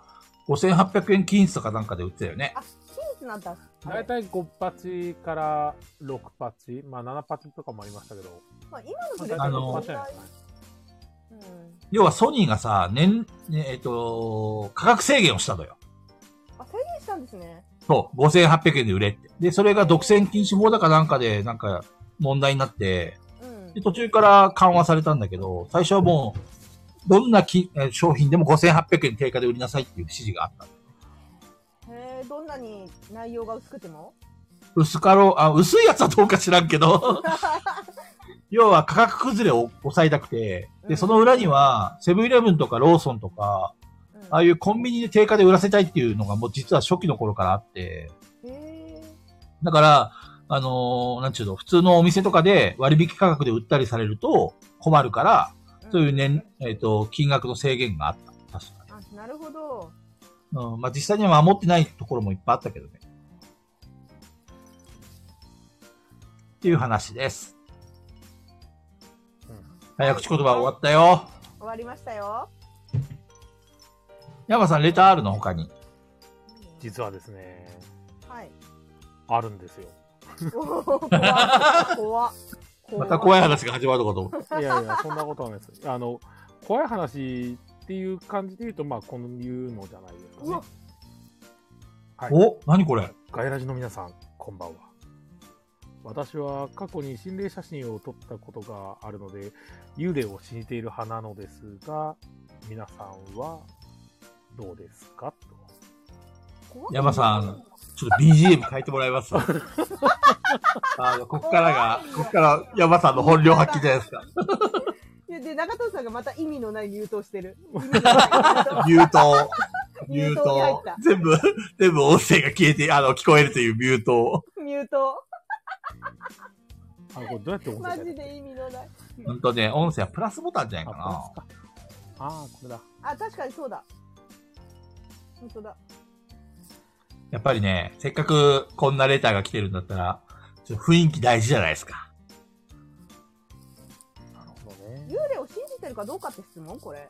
5800円均一とかなんかで売ってたよね。あ、真実なんだ。だいたい5パチから6パチ、まあ7パチとかもありましたけど。まあ、今のプレイあのそれぐらいうん。要はソニーがさ、年、ねえっ、と、価格制限をしたのよ。あ、制限したんですね。そう、5800円で売れって。で、それが独占禁止法だかなんかで、なんか問題になって、うん。で途中から緩和されたんだけど、最初はもう、どんなきえー商品でも5800円定価で売りなさいっていう指示があった。へえ、どんなに内容が薄くても薄かろう、あ、薄いやつはどうか知らんけ ど、要は価格崩れを抑えたくて、うで、んその裏には、セブンイレブンとかローソンとか、うんああいうコンビニで定価で売らせたいっていうのがもう実は初期の頃からあって、へだから、あのーなんちゅうの、普通のお店とかで割引価格で売ったりされると困るから、ーそういう年、えっ、と、金額の制限があった。確かに。あ、なるほど。うん、まあ実際には守ってないところもいっぱいあったけどね。っていう話です。早口言葉終わったよ。終わりましたよ。山さん、レターあるの他に。実はですね、はい。あるんですよ。おー怖っ。怖まった怖い話が始まるのかと思う。いやいや、そんなことはないです。あの、怖い話っていう感じで言うと、まあ、こういうのじゃないですかうねわ。はいお何これガイラジの皆さん、こんばんは。私は過去に心霊写真を撮ったことがあるので、幽霊を信じている派なのですが、皆さんはどうですかと。怖っ山さん、ちょっと BGM 変えてもらいます あの、ここからが、ここから山さんの本領発揮じゃないですか。でで、中藤さんがまた意味のない入党して る。意味のなミいュート。ミュミューートに入っトた。全部、全部音声が消えて、あの、聞こえるというミュート。ミュート。あ、これどうやって音声マ変えジたで意味のない。ほんとね、音声はプラスボタンじゃないかあプな、。ラスか。あー、これだ。あ、確かにそうだ。本当だ。やっぱりね、せっかくこんなレターが来てるんだったら、ちょっと雰囲気大事じゃないですか。なるほどね。幽霊を信じてるかどうかって質問これ。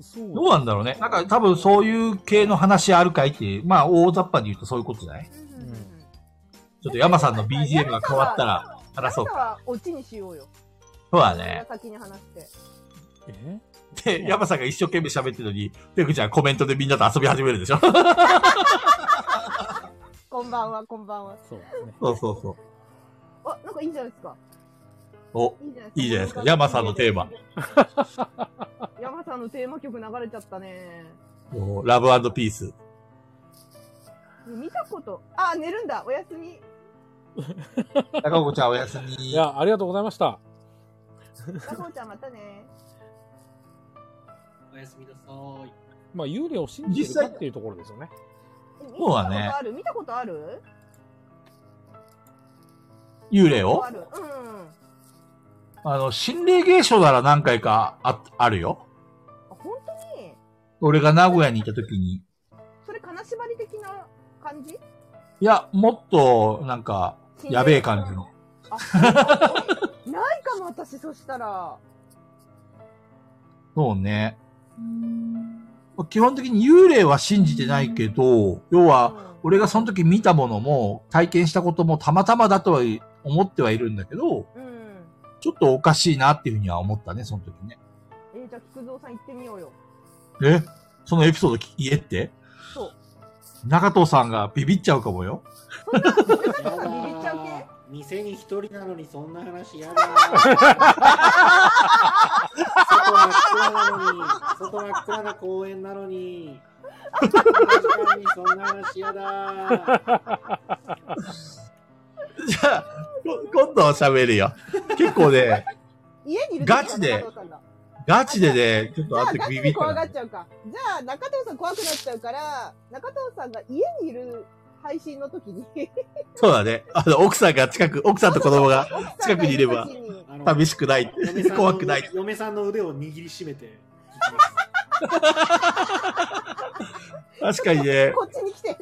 そうどうなんだろうね。なんか多分そういう系の話あるかいっていう、まあ大雑把に言うとそういうことじゃないちょっと山さんの BGM が変わったら話話そうか。はオチにしようよ。そうだそれがね。先に話して。えで、山さんが一生懸命喋ってるのに、ペグちゃんコメントでみんなと遊び始めるでしょこんばんは、こんばんは。そうですね。そうそうそう。あ、なんかいいんじゃないですか。お、いいんじゃないいいじゃないですか。山さんのテーマ。。山さんのテーマ曲流れちゃったね。おラブピース。見たこと。あ、寝るんだ。おやすみ。高子ちゃんおやすみ。いや、ありがとうございました。ラコちゃんまたね。おやすみなさーい。まあ、幽霊を信じてるかっていうところですよね。え見そたうことだねある見たことある幽霊をある。うんうん。あの、心霊現象なら何回かあ、あるよ。あ、本当に俺が名古屋にいた時に。それ金縛り的な感じいや、もっと、なんか、やべえ感じの。あ、そう ないかも、私、そしたら。そうね。基本的に幽霊は信じてないけど、要は、う俺がその時見たものも、体験したこともたまたまだとは思ってはいるんだけど、ん。うん。ちょっとおかしいなっていうふうには思ったね、その時ね。えー、じゃあ、菊蔵さん行ってみようよ。えそのエピソード聞言えってそう。中藤さんがビビっちゃうかもよ。そんな、中藤やださんビビっちゃうー系店に一人なのにそんな話やだー外真っ暗なのに外真っ暗な公園なのにこんな時間にそんな話やだーじゃあ、こ今度は喋るよ。結構 ね、家にいる時ガチで中藤さんだガチでね、ちょっとじゃあ、あガとチビでビった怖がなっちゃうか。じゃあ、中藤さん怖くなっちゃうから、中藤さんが家にいる配信の時に、そうだね。あの、奥さんが近く、奥さんと子供が近くにいれば奥さんがる時にあの寂しくないって嫁さんの怖くない。嫁さんの腕を握りしめて確かにね、こっちに来て、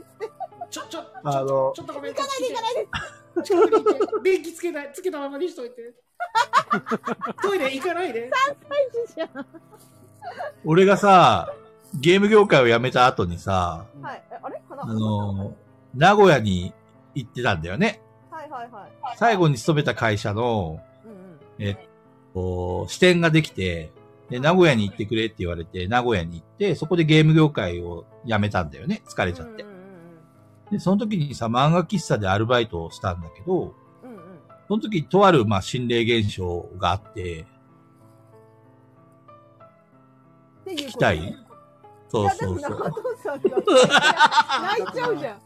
ちょちょあのち、ょっとごめん行かないで行かないで。近くにいて電気つけないつけたままにしといてトイレ行かないで配信じゃん。俺がさ、ゲーム業界を辞めた後にさ、はい。えあれかなあの、名古屋に行ってたんだよね。はいはいはい。最後に勤めた会社の、うんうん。こう支店ができて、で、名古屋に行ってくれって言われて、名古屋に行って、そこでゲーム業界を辞めたんだよね。疲れちゃってう。んで、その時にさ、漫画喫茶でアルバイトをしたんだけど、うんうん。うんうん。そその時、とある、まあ、心霊現象があって、聞聞きたいそうそういや、だそってう。中藤さんが 泣いちゃうじゃん。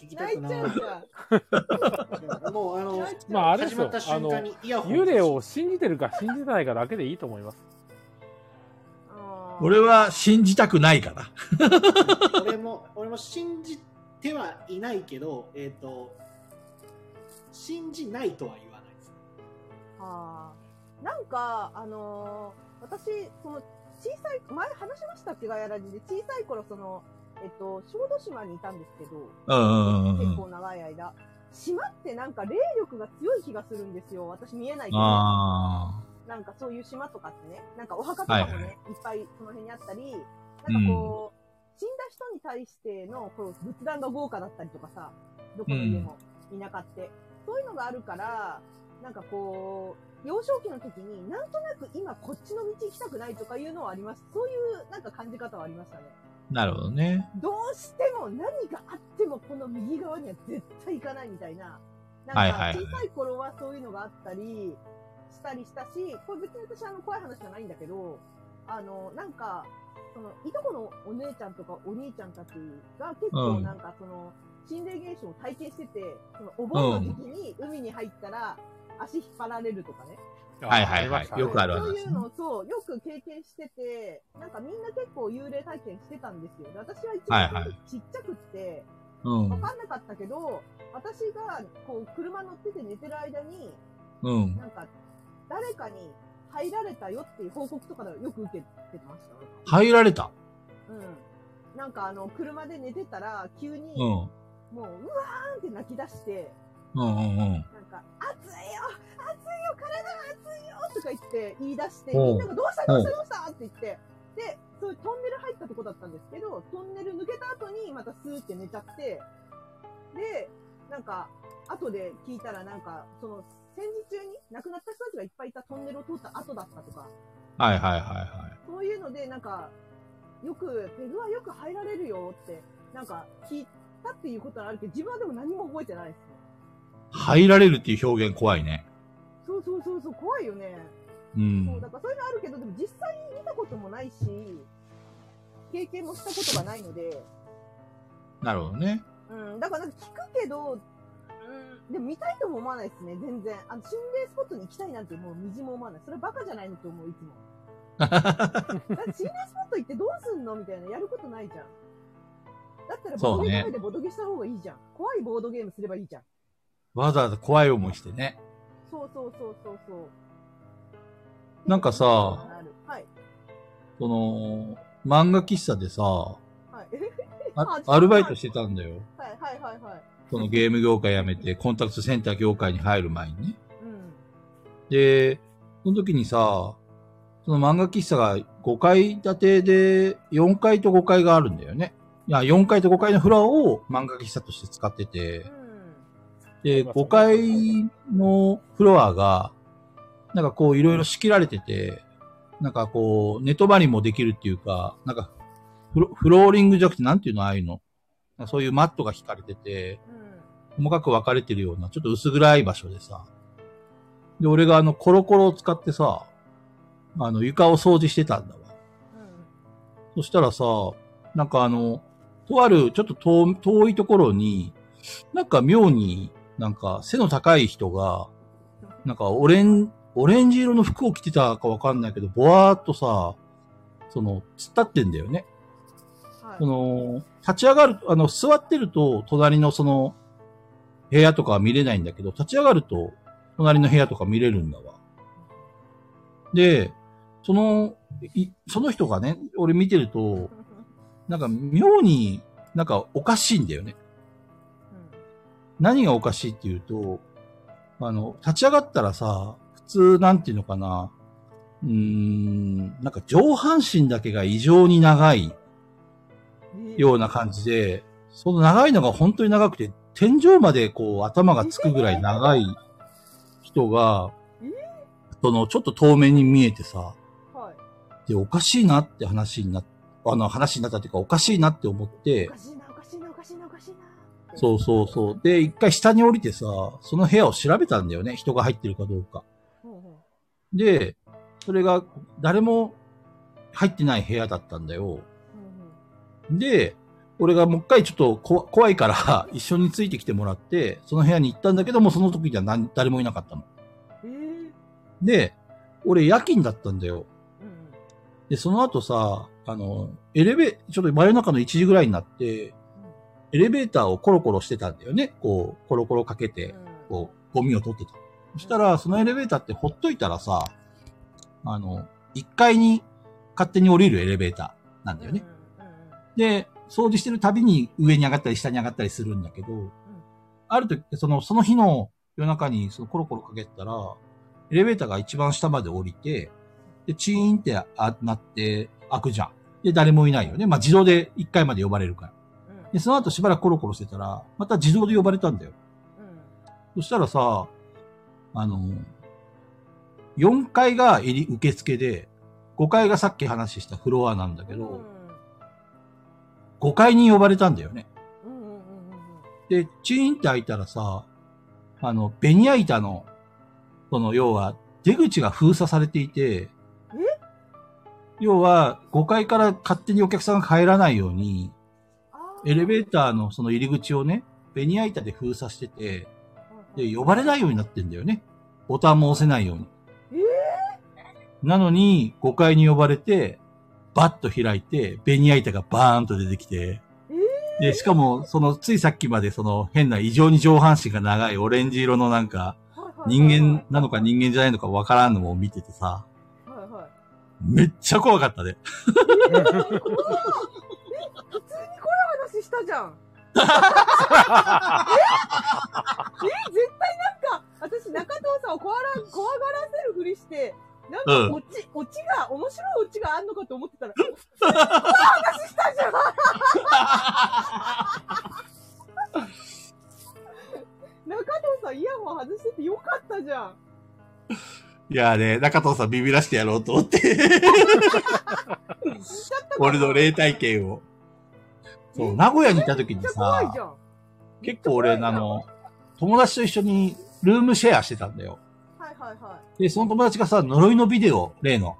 聞きた泣くいなちゃうじゃん。いもう、あの、まあ、あれです始まよった、あ瞬の、間にイヤホン。幽霊を信じてるか信じてないかだけでいいと思 います。あー俺は信じたくないから。俺も、俺も信じてはいないけど、えっ、と、信じないとは言わないです。あーなんか、あのー私、その、小さい、前話しましたっけ、ガヤラジで。小さい頃、その、えっと、小豆島にいたんですけど、うんうんうん結うん。構長い間。島ってなんか霊力が強い気がするんですよ。私見えないけど。あなんかそういう島とかってね、なんかお墓とかもね、はいいっぱいその辺にあったり、なんかこう、死んだ人に対してのこう仏壇が豪華だったりとかさ、どこの家も、田舎って。そういうのがあるから、なんかこう、幼少期の時になんとなく今こっちの道行きたくないとかいうのはあります。そういうなんか感じ方はありましたね。あ。なるほどね。どうしても何があってもこの右側には絶対行かないみたいな。なんはいはいはかい小さい頃はそういうのがあったりしたりしたし、これ別に私あの怖い話じゃないんだけど、あの、なんか、その、いとこのお姉ちゃんとかお兄ちゃんたちが結構うんなんかその、心霊現象を体験してて、そのお盆の時期に海に入ったら足引っ張られるとかね。はいはいはいよくある話そうねいうのをそう、よく経験してて、なんかみんな結構幽霊体験してたんですよ。で私は一はいは番いちっちゃくって、うん。わかんなかったけど、私がこう車乗ってて寝てる間に、うん。なんか誰かに入られたよっていう報告とかよく受けてました。入られた。うん。なんかあの、車で寝てたら急に、うん。うんもう、うわーんって泣き出して、うんうん。なんか、暑いよ暑いよ体が暑いよとか言って言い出して、おうみんながどうしたどうしたどうしたって言って、で、そういうトンネル入ったとこだったんですけど、トンネル抜けた後にまたスーって寝ちゃって、で、なんか、後で聞いたらなんか、その、戦時中に亡くなった人たちがいっぱいいたトンネルを通った後だったとか、はいはいはいはい。そういうので、なんか、よく、ペグはよく入られるよって、なんか、聞いたっていうことはあるけど、自分はでも何も覚えてないですね。入られるっていう表現怖いね。そうそうそうそう、怖いよね。うそう、んだ。からそういうのあるけど、でも実際に見たこともないし、経験もしたことがないので、なるほどね。うん、だからなんか聞くけど、うん、でも見たいとも思わないですね、全然。あの、心霊スポットに行きたいなんてもうみじも思わない。それバカじゃないのって思う、い つも。だって心霊スポット行ってどうすんのみたいな、やることないじゃん。だったらボードゲームでボドゲした方がいいじゃん。怖いボードゲームすればいいじゃん。わざわざ怖い思いしてね。そうそうそうそうそう。なんかさあるはい。その、漫画喫茶でさ、はい。え あアルバイトしてたんだよ。はいはいはいはい。そのゲーム業界辞めて、コンタクトセンター業界に入る前にね。うん。で、その時にさ、その漫画喫茶が5階建てで、4階と5階があるんだよね。いや、4階と5階のフロアを漫画喫茶として使ってて、で、5階のフロアが、なんかこういろいろ仕切られてて、なんかこう、寝泊まりもできるっていうか、なんかフロ、フローリングじゃなくて、なんていうのああいうの。なんかそういうマットが敷かれてて、うん。うん。細かく分かれてるような、ちょっと薄暗い場所でさ。で、俺があの、コロコロを使ってさ、あの、床を掃除してたんだわ。うそしたらさ、なんかあの、とあるちょっと遠遠いところに、なんか妙になんか背の高い人が、なんかオレン、オレンジ色の服を着てたかわかんないけど、ぼわーっとさ、その、突っ立ってんだよね。ん。はいそ。の、立ち上がる、あの、座ってると、隣のその、部屋とかは見れないんだけど、立ち上がると、隣の部屋とか見れるんだわ。で、その、いその人がね、俺見てると、なんか妙になんかおかしいんだよね。何がおかしいっていうと、あの、立ち上がったらさ、普通なんていうのかな、うーん、なんか上半身だけが異常に長いうんような感じで、その長いのが本当に長くて、天井までこう頭がつくぐらい長い人がえー、そのちょっと遠目に見えてさ、はい。で、おかしいなって話になっあの話になったっていうか、おかしいなって思っおてか、しいな、おかしいな、おかしいな、おかしいな。そうそうそう。で、一回下に降りてさ、その部屋を調べたんだよね。人が入ってるかどうか。うんうんで、それが誰も入ってない部屋だったんだよ。で、俺がもう一回ちょっとこ 怖いから一緒についてきてもらって、その部屋に行ったんだけども、その時には何誰もいなかったの。うんうん。えーで、俺夜勤だったんだよ。うんで、その後さ、あの、エレベ、ちょっと真夜中の1時ぐらいになって、エレベーターをコロコロしてたんだよね。こう、コロコロかけて、うんこう、ゴミを取ってた。そしたら、そのエレベーターってほっといたらさ、あの、1階に勝手に降りるエレベーターなんだよね。。うんうんうんで、掃除してるたびに上に上がったり下に上がったりするんだけど、ある時、その、その日の夜中にそのコロコロかけてたら、エレベーターが一番下まで降りて、で、チーンってあなって開くじゃん。で、誰もいないよね。まあ、自動で1回まで呼ばれるから。うんで、その後しばらくコロコロしてたら、また自動で呼ばれたんだよ。うんそしたらさ、あの、4階が入り受付で、5階がさっき話したフロアなんだけど、5階に呼ばれたんだよね。うんうんうんうんうんで、チーンって開いたらさ、あの、ベニヤ板の、その、要は、出口が封鎖されていて、要は、5階から勝手にお客さんが入らないように、あーエレベーターのその入り口をね、ベニヤ板で封鎖してて、で、呼ばれないようになってんだよね。ボタンも押せないように。えなのに、5階に呼ばれて、バッと開いて、ベニヤ板がバーンと出てきて、で、しかも、その、ついさっきまで、その、変な、異常に上半身が長いオレンジ色のなんか、はいはい人間なのか人間じゃないのかわからんのを見ててさ、はいはいめっちゃ怖かったね。普通にこういう話したじゃ ん。 ええ絶対なんか、私中藤さんを怖ら怖がらせるふりして、なんうんかオチ、オチが、面白いオチがあんのかと思ってたら、普通に怖い話したじ ゃん中藤さんイヤホン外しててよかったじゃん。いやーね、中藤さんビビらしてやろうと思 って、俺の霊体験を。そう、名古屋に行った時めにっちゃ怖いじさ、ゃん。結構俺、あの、友達と一緒にルームシェアしてたんだよ。はいはいはで、その友達がさ、呪いのビデオ、例の。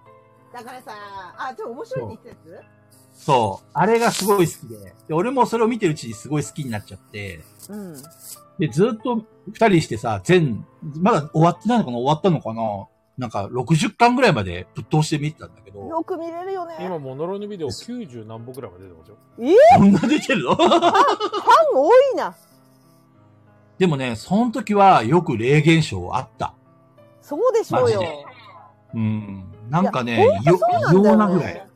い。だからさ、あ、ちょっと面白いって言ったやそう、あれがすごい好きで、で、俺もそれを見てるうちにすごい好きになっちゃって、つうん。で、ずっと二人してさ、全、まだ終わってないのかな終わったのかななんか60巻ぐらいまでぶっ通して見てたんだけど、よく見れるよね。今、モノロのビデオ90何本くらいまで出てますよ。こんな出てるのファン多いな。でもね、その時はよく霊現象あった。そうでしょうよマジ。うん。なんかいねやほん、とよそう異様ななんぐだらよね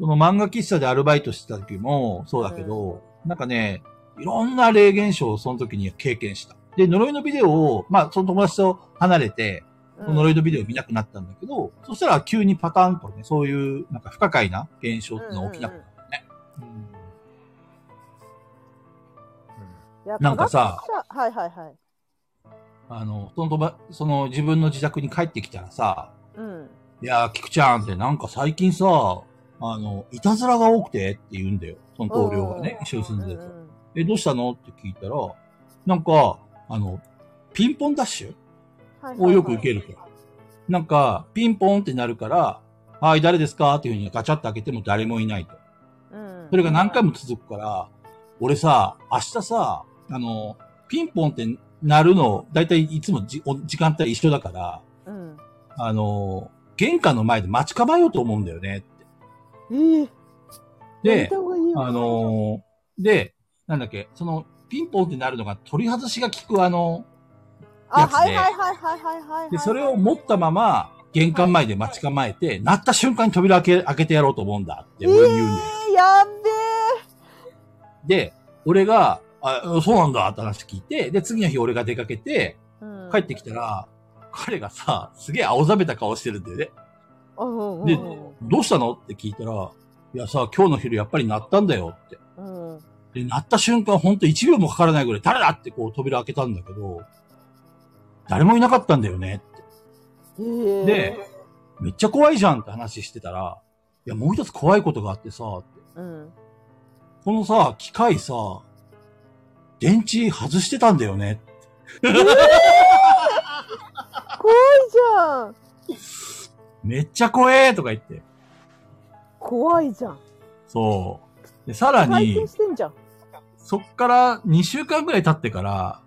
い。この漫画喫茶でアルバイトしてた時もそうだけど、なんかね、いろんな霊現象をその時に経験した。で、呪いのビデオを、まあ、その友達と離れて、うん呪いのビデオ見なくなったんだけど、そしたら急にパターンとね、そういう、なんか不可解な現象っていうのが起きなくなった。いやなんかさ、科学者はいはいはい。あの、その友達その自分の自宅に帰ってきたらさ、うん。いやー、菊ちゃんってなんか最近さ、あの、いたずらが多くてって言うんだよ。その同僚がね、一緒に住んでると。え、どうしたのって聞いたら、なんか、あの、ピンポンダッシュをよく受ける。るから。なんか、ピンポンってなるから、はい、誰ですかっていうふうにガチャって開けても誰もいないと。うんそれが何回も続くから、俺さ、明日さ、あの、ピンポンって鳴るの、だいたいいつもじお時間帯一緒だから、うん。あの、玄関の前で待ち構えようと思うんだよねって。ええ。やりでた、方がいいよあ、のーで、なんだっけ、その、ピンポンってなるのが取り外しが効くあの、あ、やつではいはいはいはいはいはいはい。で、それを持ったまま、玄関前で待ち構えて、鳴った瞬間に扉開け、開けてやろうと思うんだって俺に言うんだよ。えーやっべで、俺が、あ、そうなんだって話聞いて、で、次の日俺が出かけて、え。うん帰ってきたら、彼がさ、すげえ青ざめた顔してるんだよね。うんうんうんで、どうしたのって聞いたら、いやさ、今日の昼やっぱり鳴ったんだよって。うんうんで、鳴った瞬間、ほんと1秒もかからないぐらい、誰だってこう扉開けたんだけど、誰もいなかったんだよねって。ええで、めっちゃ怖いじゃんって話してたら、いや、もう一つ怖いことがあってさ、うん。このさ、機械さ、電池外してたんだよね。怖いじゃんめっちゃ怖えとか言って。怖いじゃんそう。で、さら体に験、してんじゃんそっから2週間ぐらい経ってから、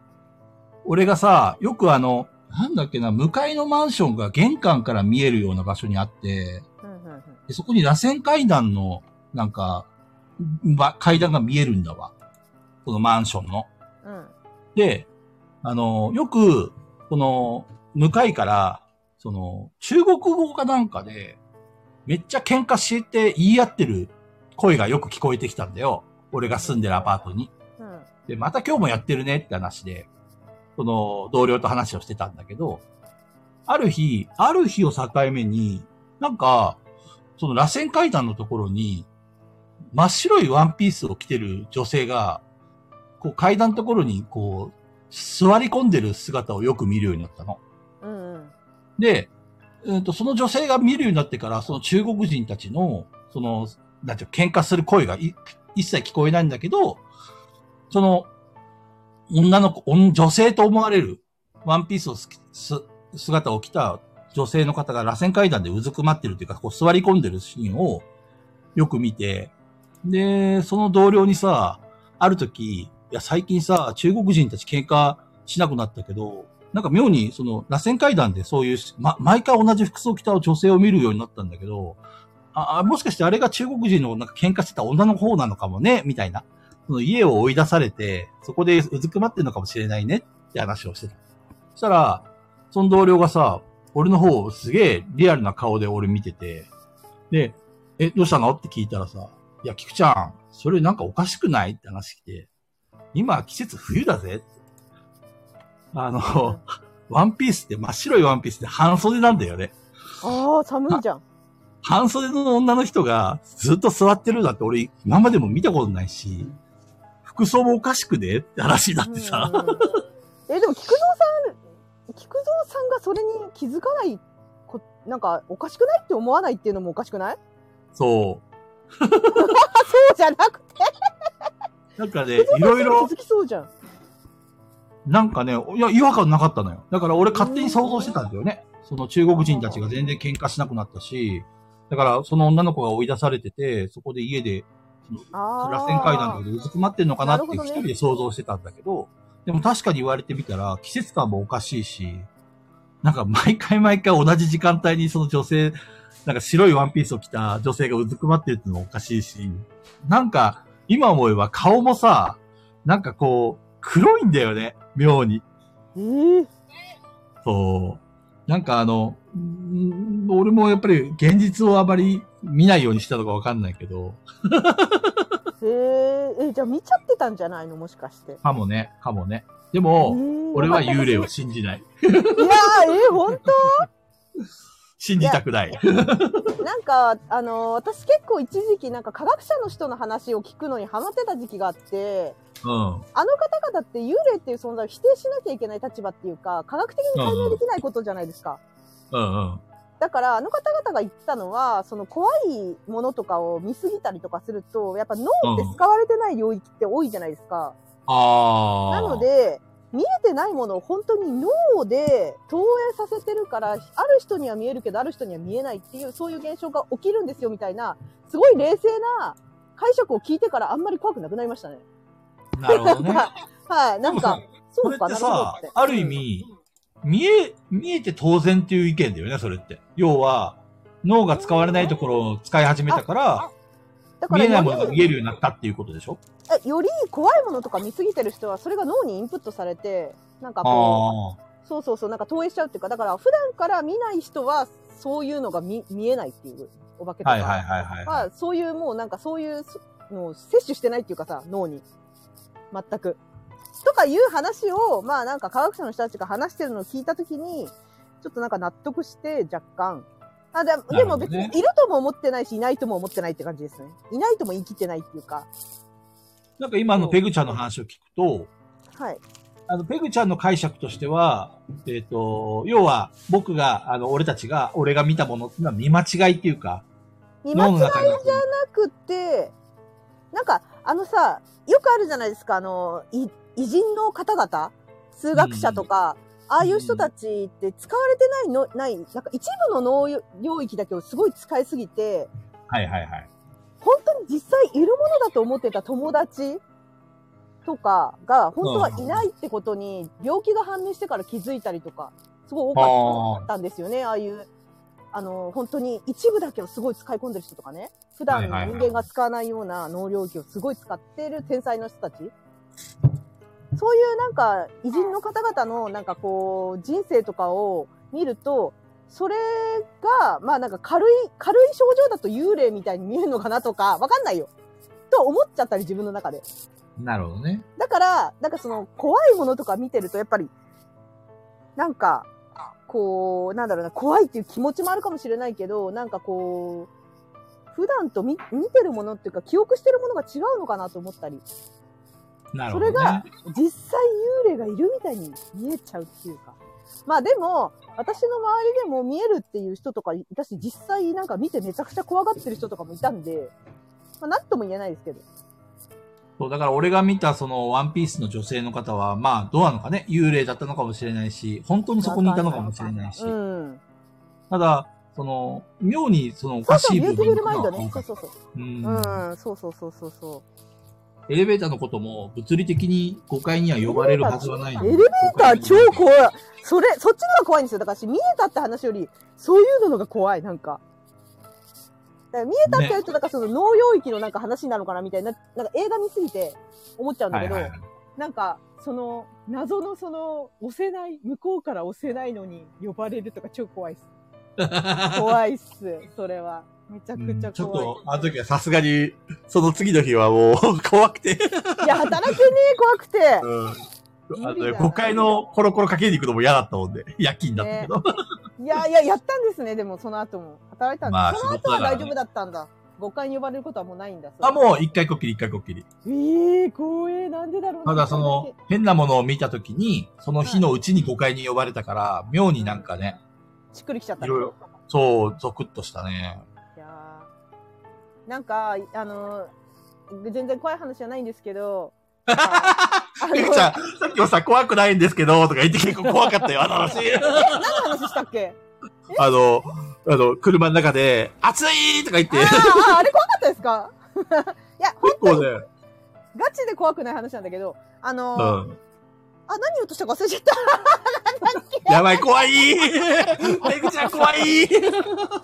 俺がさ、よくあの、なんだっけな、向かいのマンションが玄関から見えるような場所にあって、うんうんうんでそこに螺旋階段の、なんか、ば階段が見えるんだわ。このマンションの。うんで、あの、よく、この、向かいから、その、中国語かなんかで、めっちゃ喧嘩して言い合ってる声がよく聞こえてきたんだよ。俺が住んでるアパートに。うんで、また今日もやってるねって話で、その同僚と話をしてたんだけど、ある日、ある日を境目に、なんか、その螺旋階段のところに、真っ白いワンピースを着てる女性が、こう階段のところにこう、座り込んでる姿をよく見るようになったの。うんうんで、うんとその女性が見るようになってから、その中国人たちの、その、なんていうの喧嘩する声がい一切聞こえないんだけど、その、女の子、女女性と思われる、ワンピースをすす姿を着た女性の方が螺旋階段でうずくまってるというか、こう座り込んでるシーンをよく見て、で、その同僚にさ、ある時、いや、最近さ、中国人たち喧嘩しなくなったけど、なんか妙に、その、螺旋階段でそういう、ま、毎回同じ服装を着た女性を見るようになったんだけど、あ、あもしかしてあれが中国人のなんか喧嘩してた女の方なのかもね、みたいな。その家を追い出されて、そこでうずくまってるのかもしれないねって話をしてた。そしたら、その同僚がさ、俺の方をすげえリアルな顔で俺見てて、で、え、どうしたのって聞いたらさ、いや、菊ちゃん、それなんかおかしくないって話来て、今季節冬だぜって。あの、ワンピースって真っ白いワンピースって半袖なんだよね。ああ寒いじゃん半袖の女の人がずっと座ってるなんて俺今までも見たことないし、服装もおかしくねって話になってさ。うんうんうんえでも菊蔵さん菊蔵さんがそれに気づかないこなんかおかしくないって思わないっていうのもおかしくない そそうじゃなくてう。なんかね、い菊蔵さんろいろ気づ、きそうじゃんなんかね、いや、違和感なかったのよ。だから俺勝手に想像してたんだよね。その中国人たちが全然喧嘩しなくなったし、だからその女の子が追い出されてて、そこで家でああ螺旋階段とかでうずくまってんのかなってなるほど一ね人で想像してたんだけど、でも確かに言われてみたら、季節感もおかしいし、なんか毎回毎回同じ時間帯にその女性、なんか白いワンピースを着た女性がうずくまってるってのもおかしいし、なんか今思えば顔もさ、なんかこう、黒いんだよね、妙に。えー、そう。なんかあの、ん俺もやっぱり現実をあまり見ないようにしたのかわかんないけど、えー、えじゃあ見ちゃってたんじゃないのもしかしてかもね、かもね。でも、俺は幽霊をいを信じない。やーえー、本信じたくない。当なんかあのー私結構一時期なんか科学者の人の話を聞くのにハマってた時期があってうん。あの方々って幽霊っていう存在を否定しなきゃいけない立場っていうか科学的に解明できないことじゃないですか。うんうん。だからあの方々が言ってたのはその怖いものとかを見すぎたりとかするとやっぱ脳って使われてない領域って多いじゃないですか。ああ。なの、で見えてないものを本当に脳で投影させてるからある人には見えるけどある人には見えないっていうそういう現象が起きるんですよみたいなすごい冷静な解釈を聞いてからあんまり怖くなくなりましたね。なるほどね。はい、なんかでもさ、そこうれかってなるほどさって、ある意味、見え、見えて当然っていう意見だよね、それって。要は、脳が使われないところを使い始めたから、だか見らえないものよが見えるようになったっていうことでしょりより怖いものとか見すぎてる人はそれが脳にインプットされてなんかこああ。うそうそうそうなんか投影しちゃうっていうかだから普段から見ない人はそういうのが見見えないっていうお化けとかはいはいはいはい。はそういうもうなんかそういうのを摂取してないっていうかさ脳に全く。とかいう話をまあなんか科学者の人たちが話してるのを聞いた時にちょっとなんか納得して若干あででもなるほど別ねにいるとも思ってないしいないとも思ってないって感じですねいないとも言い切ってないっていうかなんか今のペグちゃんの話を聞くと、はいあの、ペグちゃんの解釈としては、えっ、と、要は、僕が、あの、俺たちが、俺が見たものっていうのは見間違いっていうか、見間脳の違いじゃ中に。なくてなんかあのさよくあるじゃないですかあのい偉人の方々、数学者とか、ああいう人たちって使われてないの、ない、なんか一部の農業領域だけをすごい使いすぎて、はいはいはい。本当に実際いるものだと思ってた友達とかが本当はいないってことに病気が判明してから気づいたりとかすごい多かあーったんですよねああいうあの本当に一部だけをすごい使い込んでる人とかね普段はいはい人はい間が使わないような能領域をすごい使ってる天才の人たちそういうなんか偉人の方々のなんかこう人生とかを見るとそれが、まあなんか軽い、軽い症状だと幽霊みたいに見えるのかなとか、わかんないよ。と思っちゃったり自分の中で。なるほどね。だから、なんかその怖いものとか見てるとやっぱり、なんか、こう、なんだろうな、怖いっていう気持ちもあるかもしれないけど、なんかこう、普段と見見てるものっていうか記憶してるものが違うのかなと思ったり、なるそほれどがね。実際幽霊がいるみたいに見えちゃうっていうか。まあでも、私の周りでも見えるっていう人とか、私実際なんか見てめちゃくちゃ怖がってる人とかもいたんで、まあなんとも言えないですけど。そう、だから俺が見たそのワンピースの女性の方は、まあどうなのかね、幽霊だったのかもしれないし、本当にそこにいたのかもしれないしう、ん。ただ、その、妙にそのおそうかそう、しいビュ部ーティフ分ルマインドがね多。そかうったそうそう。うんうん、そうそうそうそうそエレベーターのことも物理的に5階には呼ばれるはずはないのう。に。エレベーター超い。怖い。それ、そっちの方が怖いんですよ。だから私見えたって話より、そういうののが怖い、なんか。だから見えたってやると、なんかその脳領域のなんか話なのかなみたいな、なんか映画見すぎて思っちゃうんだはけいど、はいはい。なんか、その、謎のその、押せない、向こうから押せないのに呼ばれるとか超怖いっ す。怖いっす、それは。めちゃくちゃちょっ怖い。と、あの時はさすがに、その次の日はもう怖くて、いや、働けねえ、怖くて。うん。あ無と理ね、だな5階のコロコロかけに行くのも嫌だったもんで、夜勤だったけど。いや、いや、やったんですね、でも、その後も。働いたんです。まあその仕後事はだか大らね丈夫だったんだ。5回に呼ばれることはもうないんだ。あ、もう一回こっきり、一回こっきり。う。ええ光栄、なんでだろうただその、変なものを見たときに、その日のうちに5階に呼ばれたから、妙になんかね、しっくりきちゃった。いろいろ。そう、ゾクッとしたね。いやーなんか、あのー全然怖い話じゃないんですけ ど、なんかあのゆきちゃん、さっきもさ、怖くないんですけど、とか言って結構怖かったよ、あの話。 何の話したっけあの、あの、車の中で、暑いとか言っあて、結ーあー、あれ怖かったですかいや、構ね、ガチで怖くない話なんだけど、あのうーん。あ、何言おうとしたか忘れちゃった。 やばい、怖いゆきちゃん、怖い自分が怖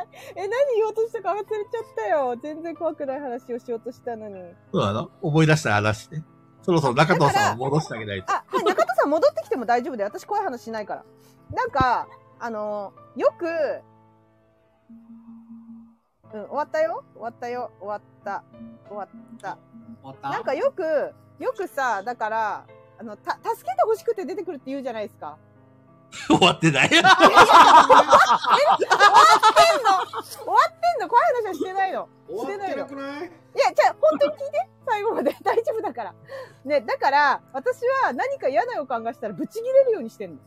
い。え、何言おうとしたか忘れちゃったよ。全然怖くない話をしようとしたのに。そうなの思い出した話ね。そろそろ中藤さんを戻してあげないと。あ、はい、中田さん戻ってきても大丈夫で、私怖い話しないから。なんか、あのーよく、うん、終わったよ。終わったよ。終わった。終わった。終わったなんかよく、よくさ、だから、あの、た、助けて欲しくて出てくるって言うじゃないですか。 終わって ない。終わってんの怖い話はしてないの。終わってなくないいや、じゃあ、本当に聞いて。最後まで。大丈夫だから。ね、だから、私は何か嫌な予感がしたらブチ切れるようにしてるの。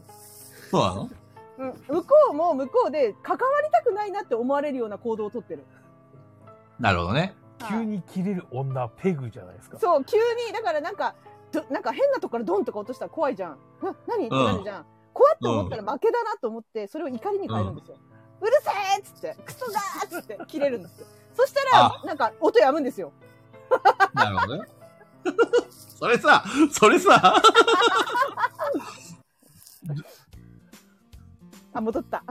そうなのうん。向こうも向こうで関わりたくないなって思われるような行動をとってる。なるほどね。急に切れる女、ペグじゃないですか。そう、急に、だからなんか、どなんか変なとこからドンとか落としたら怖いじゃん。うん何ってなるじゃん。怖って思ったら負けだなと思って、それを怒りに変えるんですよ。うるせえっつって、クソだーっつって、切れるんですよ。そしたら、なんか音やむんですよ。なるほどね。 それさ、そ れさ、あ、戻った。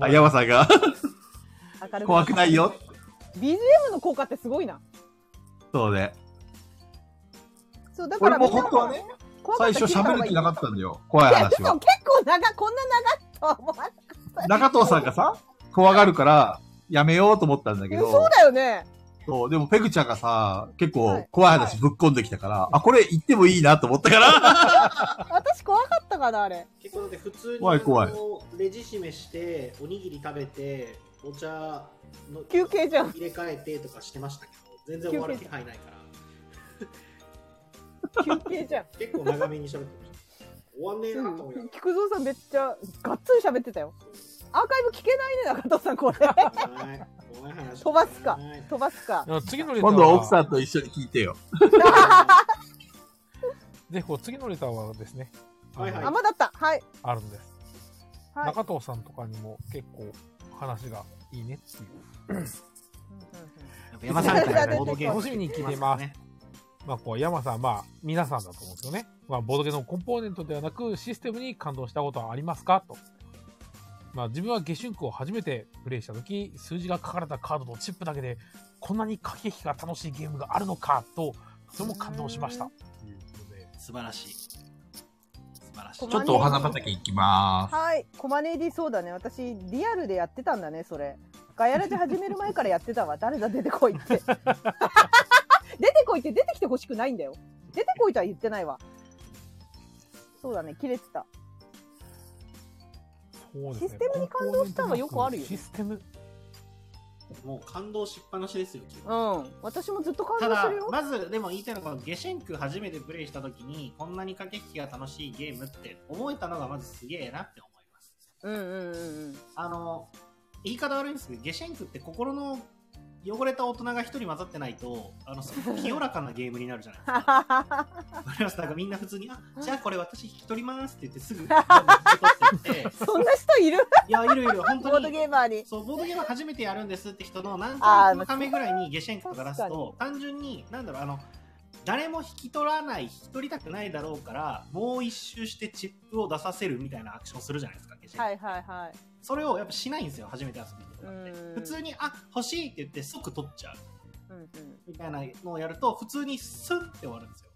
あ山さ んが、明る怖くない。よ。 BGM の効果ってすごいな。そうね。そう、だか俺らもみんな本当はね、怖かっ最た初ら切った方喋がるい気いなかったんだよ。怖いいや、話嘘、は。結構長、こんな長っと思わなかった中藤さんがさ、怖がるから、やめようと思ったんだけど、そうだよね。そうでもペグちゃんがさ、結は構い怖い話ぶっこんできたから、あ、これ言ってもいいなと思っ たから、私怖かったかな、あれ。結構だって普通に怖い怖いあのレジ締めしておにぎり食べてお茶の休憩じゃん。入れ替えてとかしてましたけど全然終わる気配ないから休憩じゃん。結構長めに喋ってました終わんねえなと思いなが菊蔵さんめっちゃがっつり喋ってたよ。アーカイブ聞けないね、中藤さん、これ。 らはい怖い話飛ばすか飛ばすか。あ次のレター今度はは奥さんと一緒に聞いてよ。でこう次のレターはですね、あのはいはいあ、まだった。はい。あるんです、はい中藤さんとかにも結構話がいいねっていう山さんみたいなボードゲーム楽しみに聞いてますまあこう山さんまあ皆さんだと思うんですよね、まあ、ボードゲのコンポーネントではなくシステムに感動したことはありますかと、まあ、自分は下春区を初めてプレイした時数字が書かれたカードとチップだけでこんなに駆け引きが楽しいゲームがあるのかととても感動しましたということで素晴らしい。素晴らしい こ。ちょっとお花畑行きまはい。コマネーディそうだね。私リアルでやってたんだね。それ。ガヤラジ始める前からやってたわ。誰だ出てこいって。 出てこいって出てきてほしくないんだよ。出てこいとは言ってないわ。そうだね。切れてた。そうですねシステムに感動したのはよくあるよシステムもう感動しっぱなしですよ基う本ん。私もずっと感た動すだるよ。まずでも言いたいのは下ンク初めてプレイした時にこんなに駆け引きが楽しいゲームって思えたのがまずすげえなって思いますうんうんうん うん。あの言い方悪いんですけど下シェンクって心の汚れた大人が一人混ざってないとあのすごく清らかなゲームになるじゃないですかわかりますなんかみんな普通に「あじゃあこれ私引き取ります」って言って すぐどんどん引き取ってってそんな人いるいやいるいる本当ボードにゲーマーに。そうボードゲーム初めてやるんですって人の何あー回の目ぐらいに下シェンクからすと単純になんだろうあの誰も引き取らない引き取りたくないだろうからもう一周してチップを出させるみたいなアクションするじゃないですか下シェンクはいはいはい。それをやっぱしないんですよ初めて遊びに行くのってうん普通に「あ欲しい」って言って即取っちゃううんうん。みたいなのをやると普通にスンって終わるんですよ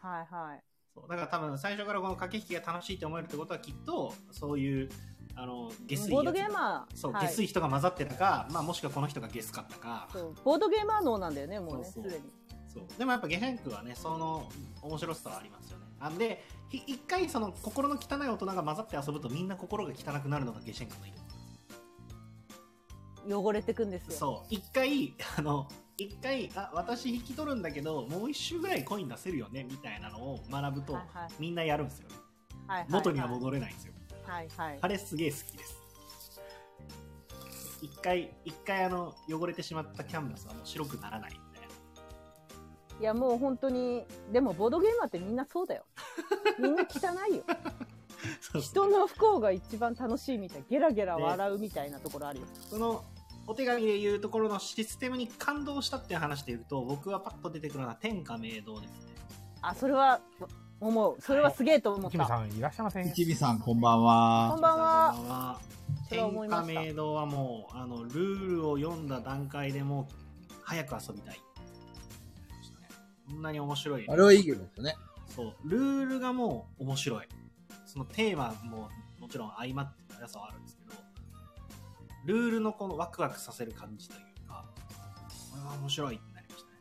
はいはい。そうだから多分最初からこの駆け引きが楽しいって思えるってことはきっとそういうあの下水ボードゲやーつマー。そう、はい下水人が混ざってたか、まあ、もしくはこの人がゲスかったかそうボードゲーマー脳なんだよね、もうね、すそうでそうに。そうでもやっぱゲヘンクはねその面白さはありますよねあでひ一回その心の汚い大人が混ざって遊ぶとみんな心が汚くなるのがゲシェンクのいい汚れてくんですよ。そう一回あの一回あ私引き取るんだけどもう一周ぐらいコイン出せるよねみたいなのを学ぶと、はいはいみんなやるんですよねはいはい元には戻れないんですよ、はいはい。あれすげえ好きです一回一回あの汚れてしまったキャンバスはもう白くならないみたいないやもう本当に、でもボードゲーマーってみんなそう だよ。みんな汚いよ。そうそう人の不幸が一番楽しいみたい。ゲラゲラ笑うみたいなところあるよ。そのお手紙で言うところのシステムに感動したっていう話で言うと僕はパッと出てくるのは天下明堂ですねあ、それは、思う。それはすげえと思っキムた。さんいらっしゃいませす。一美さん、こんばんはこ。んばんは。こんばんはそれは思い天下ました明堂はもうあのルールを読んだ段階でもう早く遊びたいこんなに面白いあれはいいゲームですよね。そうルールがもう面白いそのテーマももちろん相まって皆さはあるんですけどルールのこのワクワクさせる感じというかこれは面白いってなりましたね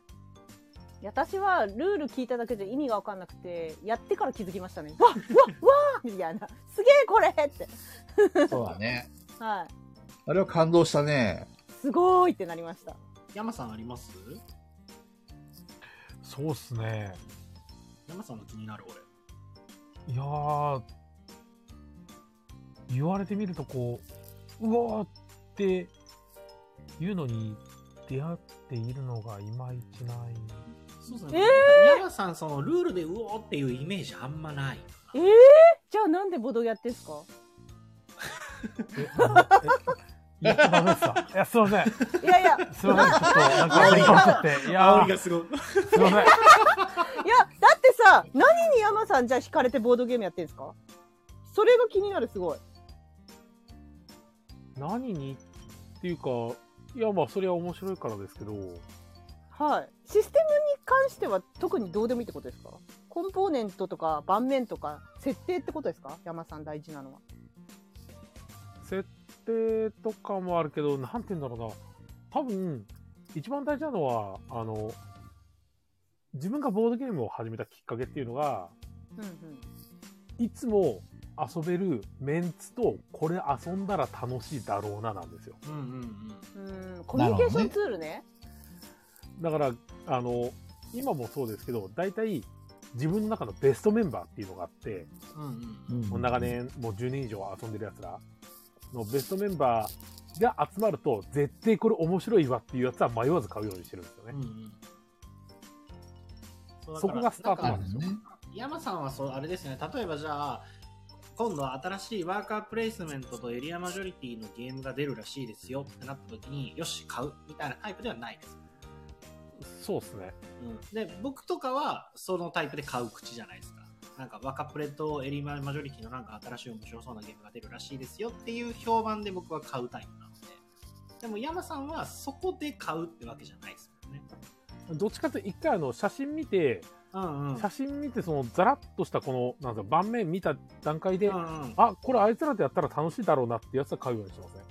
いや私はルール聞いただけで意味が分かんなくて、やってから気づきましたね。わっわっわっみたいな。すげえこれって。そうだね。はい。あれは感動したね。すごいってなりました。山さんありますそうっすね山さんの気になる俺いやー言われてみるとこううわーっていうのに出会っているのがいまいちないそうですね、山さんそのルールでうおーっていうイメージあんまないええじゃあなんでボドゲやってんすかえあのえ言っちゃダメですかいやすいませんいやいや、いや、すいませんちょっとなんか煽りまくっていやーすごいすいませんだってさ、何に山さんじゃあ惹かれてボードゲームやってんすかそれが気になる、すごい。何にっていうか、いやまあそれは面白いからですけど、はい。システムに関しては特にどうでもいいってことですかコンポーネントとか盤面とか設定ってことですか山さん大事なのは。設定とかもあるけど、なんて言うんだろうな。多分、一番大事なのは、あの、自分がボードゲームを始めたきっかけっていうのが、うんうん。いつも遊べるメンツと、これ遊んだら楽しいだろうななんですよ。うんうんうんうん、コミュニケーションツールね。だから、あの、今もそうですけど、大体、自分の中のベストメンバーっていうのがあって、うんうんうんもう長年、もう10年以上遊んでる奴らのベストメンバが集まると、絶対これ面白いわっていうやつは迷わず買うようにしてるんですよね。うんうんそうだそからこがスタートななんんかですよ。 山さんはそうあれですね例えばじゃあ今度は新しいワーカープレイスメントとエリアマジョリティのゲームが出るらしいですよってなった時によし買うみたいなタイプではないです、そうですね。で僕とかはそのタイプで買う口じゃないですかなんかワカプレとエリアマジョリティのなんか新しい面白そうなゲームが出るらしいですよっていう評判で僕は買うタイプなのででも山さんはそこで買うってわけじゃないですもんねどっちかというと、一回あの、写真見て、うんうん写真見て、その、ザラッとしたこの、なんだろう盤面見た段階で、うんうんあ、これあいつらとやったら楽しいだろうなってやつは買うようにしてますね。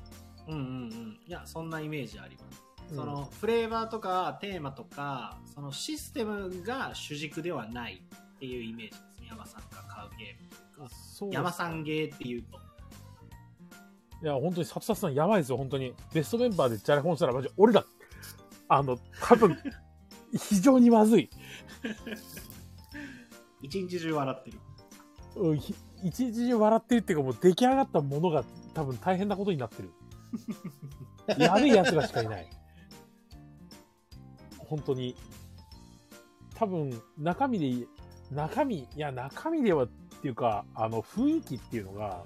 うんうんうんいやそんなイメージあります、うんそのフレーバーとかテーマとかそのシステムが主軸ではないっていうイメージですね山さんが買うゲームそう山さんゲーっていうといや、本当に、サツサツさんやばいですよ、本当に。ベストメンバーでチャレフォンしたら、マジ、俺ら、あの、多 分、非常にまずい。一日中笑ってるうんひ一日中笑ってるっていうか、もう出来上がったものが多分大変なことになってる。やべえやつらしかいない。本当に。多分、中身でいい、中身、いや、中身ではっていうか、あの、雰囲気っていうのが、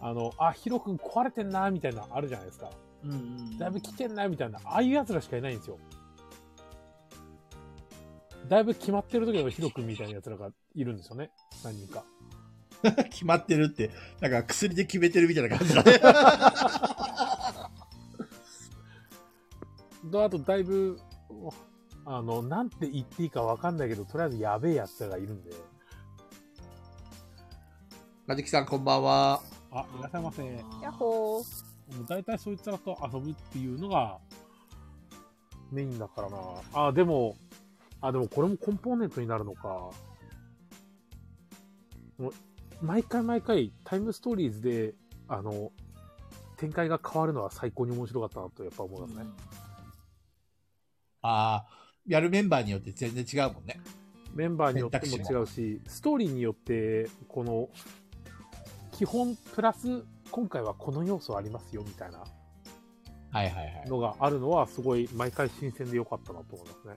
あの、あ、ヒロ君壊れてんな、みたいなのあるじゃないですか。うんうんだいぶ来てんなみたいな、ああいうやつらしかいないんですよ。だいぶ決まってる時のヒロ君みたいなやつらがいるんですよね、何人か。決まってるって、なんか薬で決めてるみたいな感じだね。とあと、だいぶ、おあの、なんて言っていいかわかんないけど、とりあえずやべえやつらがいるんで。なじきさん、こんばんは。あ、いらっしゃいませ。もやっほー。う大体そいつらと遊ぶっていうのが、メインだからな。あ、でも、あ、でもこれもコンポーネントになるのか。もう毎回毎回、タイムストーリーズで、あの、展開が変わるのは最高に面白かったなとやっぱ思いますね。ああ、やるメンバーによって全然違うもんね。メンバーによっても違うし、ストーリーによって、この、基本プラス、今回はこの要素ありますよみたいなはいはいはい。のがあるのは、すごい毎回新鮮で良かったなと思いますね。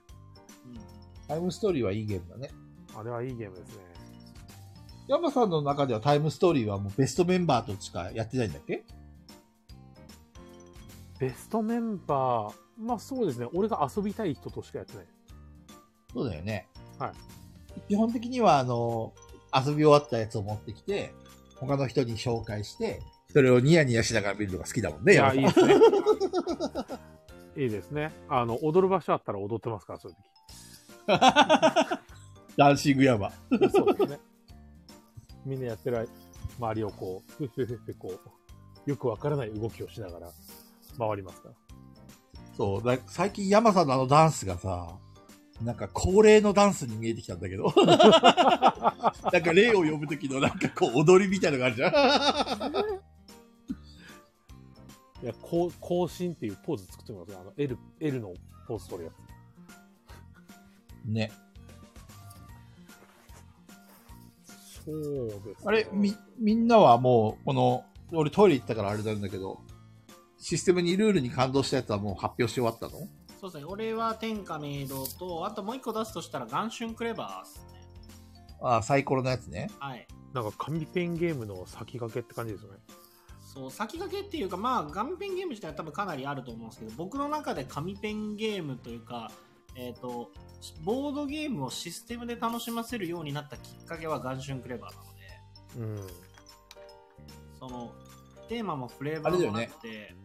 タイムストーリーはいいゲームだね。あれはいいゲームですね。山さんの中ではタイムストーリーはもうベストメンバーとしかやってないんだっけベストメンバー、まあそうですね、俺が遊びたい人としかやってない。そうだよね。。はい基本的には、あの、遊び終わったやつを持ってきて、他の人に紹介して、それをニヤニヤしながら見るのが好きだもんね。いや、いい山ですね。 いいですね。あの、踊る場所あったら踊ってますから、そういうダンシング山。時。そうですね。みんなやってる周りをこう、ふふふふこう、よくわからない動きをしながら回りますから。そう、だ最近山さんのあのダンスがさ、なんか恒例のダンスに見えてきたんだ けど。なんか例を呼ぶ時のなんかこう踊りみたいのがあるじゃん。いや、こう更新っていうポーズ作ってますね。あの、L、L のポーズ取るやつ。ね。そうです、あれ、み、みんなはもう、この、俺トイレ行ったからあれなんだけど、システムにルールに感動したやつはもう発表し終わったのそうですね俺は天下明堂とあともう一個出すとしたら元春クレバーですねああ、サイコロのやつね。はいなんか、紙ペンゲームの先駆けって感じですよね。そう先駆けっていうかまあ紙ペンゲーム自体は多分かなりあると思うんですけど僕の中で紙ペンゲームというかえっ、とボードゲームをシステムで楽しませるようになったきっかけは元春クレバーなのでうん。そのテーマもフレーバーもなくて、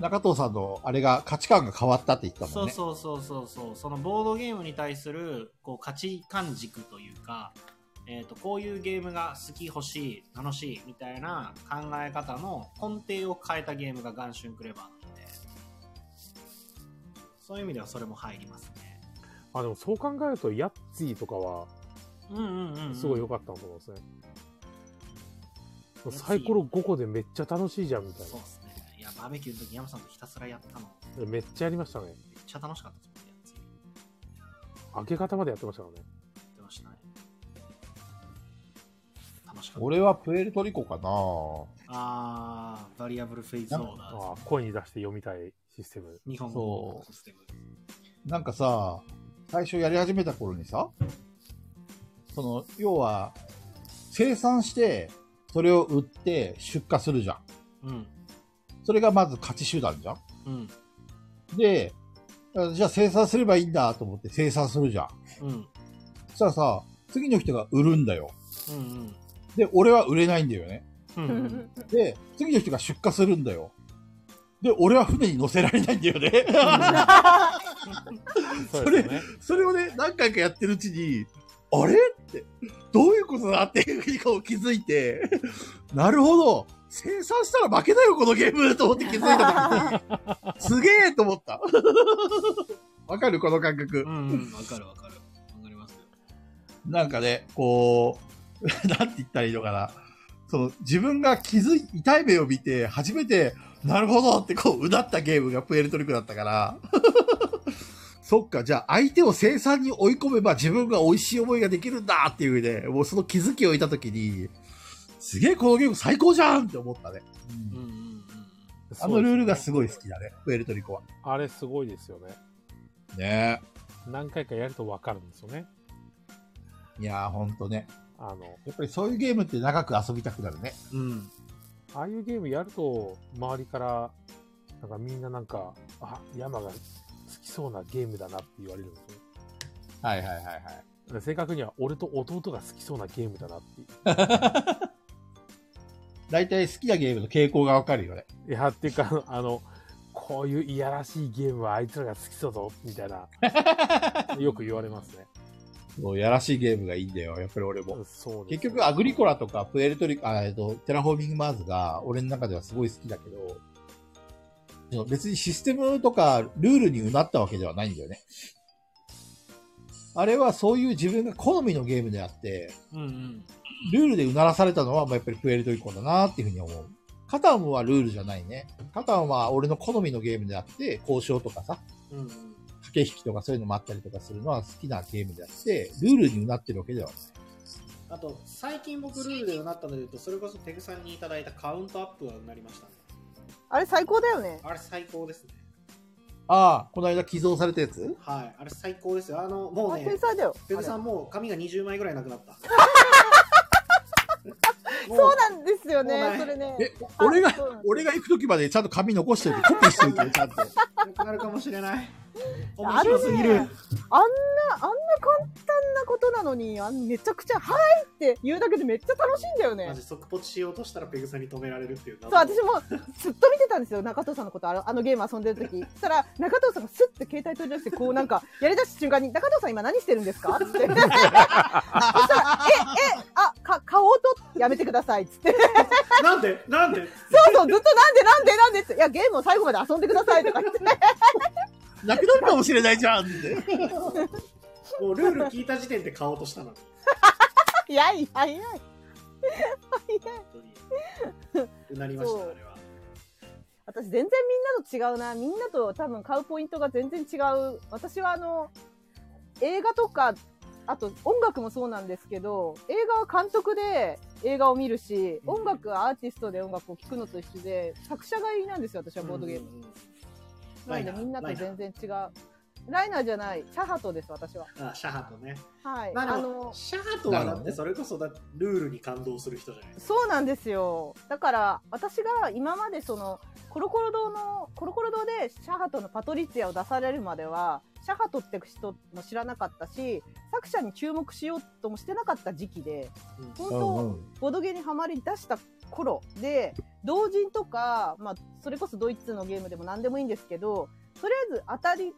中藤さんのあれが価値観が変わったって言ってたもそんうね。そうそうそうそうそのボードゲームに対するこう価値観軸というか、えー、とこういうゲームが好き欲しい楽しいみたいな考え方の根底を変えたゲームが元春クレバーなのでそういう意味ではそれも入りますねあ、でもそう考えると、ヤッツィとかは、うんうんうん、うん、すごい良かったと思うんですね。サイコロ5個でめっちゃ楽しいじゃんみたいそうですねいやバーベキューの時山さんとひたすらやったのな。めっちゃやりましたね。めっちゃ楽しかったですもんねやつや明け方までやってましたからね。ってましたね楽しかった俺はプエルトリコかなあー、バリアブルフェイズオーダーああ声に出して読みたいシステム。日本語のシステム。なんかさ、最初やり始めた頃にさ、その、要は、生産して、それを売って出荷するじゃん。うん。それがまず勝ち手段じゃん。うん。で、あじゃあ生産すればいいんだと思って生産するじゃん。うん。そしたらさ、次の人が売るんだよ。うん。で、俺は売れないんだよね。うん。うん。で、次の人が出荷するんだよ。で、俺は船に乗せられないんだよね。それうですよね。それをね、何回かやってるうちに、あれって、どういうことだっていうふうにこう気づいて、 なるほど、生産したら負けだよ、このゲームと思って気づいた時に、すげえと思った。わかるこの感覚う。んうん。わかるわかる。わかりますよ。なんかね、こう、 なんて言ったらいいのかな。その、自分が気づい、痛い目を見て、初めて、なるほどってこう、うなったゲームがプエルトリコだったから。 そっか、じゃあ相手を生産に追い込めば自分が美味しい思いができるんだっていうね、もうその気づきを得たときに、すげえこのゲーム最高じゃんって思ったね。うんうんあのルールがすい。ごい好きだね、プエルトリコは。あれすごいですよね。ね何回かやるとわかるんですよね。え。いやーほんとね。あの、やっぱりそういうゲームって長く遊びたくなるね。うん。うん。ああいうゲームやると、周りから、なんかみんななんか、あ、山が好きそうなゲームだなって言われるんですよ。はいはいはいはい。だから正確には俺と弟が好きそうなゲームだなってい大体好きなゲームの傾向がわかるよね。う。いや、っていうか、あのあの、こういういやらしいゲームはあいつらが好きそうぞ、みたいな、よく言われますね。そう、やらしいゲームがいいんだよ。やっぱり俺 も。そうです結局、アグリコラとか、プエルトリコ、あえっと、テラフォーミングマーズが、俺の中ではすごい好きだけど、その別にシステムとか、ルールにうなったわけではないんだよね。あれはそういう自分が好みのゲームであって、うんうん。ルールでうならされたのは、まあ、やっぱりプエルトリコだなっていうふうに思う。カタンはルールじゃないね。カタンは俺の好みのゲームであって、交渉とかさ、うんうん。駆け引きとかそういうのもあったりとかするのは好きなゲームであって、ルールにうなってるわけではない。あと、最近僕ルールでなったので言うと、それこそペグさんにいただいたカウントアップはなりましたね。あれ最高だよね。あれ最高ですね。ああ、この間寄贈されたやつはい。あれ最高ですよ。あの、もうあね。天才だよ。ペグあれさんもう髪が20枚ぐらいなくな った。そうなんですもようなね。いそれね。え、俺があそうなん、俺が行く時までちゃんと紙残してるコピーしてるて、ちゃんと。なくなるかもしれない。面あれ白すぎる。ね、あんな、あんな簡単なことなのに、あんめちゃくちゃ、はいって言うだけでめっちゃ楽しいんだよマねジ。即ポチしようとしたらペグさんに止められるっていう。そうそう、私もずっと見てたんですよ、中藤さんのこと、あのあのゲーム遊んでる時そしたら、中藤さんがスッて携帯取り出して、こうなんか、やり出した瞬間に、中藤さん今何してるんですかって。そしたら、え、え、あ、か、買おうと、やめてください、っつって。なんでなんでそうそう、ずっとなんでなんでなんでって、いや、ゲームを最後まで遊んでくださいとか言って。なくなるかもしれないじゃんって。もうルール聞いた時点で買おうとしたのに。いやいやいや。本当に。うなりました、そうあれは。私全然みんなと違うな。みんなと多分買うポイントが全然違う。私はあの、映画とか、あと音楽もそうなんですけど、映画は監督で映画を見るし、音楽はアーティストで音楽を聴くのと一緒で、作者がいいなんですよ、私はボードゲーム。ム。なライナのでーみんなとライナー全然違う。ライナーじゃない、シャハトです、私は。あシャハトね。はい。まああでもの、シャハトはだってそれこそだってルールに感動する人じゃないですそうなんですよ。だから、私が今までその、コロコロ堂の、コロコロ堂でシャハトのパトリツィアを出されるまでは、シャハトって人も知らなかったし、作者に注目しようともしてなかった時期で、うん本当、ボドゲにはまり出した頃で、同人とか、まあ、それこそドイツのゲームでも何でもいいんですけど、とりあえず当たり、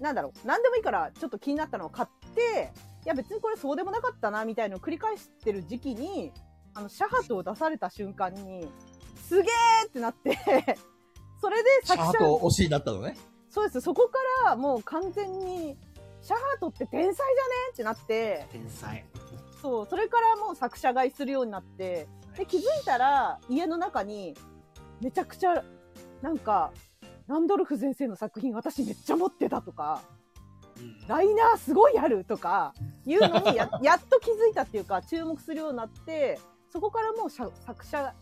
なんだろう、何でもいいからちょっと気になったのを買って、いや別にこれそうでもなかったな、みたいのを繰り返してる時期に、あの、シャハトを出された瞬間に、すげーってなって、 それでシャ作ー者ト推しになったのね。そうです。そこからもう完全に、シャハトって天才じゃねってなって、天才。そう、それからもう作者買いするようになって、で、気づいたら家の中にめちゃくちゃ、なんか、ランドルフ先生の作品私めっちゃ持ってたとか、うんライナーすごいあるとか、いうの にややっと気づいたっていうか、注目するようになって、そこからもうしゃ作者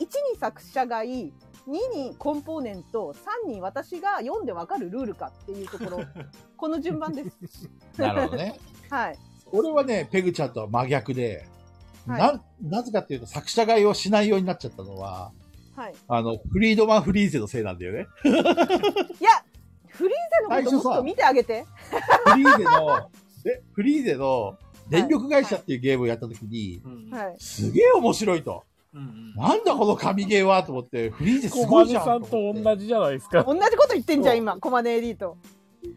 1に作者がいい2にコンポーネント3に私が読んでわかるルールかっていう ところこの順番です。なるほどね。 はい、俺はね、ペグちゃんとは真逆で、はいな、なぜかっていうと作者買いをしないようになっちゃったのは、はい、あの、フリードマン・フリーゼのせいなんだよね。いやフリーゼのこともっと見てあげて。フリーゼの、え、フリーゼの電力会社っていうゲームをやった時に、うんはいすげえ面白いと。うんなんだこの神ゲーはと思って、フリーゼす小ごい金じゃんさんと思って同じじゃないですか。同じこと言ってんじゃん今コマネエリート。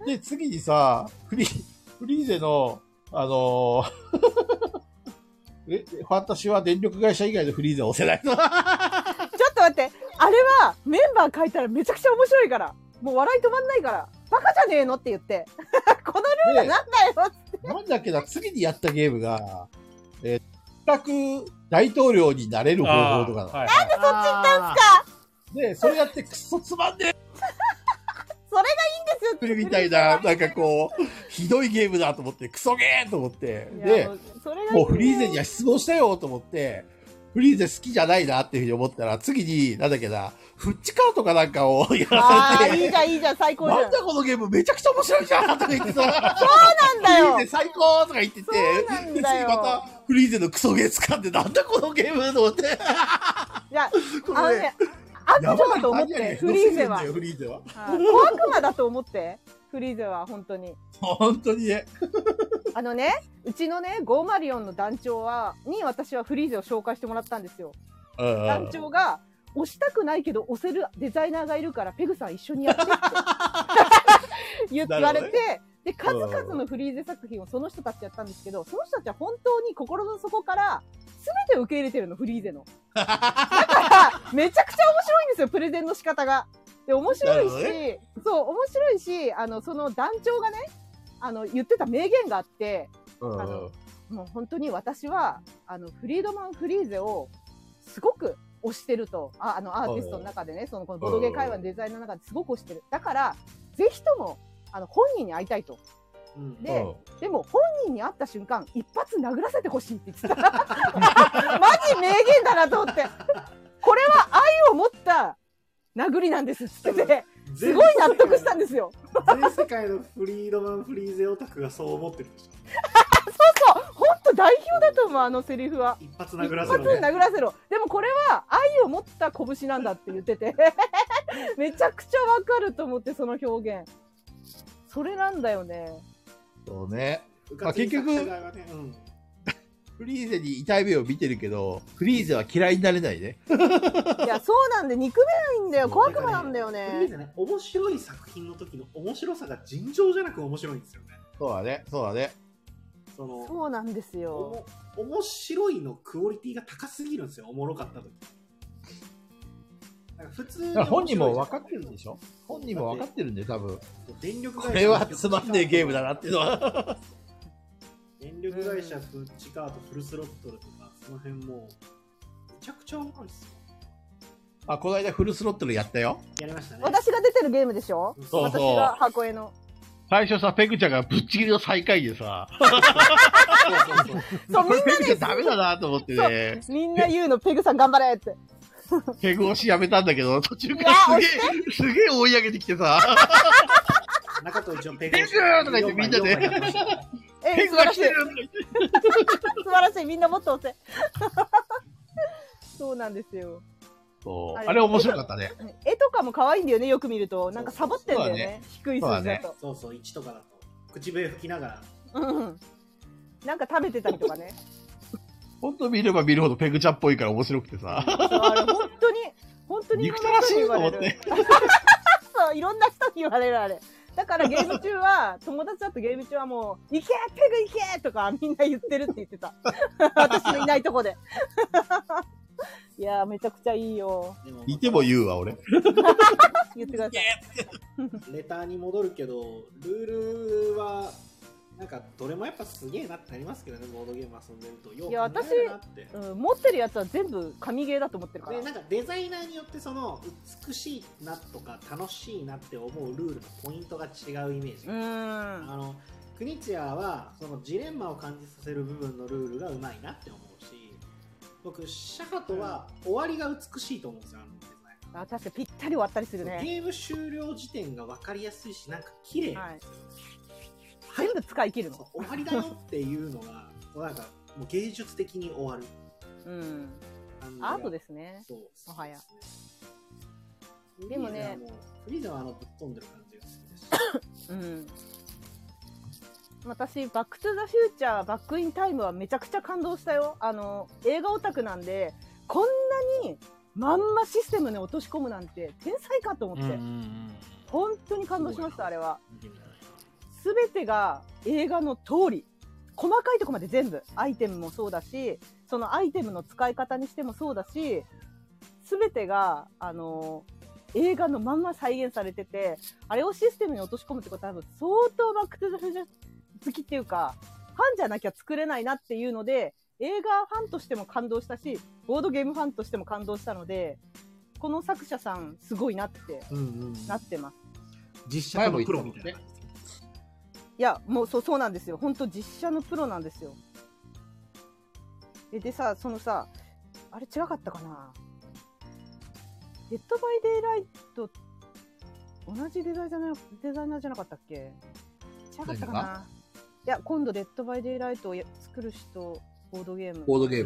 で、次にさ、フリー、フリーゼの、あのーえ、ファンタシーは電力会社以外のフリーゼを押せないと。ちょっと待ってあれはメンバー書いたらめちゃくちゃ面白いからもう笑い止まんないからバカじゃねえのって言って このルールなんだよなんだっけな、次にやったゲームが、えー、全く大統領になれる方法とかなの、はいそっち行ったんすで、それやってくっそつまんねですよえみたいな、なんかこう、ひどいゲームだと思って、クソゲーと思って、いやでも、うそれがいいんだよもうフリーゼには失望したよと思って、フリーゼ好きじゃないなっていうふうに思ったら、次に、なんだっけな、フッチカーとかなんかを やらあさあれいいてじ、ゃんいいじゃん最高じゃんなんだこのゲームめちゃくちゃ面白いじゃんとか言ってさ、そうなんだよフリーゼ最高とか言ってて、そうなんだでよ次またフリーゼのクソゲー掴んで、なんだこのゲームと思って、いやこあのれね悪や女ばだいと思っ何やねてんフリーゼはひどすぎるんだよフリーゼは。はい小悪魔だと思ってフリーゼは本当に本当にね。あのねうちのね504の団長はに私はフリーゼを紹介してもらったんですようん団長が押したくないけど押せるデザイナーがいるからペグさん一緒に やってって言って言わなれて、るで数々のフリーゼ作品をその人たちやったんですけどその人たちは本当に心の底から全て受け入れてるのフリー ゼのだからめちゃくちゃ面白いんですよプレゼンの仕方がで面白いし、なるほどそう面白いしあのその団長がねあの言ってた名言があって、うんあのもう本当に私はあのフリードマン・フリーゼをすごく推してるとああのアーティストの中でねそのこのボドゲ会話のデザインの中ですごく推してるだからぜひともあの本人に会いたいとうんででも本人に会った瞬間一発殴らせてほしいって言 ってたマジ名言だなと思ってこれは愛を持った殴りなんですっつっててすごい納得したんですよ全世界のフリードマン・フリーゼオタクがそう思ってるでしょそう本当代表だと思うあのセリフは一発一殴らせ発るで殴らせろでもこれは愛を持った拳なんだって言ってて めちゃくちゃわかると思ってその表現それなんだよねそうね。まあ結局、うんフリーゼに痛い目を見てるけど、フリーゼは嫌いになれないね。いやそうなんで憎めないんだよ怖くもなんだよフリーねゼね面白い作品の時の面白さが尋常じゃなく面白いんですよねそうだね。そうだね。そのそうなんですおよも面白いのクオリティが高すぎるんですよおもろかった時なんか普通に面白いじゃん本人も分かってるんでしょ本人も分かってるんで、多分。電力こ会社れはつまんねえゲームだなっていうのは。 電力会社フッチカートフルスロットルとかその辺もめちゃくちゃ面白いですよあ、この間フルスロットルやったよ。やりましたね私が出てるゲームでしょそうそう私が箱絵の最初さ、ペグちゃんがぶっちぎりの最下位でさ、そ うこれペグちゃんダメだなと思ってね、みんな言うのペグさん頑張れってペグ押しやめたんだけど、途中かいやらすげえ、すげえ追い上げてきて さ、中と一応ペペグーとか言ってみんなでえペ素グ晴がら来しいてるとか言って素晴らしいみんなもっと押せ そうなんですよそうあれ面白かったね。絵とかも可愛いんだよねよく見るとなんかサボってんだよね低い数そうだ字だとねそうそう1とかだと口笛吹きながらうんなんか食べてたりとかね。ほんと見れば見るほどペグちゃんっぽいから面白くてさ。そうあれ本当に、本当にいろんな人に言われ憎たらしる。そう、いろんな人に言われるあれ。だからゲーム中は、友達だとゲーム中はもう、行けペグ行けとかみんな言ってるって言ってた。私のいないとこで。 いやー、めちゃくちゃいいよ。でも いても言うわ、俺。言ってください。レターに戻るけどルールはなんかどれもやっぱすげえなってなりますけどねボードゲーム遊んでるとよういや考えるなってうん、持ってるやつは全部神ゲーだと思ってるからで。なんかデザイナーによってその美しいなとか楽しいなって思うルールのポイントが違うイメージ、うーん。あのクニチアはそのジレンマを感じさせる部分のルールがうまいなって思うし僕、シャハトは終わりが美しいと思うんですよ、あのデザインあ確かにぴったり割ったりするね。ゲーム終了時点が分かりやすいし、なんか綺麗なんですよ。全部使い切るそうの。終わりだよっていうのが、もうなんか、もう芸術的に終わるうん。感じが。アートですね。そう。もはやそうでもね。フリーザはもうフリーザはあのぶっ飛んでる感じが好きですし。うん。私、バックトゥザフューチャー、バックインタイムはめちゃくちゃ感動したよ。あの、映画オタクなんで、こんなにまんまシステムに落とし込むなんて、天才かと思って。本当に感動しました、あれは。見てみたいなすべてが映画の通り。細かいとこまで全部。アイテムもそうだし、そのアイテムの使い方にしてもそうだし、すべてが、あの、映画のまんま再現されてて、あれをシステムに落とし込むってことは多分相当バックトゥザフューチャー好きっていうか、ファンじゃなきゃ作れないなっていうので、映画ファンとしても感動したし、ボードゲームファンとしても感動したので、この作者さんすごいなってなってます。実写とのプロみたいな感じですね。いや、もうそうそうなんですよ。本当実写のプロなんですよ。えでさ、そのさ、あれ違かったかなデッドバイデイライト、同じデザイナーデザイナーじゃなかったっけ違かったか何ないや、今度デッドバイデイライトをや作る人、ボードゲーム。ボードゲー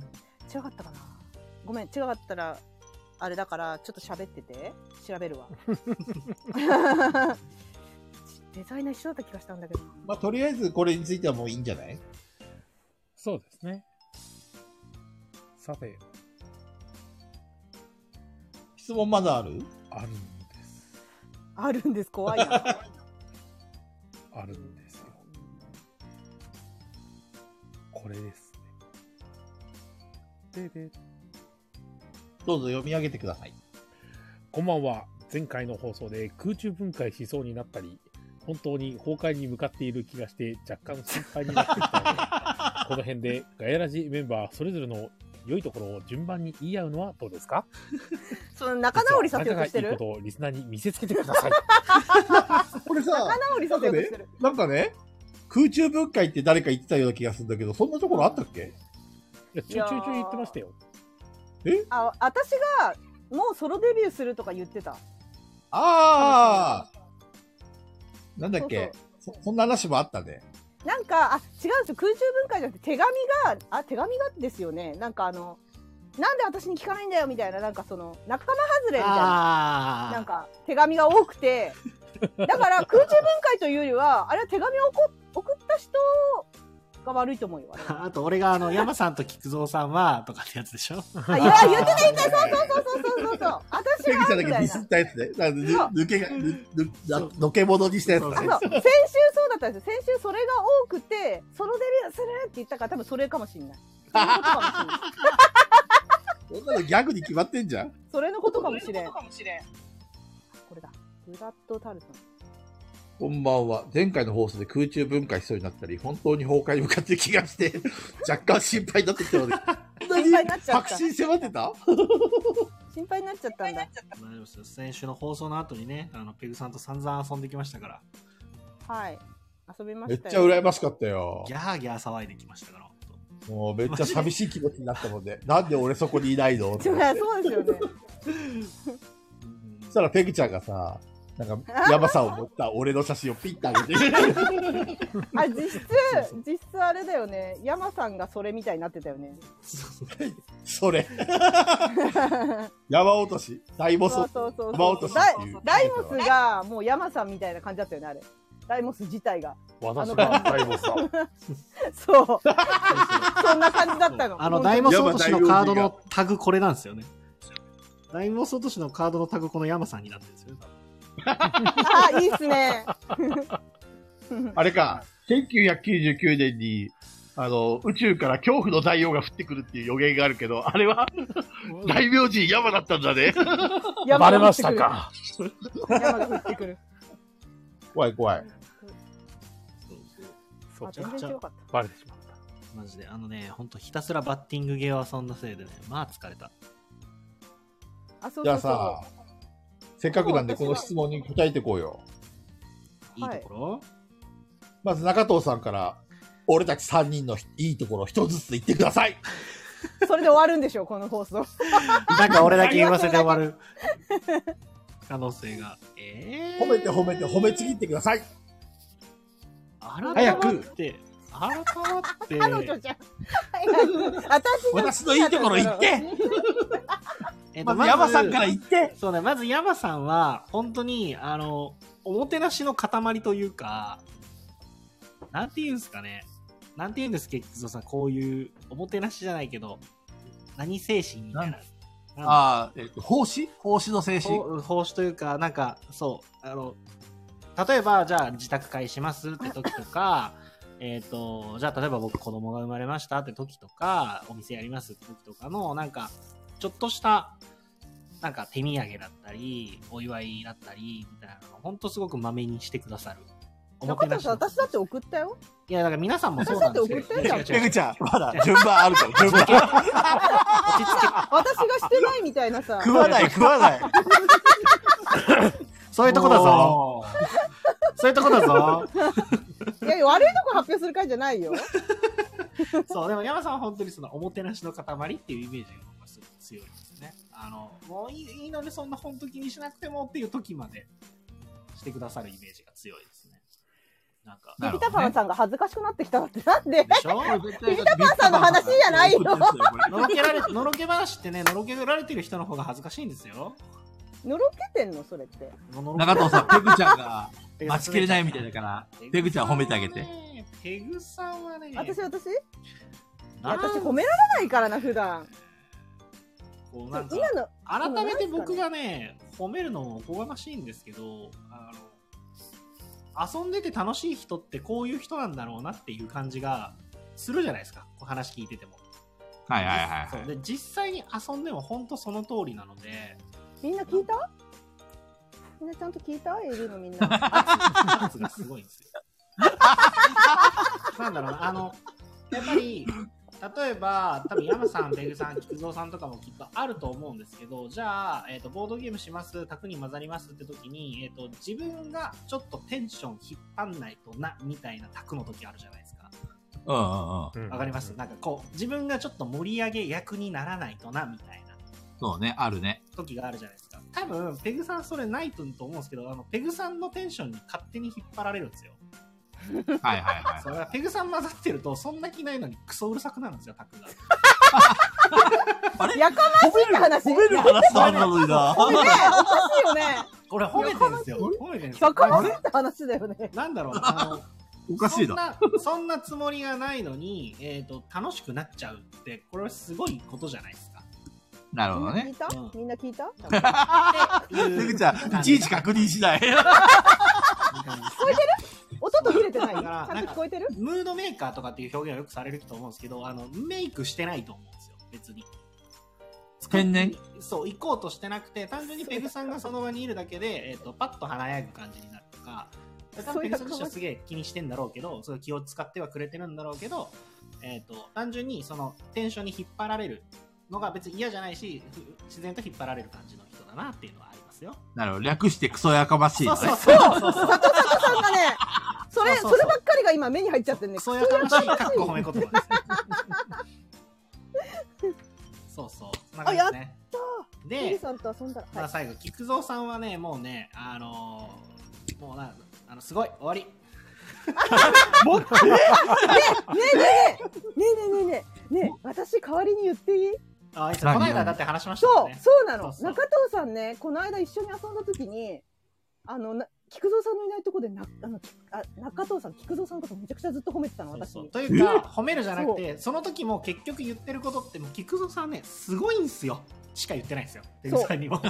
え違かったかなごめん、違かったら、あれだから、ちょっと喋ってて。調べ るわ。 デザイナー一緒だった気がしたんだけどな。まあ、とりあえずこれについてはもういいんじゃないそうですね。さて、質問まだあるあるんです。あるんです、怖いな。あるんですよ。これですね。でで、どうぞ読み上げてください。こんばんは。前回の放送で空中分解しそうになったり、本当に崩壊に向かっている気がして若干心配になってきたので、こ の辺でガヤラジメンバーそれぞれの良いところを順番に言い合うのはどうですかその仲直りさせようとして仲がいいることをリスナーに見せつけてください。これさ仲、直りさせようとしてる。なんかね、空中分解って誰か言ってたような気がするんだけど、そんなところあったっけいやちょいちょいちょい言ってましたよ。あ、私が、もうソロデビューするとか言ってた。ああなんだっそうけそそんな話もあったね。なんか、あ、違うんですよ。空中分解じゃなくて、手紙が、あ、手紙がですよね。なんかあの、なんで私に聞かないんだよみたいな、なんかその、仲間外れみたいな。あなんか手紙が多くて、だから空中分解というよりは、あれは手紙を送送った人が悪いと思うよ。あれあと、俺が、あの、山さんと菊蔵さんは、とかってやつで しょあ、いや、言ってた言ってた、そうそうそうそうそう そう。私ペギはちゃんだみけたディいスっな。たやつね。なんかぬそう抜けが、ぬぬなのけものにしたやつあね。そう先週そうだったんですよ。先週それが多くて、ソロデビューするって言ったから多分それかもしんない。それのことかもしんない。そんなのギャグに決まってんじゃん。それのことかも しれん。これだ。ブラッドタルト。こんばんは。前回の放送で空中分解しそうになったり、本当に崩壊に向かってる気が して、若干心配になってきたので、心配になっちゃっ白た。紙に迫ってた心配になっちゃったんだ。まあでもそう先週の放送の後にね、あのペグさんと散々遊んできましたから、はい。遊びまめっしちたゃよ。羨ましかったよギ。ャーギャー騒いできましたから、本当もうめっちゃ寂しい気持ちになったもんで、 なんで俺そこにいないの ってそり思っゃてそうですよね。そしたらペグちゃんがさ、なんか山さんを持った俺の写真をピッてあげて、 あ実質実質あれだよね山さんがそれみたいになってたよねそ れ。山落とし、大ボスそ。うそうそう山落としダイっていうダイモスがもう山さんみたいな感じだったよねあれダイモス自体が私が大ボスだ。 そうそんな感じだったの本あの、当に大魔総都市のカードのタグこれなんですよね。大魔総都市のカードのタグこの山さんになってるんですよね。あいいっすね あれか、1999年に、あの、宇宙から恐怖の大王が降ってくるっていう予言があるけど、あれ は、大名人山だったんだね。山バレが降まっしてくたるか。山が降ってくる怖い怖い。そうそうそうあ全然違かっバレてしまった。マジで、あのね、ほんとひたすらバッティングゲーを遊んだせいでね、まあ疲れた。たあそうじそゃうあそさ、せっかくなんでこの質問に答えてこうよ。いいところ、まず中藤さんから、俺たち3人のいいところを一つずつ言ってください。それで終わるんでしょう、この放送。なんか俺だけ言わせて終わる。可能性が。ええ褒めて褒めて褒めちぎってください。改まって、改まって、彼女じゃん。早く私私のいいところ言ってえっとまずまず山さんから言ってそうね、まず山さんは、本当に、あの、おもてなしの塊というか、なんて言うんですかね。なんて言うんですか、結局さん、こういう、おもてなしじゃないけど、何精神みたいな。ああ、えっと、奉仕奉仕の精神。ほ奉仕というか、なんか、そう、あの、例えば、じゃあ、自宅会しますって時と か、えっと、じゃあ、例えば僕、子供が生まれましたって時とか、お店やりますって時とかの、なんか、ちょっとした、なんか、手土産だったり、お祝いだったり、みたいなのを、ほんとすごくまめにしてくださる。お中田さん、私だって送ったよ。いや、だから皆さんもそうなんですよ。私だって送ってんじ違ペう違う違うグちゃん、まだ順番あるから、順番。落ち着け 私がしてないみたいなさ。食わない、食わない。そういうとこだぞ。そういうとこだぞ。いや、悪いとこ発表する回じゃないよ。そう、でも山さんは本当にそのおもてなしの塊っていうイメージが僕はすごく強いですね。あの、もういいいいのでそんな本当気にしなくてもっていう時までしてくださるイメージが強いですね。なんか、ビビタパンさんが恥ずかしくなってきた だって、なんででしょビタパンさんの話じゃないよのろけられ、のろけ話ってね、のろけられてる人の方が恥ずかしいんですよ。のろけてんのそれって。中藤さん、ペグちゃんがペグ待ちきれないみたいだから、ペグちゃん褒めてあげて。。ペグさんはね、私、私いやなん私褒められないからな、普段。こう今なんかの、改めて僕がね、褒めるのもおこがましいんですけど、あの、遊んでて楽しい人ってこういう人なんだろうなっていう感じがするじゃないですか。こう話聞いてても。はいはいはいそうで、実際に遊んでも本当その通りなので、みんな聞いたみんなちゃんと聞いた ?AD のみんな。圧がすごいんですよ。 なんだろうな、あの、やっぱり、例えば、多分山さん、ベグさん、菊蔵さんとかもきっとあると思うんですけど、じゃあ、えっ、と、ボードゲームします、卓に混ざりますって時に、えっ、と、自分がちょっとテンション引っ張んないとな、みたいな卓の時あるじゃないですか。うんうんうん。うんわかります、なんかこう、自分がちょっと盛り上げ役にならないとな、みたいな。そうね、あるね。時があるじゃないですか。多分、ペグさんそれないと思うんですけど、あの、ペグさんのテンションに勝手に引っ張られるんですよ。はいはいはい。そうだからペグさん混ざってると、そんな気ないのにクソうるさくなるんですよ、タクが。やかましいって話。褒める話なんだのにな。ねえおかしいよね。これ褒めてるんですよ。褒めてるんですやよ。かましいって話だよね。なんだろうな、あの、おかしいなそんな、そんなつもりがないのに、えっ、と、楽しくなっちゃうって、これはすごいことじゃないですか。なるほど聞ね。いたうんみんな聞いたってペいグうちゃんいちいち確認しない感じです音途切れて ないちだからゃんと聞こえてるムードメーカーとかっていう表現はよくされると思うんですけど、あの、メイクしてないと思うんですよ、別に。天然そう、行こうとしてなくて、単純にペグさんがその場にいるだけで、えっ、と、パッと華やぐ感じになるとか、多分ペグさんとしてはすげえ気にしてんだろうけど、その気を使ってはくれてるんだろうけど、えっ、と、単純にそのテンションに引っ張られるのが別に嫌じゃないし、ふ自然と引っ張られる感じの人だなっていうのはありますよ。なるほど。略してクソやかましいそのうね。そうそうそうそう。佐藤さんがね、それ、そそうそうそうればっかりが今目に入っちゃってんねク。ソやかましい、かっこ褒め言葉ですね。そうそう。なんかですね。ミリで、さんと遊んだら。まはあ、い最後、菊蔵さんはね、もうね、あのーもうな、あの、すごい、終わり。ねえねえねえねえねえねえねえねえ私代わりに言っていいあ、いつこ何の間だって話しましたそもんうね。そうなのそうそう中藤さんねこの間一緒に遊んだ時にあのな菊蔵さんのいないとこでなあのきあ中藤さん菊蔵さんのことめちゃくちゃずっと褒めてたのそう私そうにというか、褒めるじゃなくて、その時も結局言ってることって、もう菊蔵さんね、すごいんすよ。しか言ってないんですよ。ペグさんにも。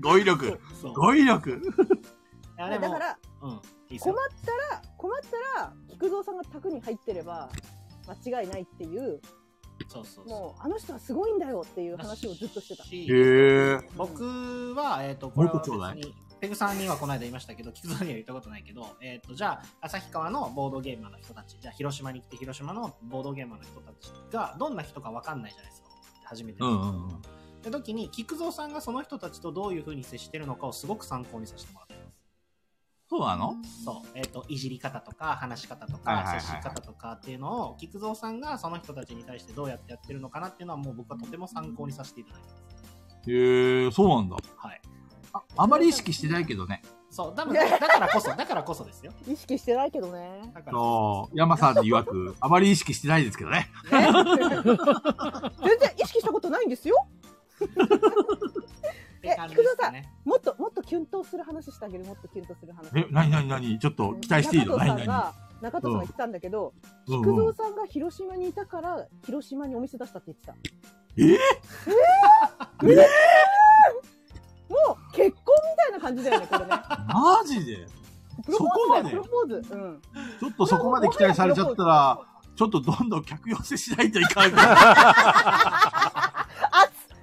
語彙力 そう。語彙力いや、でだも、からうん、いいっす困っよ。たら困ったら菊蔵さんが宅に入ってれば間違いないっていうそうそうそう。もうあの人はすごいんだよっていう話をずっとしてたしへえ僕は、えっ、と、これはもう一個ちょうだい別にペグさんにはこの間言いましたけど、菊蔵には言ったことないけど、えっ、と、じゃあ、旭川のボードゲーマーの人たち、じゃあ、広島に来て、広島のボードゲーマーの人たちが、どんな人かわかんないじゃないですか。初めて。うんうんうん。って時に、菊蔵さんがその人たちとどういうふうに接してるのかをすごく参考にさせてもらってます。そうなのそう、えっ、と、いじり方とか、話し方とはいはいかは、い接し方とかっていうのを、菊蔵さんがその人たちに対してどうやってやってるのかなっていうのは、もう僕はとても参考にさせていただいてまへえ、そうなんだ。す。はい。ああまり意識してないけどね。そう、だからだからこそ、だからこそですよ。意識してないけど ね。だからそう、山さん曰く、あまり意識してないですけどね。え全然意識したことないんですよ。って感じですかね。もっともっとキュンとする話してあげる。もっとキュンとする話。え、なになになにちょっと期待していいの中な藤さになんにが中藤さんが言ってたんだけど、うん菊うん蔵さんが広島にいたから広島にお店出したって言ってた。えーえーえーもう結婚みたいな感じだよねこれね。マジでプロポそこーまズプでロポーズ。うん。ちょっとそこまで期待されちゃったら、ちょっとどんどん客寄せしないといかんから。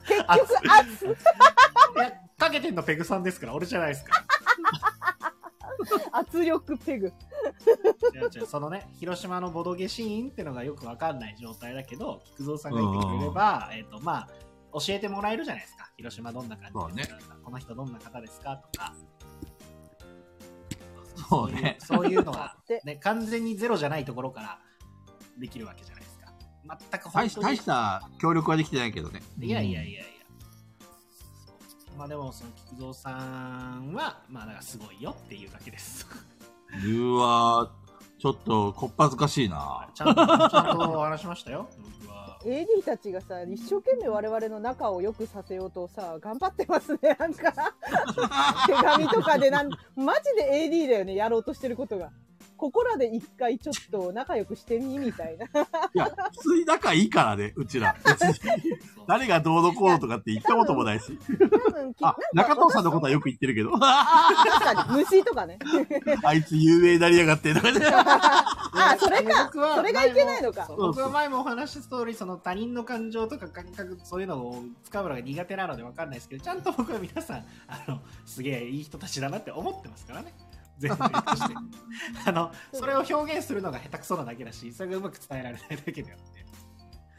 結局熱いや、かけてんのペグさんですから、俺じゃないですから。圧力ペグ。違う違う、そのね、広島のボドゲシーンってのがよくわかんない状態だけど、菊蔵さんが言ってくれれば、えっ、と、まあ、教えてもらえるじゃないですか。広島どんな感じですか、この人どんな方ですかとか。そうね。そういうのはで、ね、完全にゼロじゃないところからできるわけじゃないですか。全く大本し当に大した協力はできてないけどね。いやいやいやいや。そうまあでも、その菊蔵さんは、まあだからすごいよっていうだけです。うわーちょっとこっぱずかしいな。ちゃんと、ちゃんと話しましたよ。僕は。 AD たちがさ一生懸命我々の仲を良くさせようとさ頑張ってますねなん か手紙とかでなんマジで AD だよねやろうとしてることがここらで一回ちょっと仲良くしてみみたいないや、普通に仲いいからね、うちら。別にそう誰がどうのこうのとかって言ったこともないし。多分きあ、なんか中藤さんのことはよく言ってるけど。 確かに虫とかねあいつ有名になりやがってとかね。あそれか僕はそれがいけないのか前もそう僕は前もお話しした通り、その他人の感情とか感覚、そういうのを使うのが苦手なのでわかんないですけど、ちゃんと僕は皆さん、あの、すげえいい人たちだなって思ってますからね。全部と して。あの、それを表現するのが下手くそなだけだし、それがうまく伝えられないだけであって、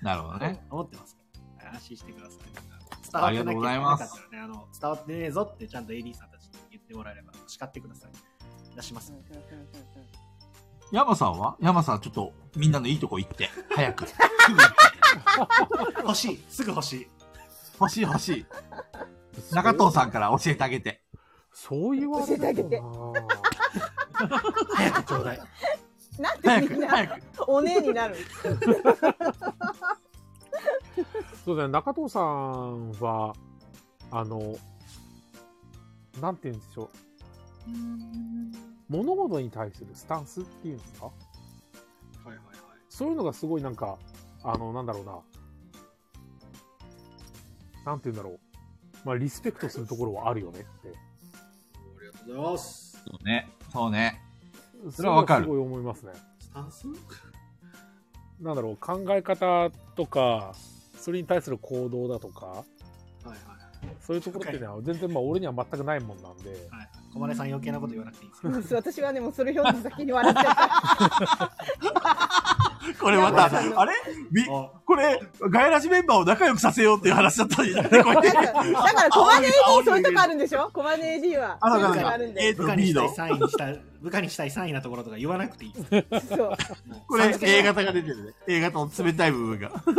なるほどね。思ってますから。安心してください。伝わってなきゃいけなかったらね、あの、伝わってねえぞってちゃんと AD さんたちに言ってもらえれば、叱ってください。出します。山さんは山さん、ちょっとみんなのいいとこ行って。早く。すぐ欲しいすぐ欲しい欲しい欲しい。中藤さんから教えてあげて。そう言われるとな早くちょうだい。なん早でみく、んな早く。お姉に なるそうだね中藤さんはあのなんて言うんでしょう物事に対するスタンスっていうんですかはいはいはい。そういうのがすごいなんか、あの、なんだろうな。なんて言うんだろう。まあ、リスペクトするところはあるよねって。ありがとうございます。そうね。そうね。それはわかるすごい思いますね。スタンスなんだろう、考え方とか、それに対する行動だとか、はいはい。そういうところっていうのは全然まあ俺には全くないもんなんで、はい、小金さん余計なこと言わなくていいですよ。私はねもうそれ読んで先に笑っちゃった これまた、山さんのあれみおこれ、ガイラジメンバーを仲良くさせようっていう話だったん じゃないこれ。だからだからコマネ AD そういうとこあるんでしょコマネ AD はあそうだいうからとこあるんえでー部下にしたい3位にした、部下にしたい3位なところとか言わなくていいですよ。そうもうこれ、A 型が出てるね。A 型の冷たい部分が。先に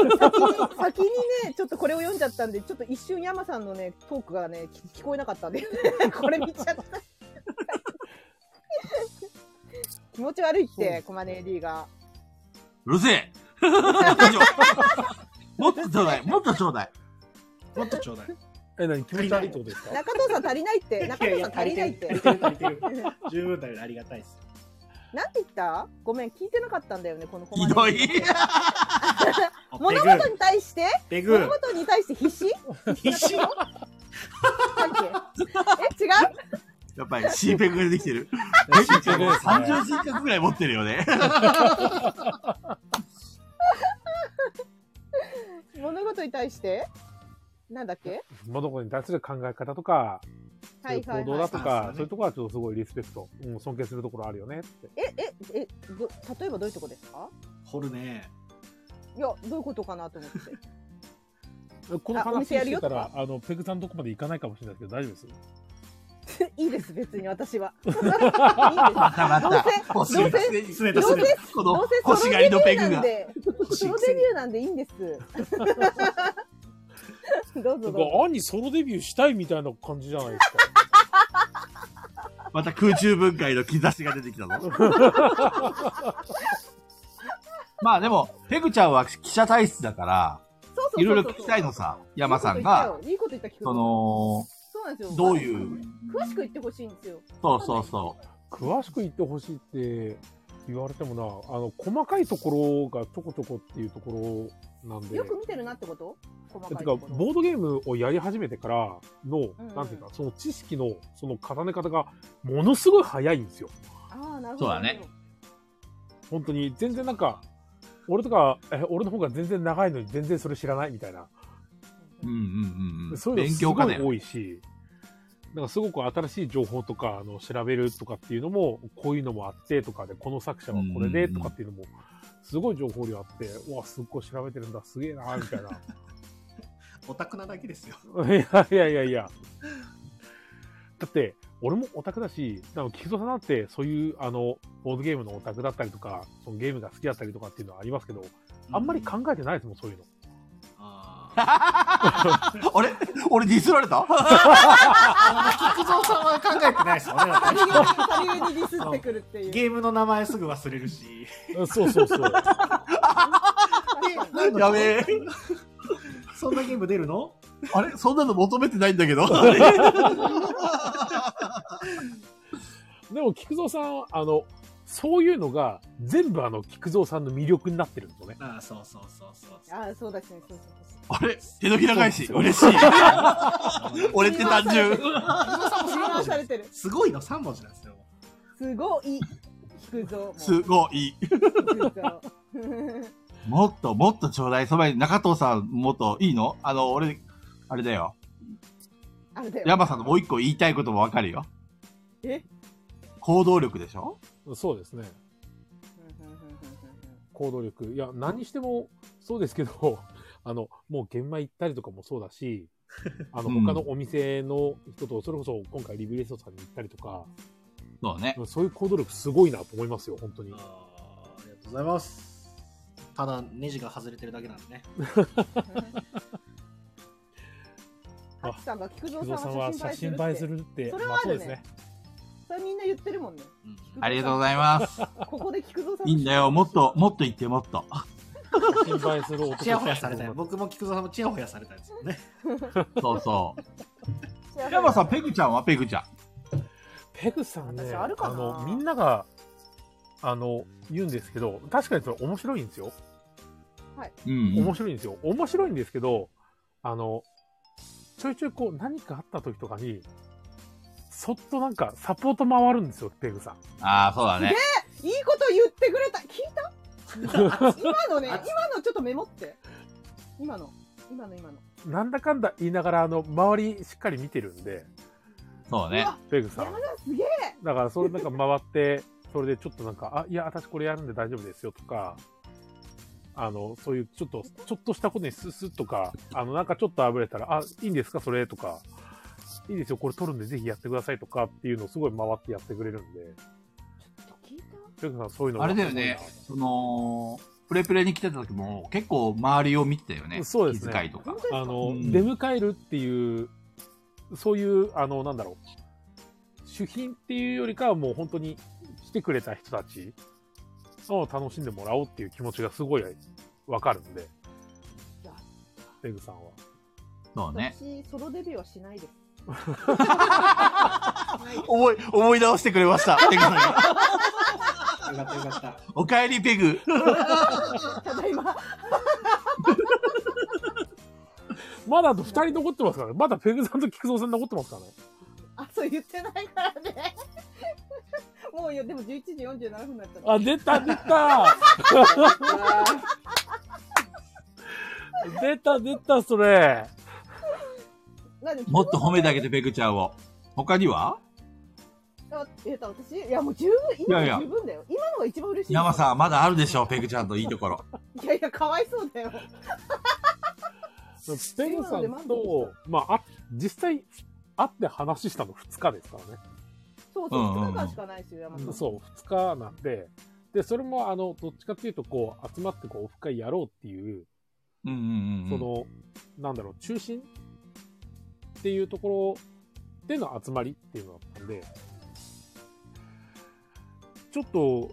先にねちょっとこれを読んじゃったんでちょっと一瞬山さんのねトークがね聞聞こえなかったんで これ見ちゃった気持ち悪いってコマネ AD がうるせえ もっとちょうだいもっとちょうだいもっとちょうだい。え、何気持ち悪いってことですか中藤さん足りないって中藤さん足りないって足りてる足りてる足りてる。十分足りるありがたいです。なんて言ったごめん聞いてなかったんだよねこのコひマどネい AD あ物事に対してペグ、物事に対して必死ペグ、必死関係 え違うやっぱり C ペグができてる。30人格ぐらい持ってるよね。物事に対してなんだっけ物事に対する考え方とか、そうはいいうは行い動はだいとはいはいか、そういうところはちょっとすごいリスペクト、うん、尊敬するところあるよねって。えええど例えばどういうとこですか掘るね。いやどういうことかなと思ってこのあお話店やるしてよたら、あの、ペグさんのとこまで行かないかもしれないですけど、大丈夫です別 いいです別に私は。いいですどうせどうせすねたどすうねせこどのうせ腰がりのペグなんが。で、ソロデビューなんでいいんです。 どうぞどうぞ。兄ソロデビューしたいみたいな感じじゃないですか。また空中分解の兆しが出てきたぞ。 まあでも、ペグちゃんは記者体質だから、そうそうそうそういろいろ聞きたいのさ、山さんが、、いいこと言ったよいいこと言った聞く。その、そうなんですよ。どういう、詳しく言ってほしいんですよ。そうそうそ詳しく言ってほしいって言われてもな、あの、細かいところがちょこちょこっていうところなんで。よく見てるなってこと細かてか、いところ。ボードゲームをやり始めてからの、うんうんなんていうか、その知識の、その重ね方が、ものすごい早いんですよ。ああ、なるほど。そうだね。本当に、全然なんか、俺とか、え、俺の方が全然長いのに全然それ知らないみたいな。う。うんうんうそん。ういうの勉す強ごい家ね。多いし、なんかすごく新しい情報とかあの調べるとかっていうのも、こういうのもあってとかで、この作者はこれでうんとかっていうのも、すごい情報量あって、うわ、すっごい調べてるんだ、すげえな、みたいな。オタクなだけですよ。いやいやいやいや。だって、俺もオタクだし、でも、菊蔵さんだって、そういう、あの、ボードゲームのオタクだったりとか、そのゲームが好きだったりとかっていうのはありますけど、あんまり考えてないですもん、そういうの。あーあれ俺ディスられたあの菊蔵さんは考えてないですよねだってさりげにディスってくるっていう。ゲームの名前すぐ忘れるし。そうそうそう。やべえ。そんなゲーム出るのあれそんなの求めてないんだけ ど。 でも、菊蔵さん、あの、そういうのが、全部あの、菊蔵さんの魅力になってるんですよね。ああ、そうそうそうそうそう。ああ、そうだしね。そうそうあれ手のひら返し。嬉しい。 俺って単純。そう。振り回されてる。すごいの3文字なんですよ。すごい。菊蔵。もうすごい。菊蔵。もっともっとちょうだい。そばに中藤さんもっといいのあの、俺、あれだよ。あれだよ。山さんのもう一個言いたいこともわかるよ。え行動力でしょそうですね。行動力。いや、何にしてもそうですけど、 あの、もう現場行ったりとかもそうだし、あの、うん他のお店の人と、それこそ今回リブレストさんに行ったりとか、そうね。そういう行動力すごいなと思いますよ、本当にあ。ーありがとうございます。ただ、ネジが外れてるだけなんでね。ハチさんが菊菊蔵蔵ささんんはは写写真映真映ええすするって。るって、それはまああそうるですねね。それみんな言ってるもんね。うんありがとうございます。ここで菊蔵さんのいいんだよ。もっと、もっと言って、もっと。写真映えする男チヤホヤされたよ。僕僕も菊蔵さんもチヤホヤされたんですよね。そうそう。幸せ山さん、ペグちゃんはペグちゃん。ペグさんね、私あるかあなの、みんなが、あの、言うんですけど、確かにそれ面白いんですよ。うんうん面白いんですよ。面白いんですけど、あの、ちょいちょいこう何かあった時とかに、そっとなんかサポート回るんですよ、ペグさん。ああ、そうだね。いいこと言ってくれた。聞いた 今のね、今のちょっとメモって。今の、今の今の。なんだかんだ言いながら、あの、周りしっかり見てるんで、そうね。ペグさん山。田すげえだから、それなんか回って、それでちょっとなんか、あ、いや、私これやるんで大丈夫ですよとか、あの、そういうちょっと、ちょっとしたことにススッとか、あの、なんかちょっとあぶれたら、あ、いいんですか、それとか、いいですよ、これ取るんでぜひやってくださいとかっていうのをすごい回ってやってくれるんで、聞いたペグさんそういうのあれだよね。その、プレプレに来てた時も、結構周りを見てたよね。そうですね気遣いとか本。当ですかあの、うん出迎えるっていう、そういう、あの、なんだろう、主品っていうよりかはもう本当に来てくれた人たちを楽しんでもらおうっていう気持ちがすごいわかるんでやった、ペグさんは。そうね。私、ソロデビューはしないです。思い、思い直してくれま した。ペグさんがよかったよかった。おかえりペグ。ただいま、まだあと2人残ってますからね。まだペグさんと菊蔵さん残ってますからね。あ、そう言ってないからね。 もうよ、でも11時47分になったの。あ、出た、出た 出た、出た、それ。なんでもっと褒めてあげて、ペグちゃんを。他にはあえっと、私、いや、もう十分、今いやいやの十分だよ。今のが一番嬉しい。山さん、まだあるでしょ、ペグちゃんのいいところ。いやいや、かわいそうだよ。ペグさんと、まあ、あ実際、会って話したの2日ですからね。そうそううんうんうん2日間しかないですよ山田さんそう、2日なんで、で、それも、あの、どっちかっていうと、こう、集まって、こう、オフ会やろうっていう、うんうんうん。その、なんだろう、中心っていうところでの集まりっていうのだったんで、ちょっと、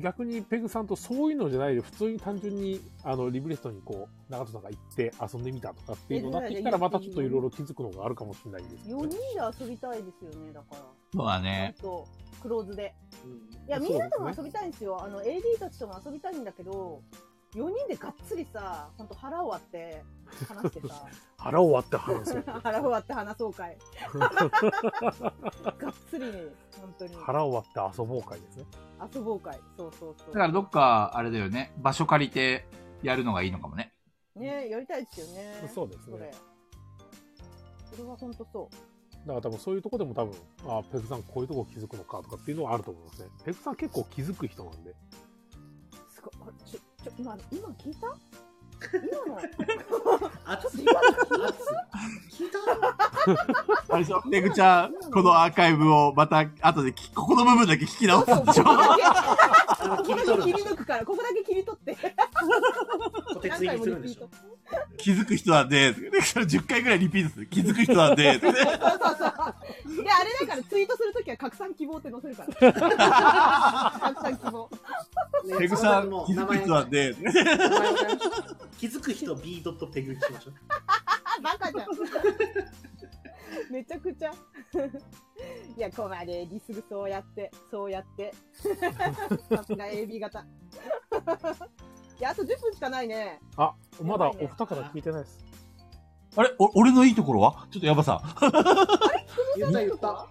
逆にペグさんとそういうのじゃないで、普通に単純に、あの、リブレストにこう、長戸さんが行って遊んでみたとかっていうのになってきたら、またちょっといろいろ気づくのがあるかもしれないんですけど4ね、人で遊びたいですよねだからそうだちゃねん。とクローズでうんいやそうみですねんなとも遊びたいんですよあの AD たちとも遊びたいんだけど4人でがっつりさほんと腹を割って話してさ 腹を割って話 す。腹を割って話そうかいがっつりね本当に腹を割って遊ぼう会ですね。遊ぼうかいそうそうそうだからどっか、あれだよね、場所借りてやるのがいいのかもね。ねやりたいですよねそうですそれね。それは本当そうだから多分そういうとこでも多分、ああ、ペグさんこういうとこ気づくのかとかっていうのはあると思いますね。ペグさん結構気づく人なんで。すごいあれちょちょ今今聞いた今の熱い。熱い。聞いあれでしょペグちゃん、このアーカイブをまた後でき、ここの部分だけ聞き直すでしこょこだけた ここだけ切り抜くからここだけ切り取って小手ついにするんでしょ。気づく人なんで、それ10回ぐらいリピートする。気づく人なんで、そうそうそう。で、あれだからツイートするときは拡散希望って載せ るから。拡散希望。ペグさん、気づく人なんで、気づく人 B ドットペグにしましょう。あ、バカじゃん。 めちゃくちゃ。 いや、こまでディスるそうやって、そうやって。 さすが AB 型。 いや、あと10分しかないね。あ、まだお二方聞いてないです。あれお俺のいいところはちょっとヤバさん。言った言った。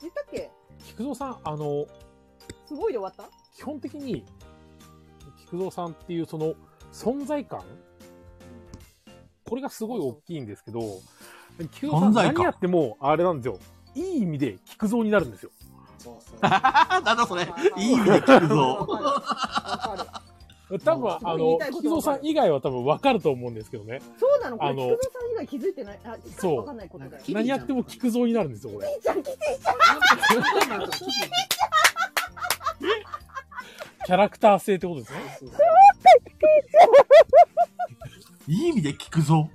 言ったっけ菊蔵さん、あの、すごいで終わった基本的に、菊蔵さんっていうその存在感これがすごい大きいんですけど、菊蔵さん存在感何やっても、あれなんですよ。いい意味で菊蔵になるんですよ。そう そう。あ、なんだそれ。いい意わ味で聞くぞ。かるわかる。多分、あ言のいたい、こと菊蔵さん以外は多分わかると思うんですけどね。そうなのこれ、あの菊蔵さん以外気づいてない。あ、そうわかんないことだよ。キリちゃん何やっても菊蔵になるんですよ、これ。じゃん、キティちゃん。キャラクター性ってことですね。いい意味で聞くぞ。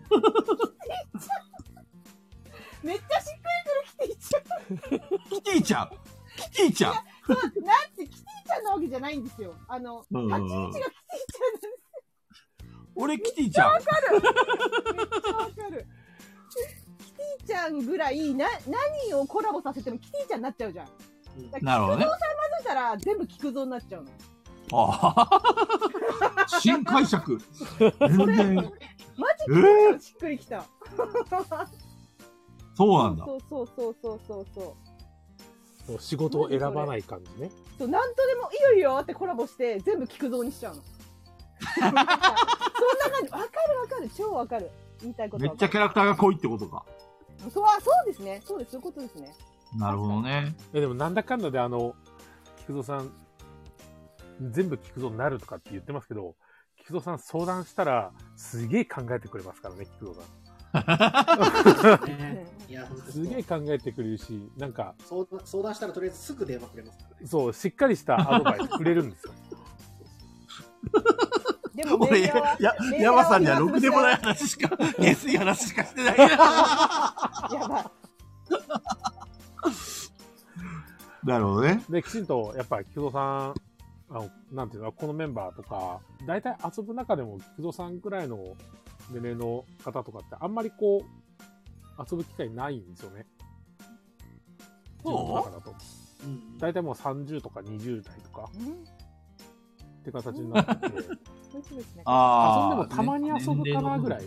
めっちゃしっくりくるキティちゃん。キティちゃん。キティちゃん。なんて、キティちゃんなわけじゃないんですよ。あの、うんうん立ちう位ん置が俺キティちゃん。キティちゃんわかる。キティちゃんぐらい、な、何をコラボさせてもキティちゃんになっちゃうじゃん。だからなるほどね。そしたら全部菊蔵になっちゃうの。ああ。新解釈。全然。マジキえティちゃーんしっくりきた。そうなんだ。そうそうそうそうそうそう。もう仕事を選ばない感じね。そう、なんとでもいいよいいよってコラボして、全部菊蔵にしちゃうの。そんな感じ。わかるわかる。超わかる。言いたいことめわっちかゃキャラクターが濃いってことか。る。そう、あそうですね。そうです。そういうことですね。なるほどね。えでもなんだかんだであの、菊蔵さん、全部菊蔵になるとかって言ってますけど、菊蔵さん相談したら、すげえ考えてくれますからね、菊蔵さねいや、本当ん。すげえに考えてくれるし、なんか、そう相談相談したらとりあえずすぐ電話くれますからね。そう、しっかりしたアドバイスくれるん ですよ。でも俺、レイヤーはや、レイヤーヤはマさんにはろくでもない話 しか、下水話しかしてない。やばい。なるほどね。で、きちんと、やっぱり菊蔵さん、あの、なんていうの、このメンバーとか、大体遊ぶ中でも菊蔵さんぐらいの年齢の方とかって、あんまりこう、遊ぶ機会ないんですよね。そう自分の中だと。うん大体もう30とか20代とかうんって形になってて、遊んで美味しいですね。 ああ。もたまに遊ぶかなぐらい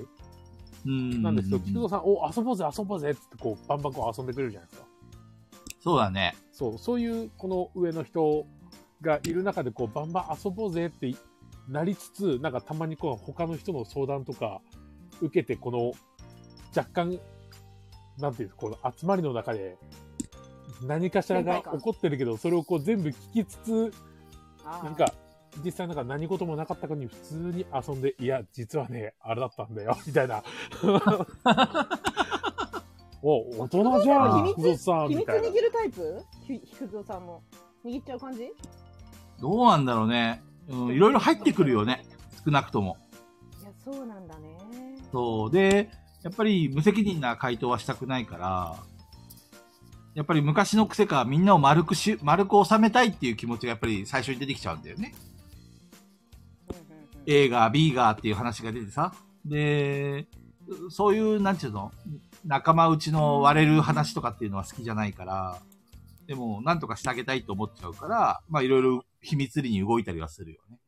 うん。なんですけど、菊蔵さん、お、遊ぼうぜ、遊ぼうぜってこう、バンバンこう遊んでくれるじゃないですか。そうだね。そう、そういうこの上の人がいる中で、こう、バンバン遊ぼうぜってなりつつ、なんかたまにこう、他の人の相談とか受けて、この、若干、なんていうんですか、この集まりの中で、何かしらが展開感起こってるけど、それをこう全部聞きつつ、あーなんか、実際なんか何事もなかったかに普通に遊 んで、いや、実はね、あれだったんだよ、みたいな。お、大人じゃん、秘密福蔵さん、秘み密たいな握。るタイプひひくぞさんも握っちゃう感じどうなんだろうね。うん、いろいろ入ってくるよね。少なくとも。いやそうなんだねそう。で、やっぱり無責任な回答はしたくないから、やっぱり昔の癖か、みんなを丸くし、丸く収めたいっていう気持ちがやっぱり最初に出てきちゃうんだよね。A が B がっていう話が出てさ。で、そういう、なんていうの、仲間内の割れる話とかっていうのは好きじゃないから、でも、なんとかしてあげたいと思っちゃうから、まあ、いろいろ秘密裏に動いたりはするよね。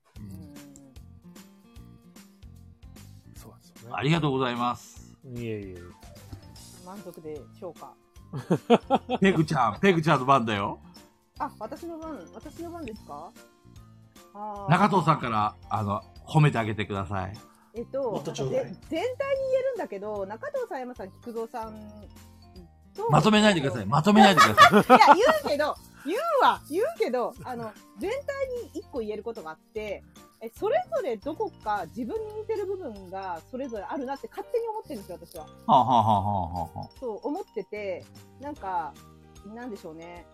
そうなんですよありがとうございます。ね。いえいえ。満足でしょうかペグちゃん、ペグちゃんの番だよ。あ私の番私の番ですかあー中藤さんから、あの、褒めてあげてください。えっともっとちょうだいぜ全体に言えるんだけど中藤さん山さん菊蔵さんとまとめないでください。まとめないでくだ さい。いや、言うけど、言うわ、言うけど、あの、全体に一個言えることがあって、え、それぞれどこか自分に似てる部分がそれぞれあるなって勝手に思ってるんですよ、私は。はあ、はあはあはあはあ、そう、思ってて、なんか、なんでしょうね。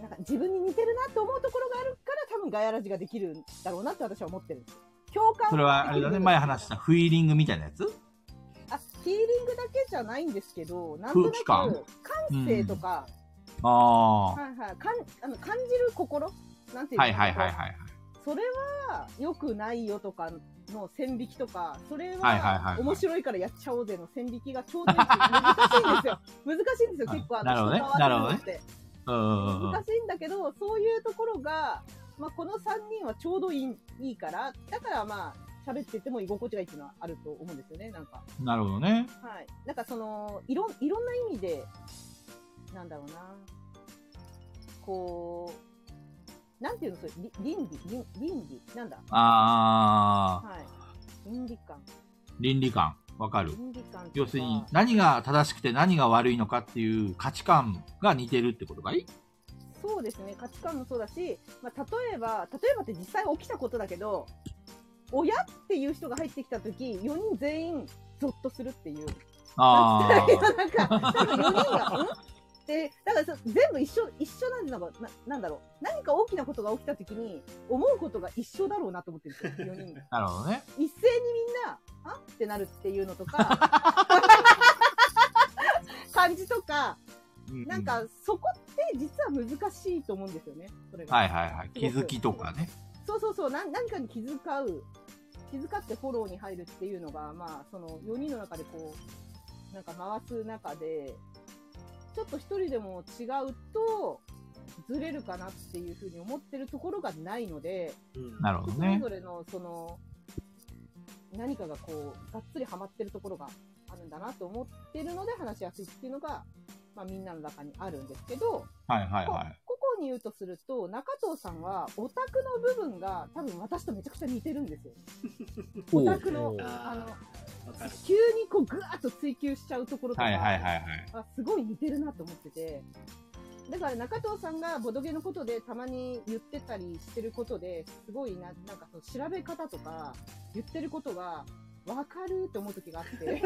なんか自分に似てるなと思うところがあるから多分ガヤラジができるんだろうなって私は思ってるんですよ共感それは、あれだね、前話したフィーリングみたいなやつあヒーリングだけじゃないんですけどなんとな空気く感感性とか、あはいはい、かんあの感じる心なんていあ。うのはいはいはいはい。それは良くないよとかの線引きとか、それはいはいはいははい面白いからやっちゃおうぜの線引きがちょうどよく難しいん ですよ。難しいんですよ、あ結構あなるほどね人と合わせるのってうんうんうんうん。難しいんだけど、そういうところが、まあ、この3人はちょうどいいいいから、だからまあ、喋ってても居心地がいいっていうのはあると思うんですよね、なんか。なるほどね。はい。なんかその、いろん、いろんな意味で、なんだろうな。こう、なんていうの、それ、り倫理、倫倫理、なんだああ、はい。倫理観。倫理観。わかる。倫理観とか要するに、何が正しくて何が悪いのかっていう価値観が似てるってことかいそうですね、価値観もそうだし、まあ、例えば、例えばって実際起きたことだけど、親っていう人が入ってきたとき、4人全員、ゾッとするっていう。 あなんていう のなんか、なんか4人が、うんって、だからそ全部一緒、一緒なんだろうな、なんだろう。何か大きなことが起きたときに、思うことが一緒だろうなと思ってるん ですよ、4人が。あ。なるほどね。一斉にみんな、あってなるっていうのとか、 感じとか、ううなんか、そこって実は難しいと思うんですよね、それが。はいはいはい。気づきとかね。そうそうそう、な何かに気遣う、気遣ってフォローに入るっていうのが、まあ、その4人の中でこう、なんか回す中で、ちょっと1人でも違うと、ずれるかなっていうふうに思ってるところがないので、うんなるほどそれねぞ。れの、その、何かがこう、がっつりハマってるところがあるんだなと思ってるので、話しやすいっていうのが、まあ、みんなの中にあるんですけど、はいはいはい。個々に言うとすると、中藤さんはオタクの部分が多分私とめちゃくちゃ似てるんですよ。オタクのお、あの、わかる急にこうぐわーっと追求しちゃうところとか、はいはいはいはい。あすごい似てるなと思ってて。だから中藤さんがボドゲのことでたまに言ってたりしてることで、すごいな、なんかその調べ方とか、言ってることが、わかるって思う時があって。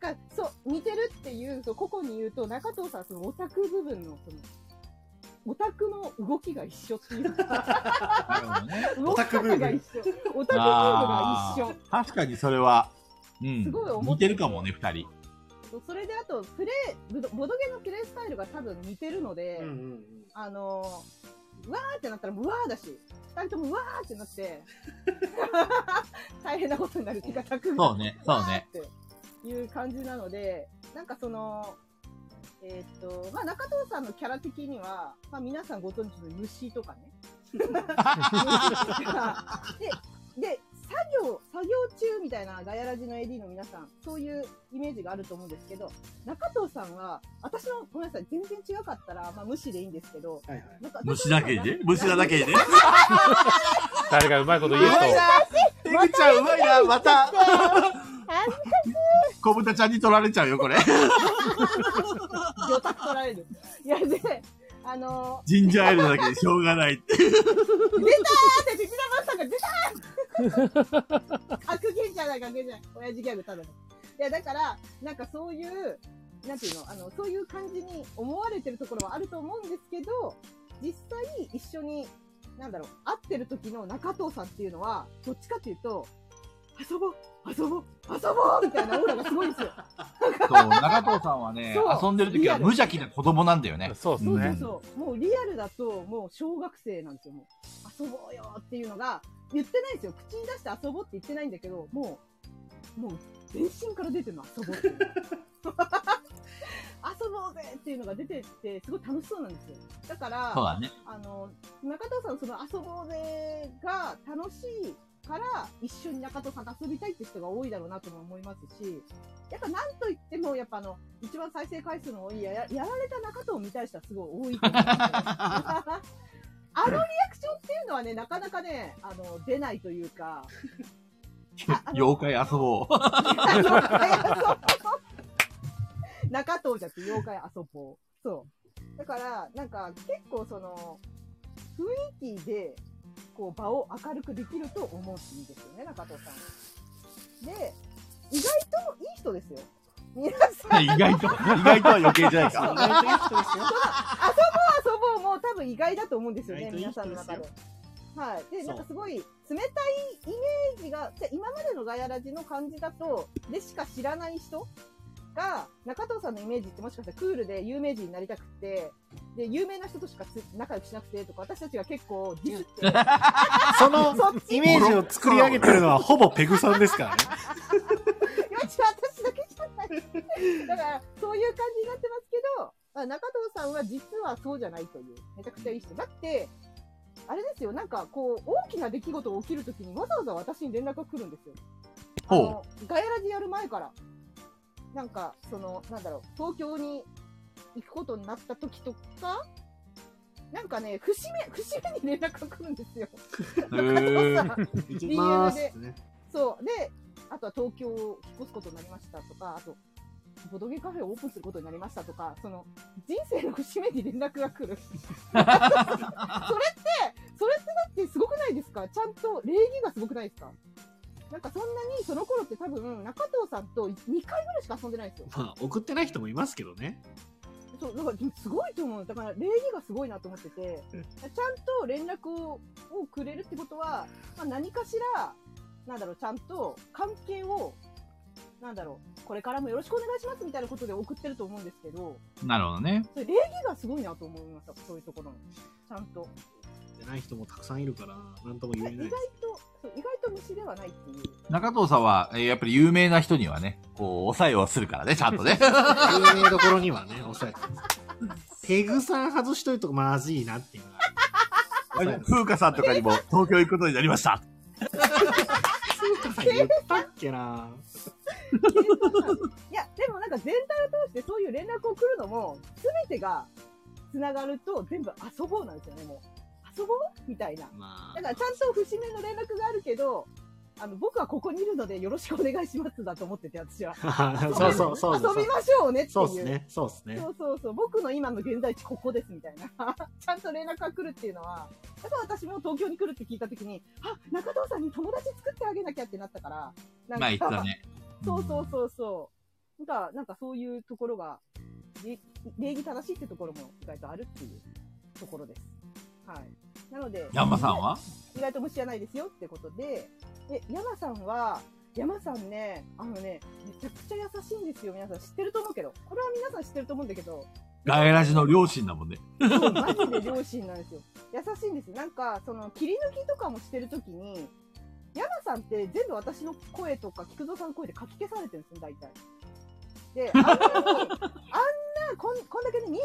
がそう、似てるっていう、そう個々に言うと、中藤さんはそのオタク部分の、その、オタクの動きが一緒っていうか、なるほどね。動き方が一緒。オタクムーブがあ一緒。ー確かにそれは、うん。すごい思っ似ててるるかもね、二人。そうそれであと、プレイ、ボドボドゲのプレイスタイルが多分似てるので、うんうんうんあのー、うわーってなったらもううわーだし、二人ともうわーってなって、大変なことになるっていうか、タクそうね、そうね。。っていう感じなので、なんかその、えーっと、まあ中藤さんのキャラ的には、まあ皆さんご存知の虫とかね。虫とかで、で、作業、作業中みたいなガヤラジの AD の皆さん、そういうイメージがあると思うんですけど、中藤さんは、私の、ごめんなさい、全然違かったら、まあ無視でいいんですけど、はいはいなんか虫だけにね。虫なだけにね。誰かうまいこと言うと。ペグちゃんうまいな、また。恥小豚ちゃんに取られちゃうよ、これ。魚拓取られる。いや、で、あのジンジャーエールだけでしょうがないって。ー、出たーって、ビビ ダマさんが出たー悪芸じゃない、悪芸じゃない。親父ギャグただの。や、だから、なんかそういう、なんていうの、あの、そういう感じに思われてるところはあると思うんですけど、実際一緒に、なんだろう、会ってる時の中藤さんっていうのは、どっちかっていうと、遊ぼう遊ぼう遊ぼうみたいなオーラがすごいんですよ。そう、中藤さんはねそ、う遊んでる時は無邪気な子供なんだよね。そうですそうそうね。そう。もうリアルだと、もう小学生なんですよ、もう。遊ぼうよっていうのが、言ってないですよ。口に出して遊ぼうって言ってないんだけど、もう、もう、全身から出てるの、遊ぼうっていう のが遊ぼうぜっていうのが出てって、すごい楽しそうなんですよ。だから、そうだね。あの、中藤さん、その遊ぼうぜが楽しいから、一緒に中藤さんと遊びたいって人が多いだろうなとも思いますし、やっぱなんといっても、やっぱあの、一番再生回数の多いや、ややられた中藤を見たい人はすごい多いと思うんですよ あのリアクションっていうのはね、なかなかね、あの、出ないというか、ああの妖怪遊ぼう。中藤じゃって妖怪遊ぼう。そう。だから、なんか結構その、雰囲気で、こう場を明るくできると思うしいいですよね、中藤さん。で、意外といい人ですよ。皆さん、意外と、意外とは余計じゃない意か。外といい人ですよ。遊ぼうも多分意外だと思うんですよ意ね、外といい皆人さんの中で。はい。で、そなうんかすごい冷たいイメージが、じゃあ今までのガヤラジの感じだと、でしか知らない人が、中藤さんのイメージってもしかしたらクールで有名人になりたくて、で、有名な人としかつ仲良くしなくてとか、私たちが結構ディスって、そのそっちイメージを作り上げてるのはほぼペグさんですから ね。よち私だけじゃない。だから、そういう感じになってますけど、まあ中藤さんは実はそうじゃないという、めちゃくちゃいい人。だって、あれですよ、なんかこう、大きな出来事が起きるときにわざわざ私に連絡が来るんですよ。あの、ガヤラジやる前から。なんか、その、なんだろう、東京に行くことになった時とか、なんかね、節目、節目に連絡が来るんですよ。中藤さん行きます DM ってね。そう。で、あとは東京を引っ越すことになりましたとか、あと、ボドゲカフェをオープンすることになりましたとか、その、人生の節目に連絡が来る。 それって、それってだってすごくないですかちゃんと礼儀がすごくないですかなんかそんなに、その頃って多分、中藤さんと2回ぐらいしか遊んでないんですよ。まあ、送ってない人もいますけどね。そう、だからすごいと思う。だから礼儀がすごいなと思ってて、ちゃんと連絡ををくれるってことは、まあ、何かしら、なんだろう、ちゃんと関係を、なんだろう、これからもよろしくお願いしますみたいなことで送ってると思うんですけど、なるほどね。それ礼儀がすごいなと思いました、そういうところの。ちゃんと。送ってない人もたくさんいるから、なんとも言え意ない外です。と、そう意外と虫ではないっていう。 中藤さんは、えーやっぱり有名な人にはね、こう、抑えをするからね、ちゃんとね。 有名どころにはね、抑え てます。ペグさん外しといとまずいな っていうのが。抑えてます風花さんとかにも東京行くことになりました。風花さん言ったっけな。いや、でもなんか全体を通してそういう連絡を送るのも、すべてが繋がると全部遊ぼうなんですよね、もう。遊ぼうみたいな。まだからちゃんと節目の連絡があるけど、あの、僕はここにいるのでよろしくお願いしますだと思ってて、私は。あ、そう そうそうそう。遊びましょうねっていう。そうっすね、そうっすねそ。うそうそう僕の今の現在地ここですみたいな。 ちゃんと連絡が来るっていうのは、やっぱ私も東京に来るって聞いたときに、あ、中藤さんに友達作ってあげなきゃってなったから、なんか、まあ言ったね。 そうそうそうそう。なんか、なんかそういうところが、礼礼儀正しいってところも意外とあるっていうところです。はい。なので、ヤンマさんは意外と虫じゃないですよってことで、で、山さんは、山さんね、あのね、めちゃくちゃ優しいんですよ、皆さん。知ってると思うけど。これは皆さん知ってると思うんだけど、ガエラジの両親だもんね。そうマジで両親なんですよ。優しいんですよ。なんか、その、切り抜きとかもしてるときに、山さんって全部私の声とか、菊蔵さんの声で書き消されてるんですよ、大体。で、あんなに、あんな、こん、こんだけね、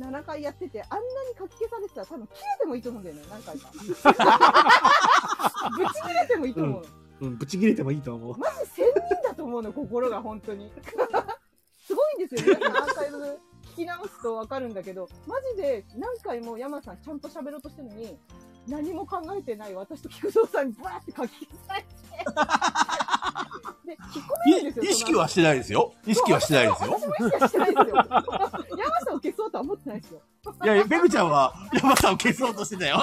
27回やってて、あんなに書き消されてたら多分切れてもいいと思うんだよね、何回か。ぶち切れてもいいと思う。うん、ぶち切れてもいいと思う。マジ仙人だと思うの、心が本当に。すごいんですよ、皆さんアーカイブ聞き直すとわかるんだけど、マジで何回も山さんちゃんと喋ろうとしてるのに、何も考えてない私と菊蔵さんにバーって書き消されて。で、引っ込めるんですよ。意識はしてないですよ。意識はしてないですよそ。の後。私も意識はしてないですよ。山さんを消そうとは思ってないですよ。いや、ペグちゃんは山さんを消そうとしてたよ。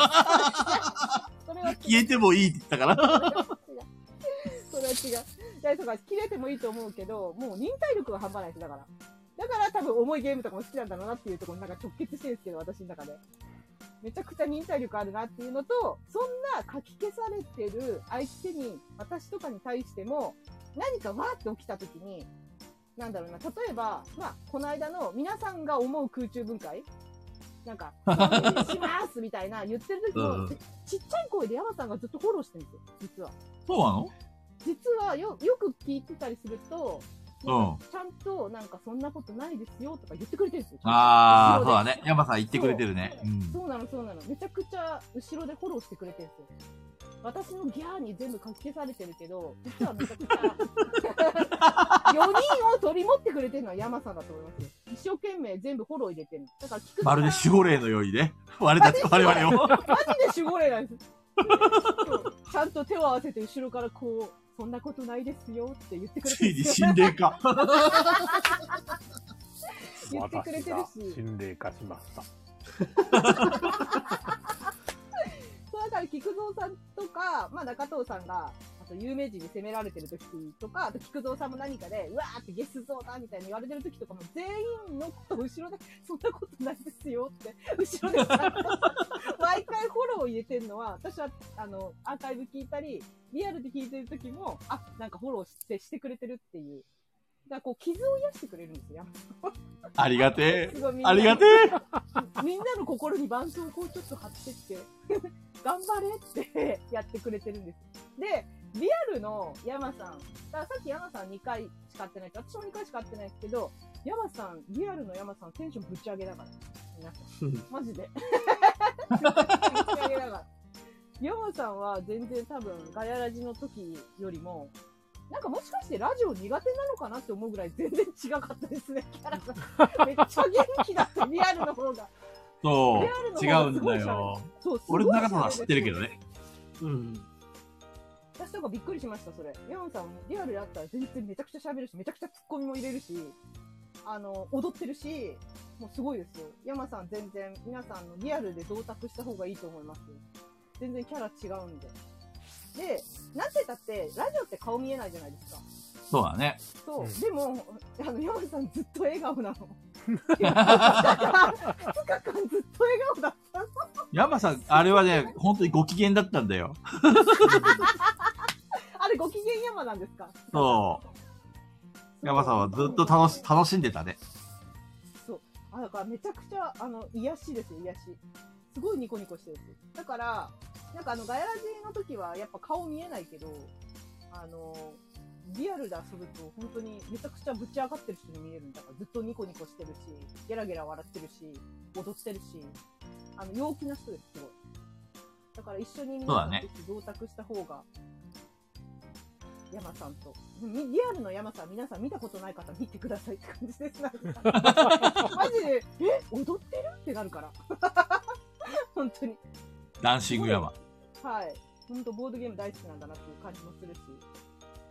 それは違う消えてもいいって言ったから。それは違う。たりとか切れてもいいと思うけど、もう忍耐力が半端ないです、だから。だから多分重いゲームとかも好きなんだろうなっていうところになんか直結してるんですけど、私の中で。めちゃくちゃ忍耐力あるなっていうのと、そんなかき消されてる相手に、私とかに対しても、何かわーって起きた時に、なんだろうな、例えば、まあ、この間の皆さんが思う空中分解なんか、しますみたいな言ってる時も、ちちっちゃい声で山さんがずっとフォローしてるんですよ、実は。そうなの実はよ、よく聞いてたりすると、うん。ちゃんと、なんか、そんなことないですよとか言ってくれてるんですよ。ああ、後そうろだでね。山さん言ってくれてるね。うん。そうなの、そうなの。めちゃくちゃ後ろでフォローしてくれてるんですよ。私のギャーに全部かき消されてるけど、実はめちゃくちゃ、4人を取り持ってくれてるのは山さんだと思いますよ。一生懸命全部フォロー入れてるの。だから聞くとまるで守護霊のようにね。我 たち、我々を。マジで守護霊なんです。そうちゃんと手を合わせて後ろからこう、そんなことないですよって言ってくれつていにる。心霊か。言ってくれてる私がし。心霊化しました。そうだから菊蔵さんとか、まあ中藤さんが、あと有名人に責められてる時とか、あと菊蔵さんも何かで、うわーってゲス像だみたいに言われてる時とかも、全員のこと後ろで、そんなことないですよって、後ろでさ毎回フォロー入れてるのは、私は、あの、アーカイブ聞いたり、リアルで聞いてる時も、あ、なんかフォローして、してくれてるっていう。だからこう、傷を癒してくれるんですよ。ありがてすごいみんえ。なありがてみんなの心に絆創膏をちょっと貼ってって、 頑張れってやってくれてるんです。で、リアルの山さん、だからさっき山さん2回しか会ってないけど、私も2回しか会ってないですけど、山さん、リアルの山さんテンションぶち上げだから。皆さん。マジで。ぶち上げだから。山さんは全然多分ガヤラジの時よりも、なんかもしかしてラジオ苦手なのかなって思うぐらい全然違かったですね、キャラが。めっちゃ元気だった、リアルの方が。そリアう。違うルの方んすごだいよ。喋る。そう、すごい俺の中のは喋知ってるけどね。うん。私とかびっくりしました、それ。ヤマさん、リアルだったら全然めちゃくちゃ喋るし、めちゃくちゃツッコミも入れるし、あの、踊ってるし、もうすごいですよ。ヤマさん全然、皆さんのリアルで同卓した方がいいと思います。全然キャラ違うんで。で、なんて言ったって、ラジオって顔見えないじゃないですか。そうだね。そう。うんでも、あの、ヤマさんずっと笑顔な の。2日間ずっと笑顔だった。山さん、あれはね、本当にご機嫌だったんだよ。あれ、ご機嫌山なんですかそう。山さんはずっと楽し、楽しんでたね。あだからめちゃくちゃあの癒しですよ癒しすごいニコニコしてるんですよだからなんかあのガヤラジの時はやっぱ顔見えないけどあのリアルで遊ぶと本当にめちゃくちゃぶち上がってる人に見えるんだからずっとニコニコしてるしゲラゲラ笑ってるし踊ってるしあの陽気な人ですすごいだから一緒に皆さんと一起同卓した方が、山さんとみリアルの山さん皆さん見たことない方見てくださいって感じですなんかマジで、え、踊ってるってなるから。 本当に。ダンシング山。はい。本当ボードゲーム大好きなんだなっていう感じもするし。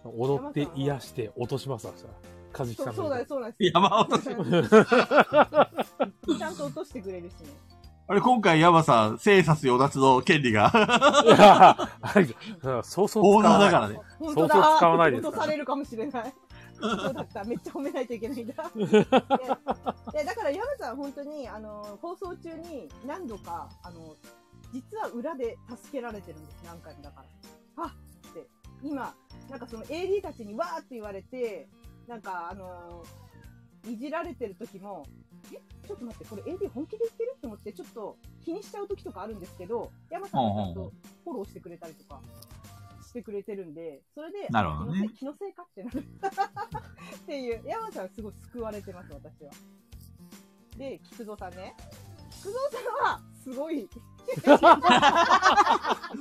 踊って癒して落とします、明日。和樹そさうんそうだよ、そうなんです。山落とし ちゃんと落としてくれるしね。あれ、今回山さん、生殺与奪の権利が いやはいうんそうそうオー使ナわなーだいからね。本当だ。そうそう使わないです落からとされるかもしれない。そうだった。めっちゃ褒めないといけないん だ。ででだから山さん本当にあの放送中に何度かあの実は裏で助けられてるんです何回もだから。あって今なんかその AD たちにわーって言われてなんかあのいじられてる時も。えちょっと待って、これ AD 本気で言ってると思って、ちょっと気にしちゃう時とかあるんですけど、山さんがちゃんとフォローしてくれたりとかしてくれてるんで、それで、なるほどね気のせい気のせいかってなる。 っていう、山さんすごい救われてます、私は。で、菊蔵さんね。菊蔵さんは、すごい、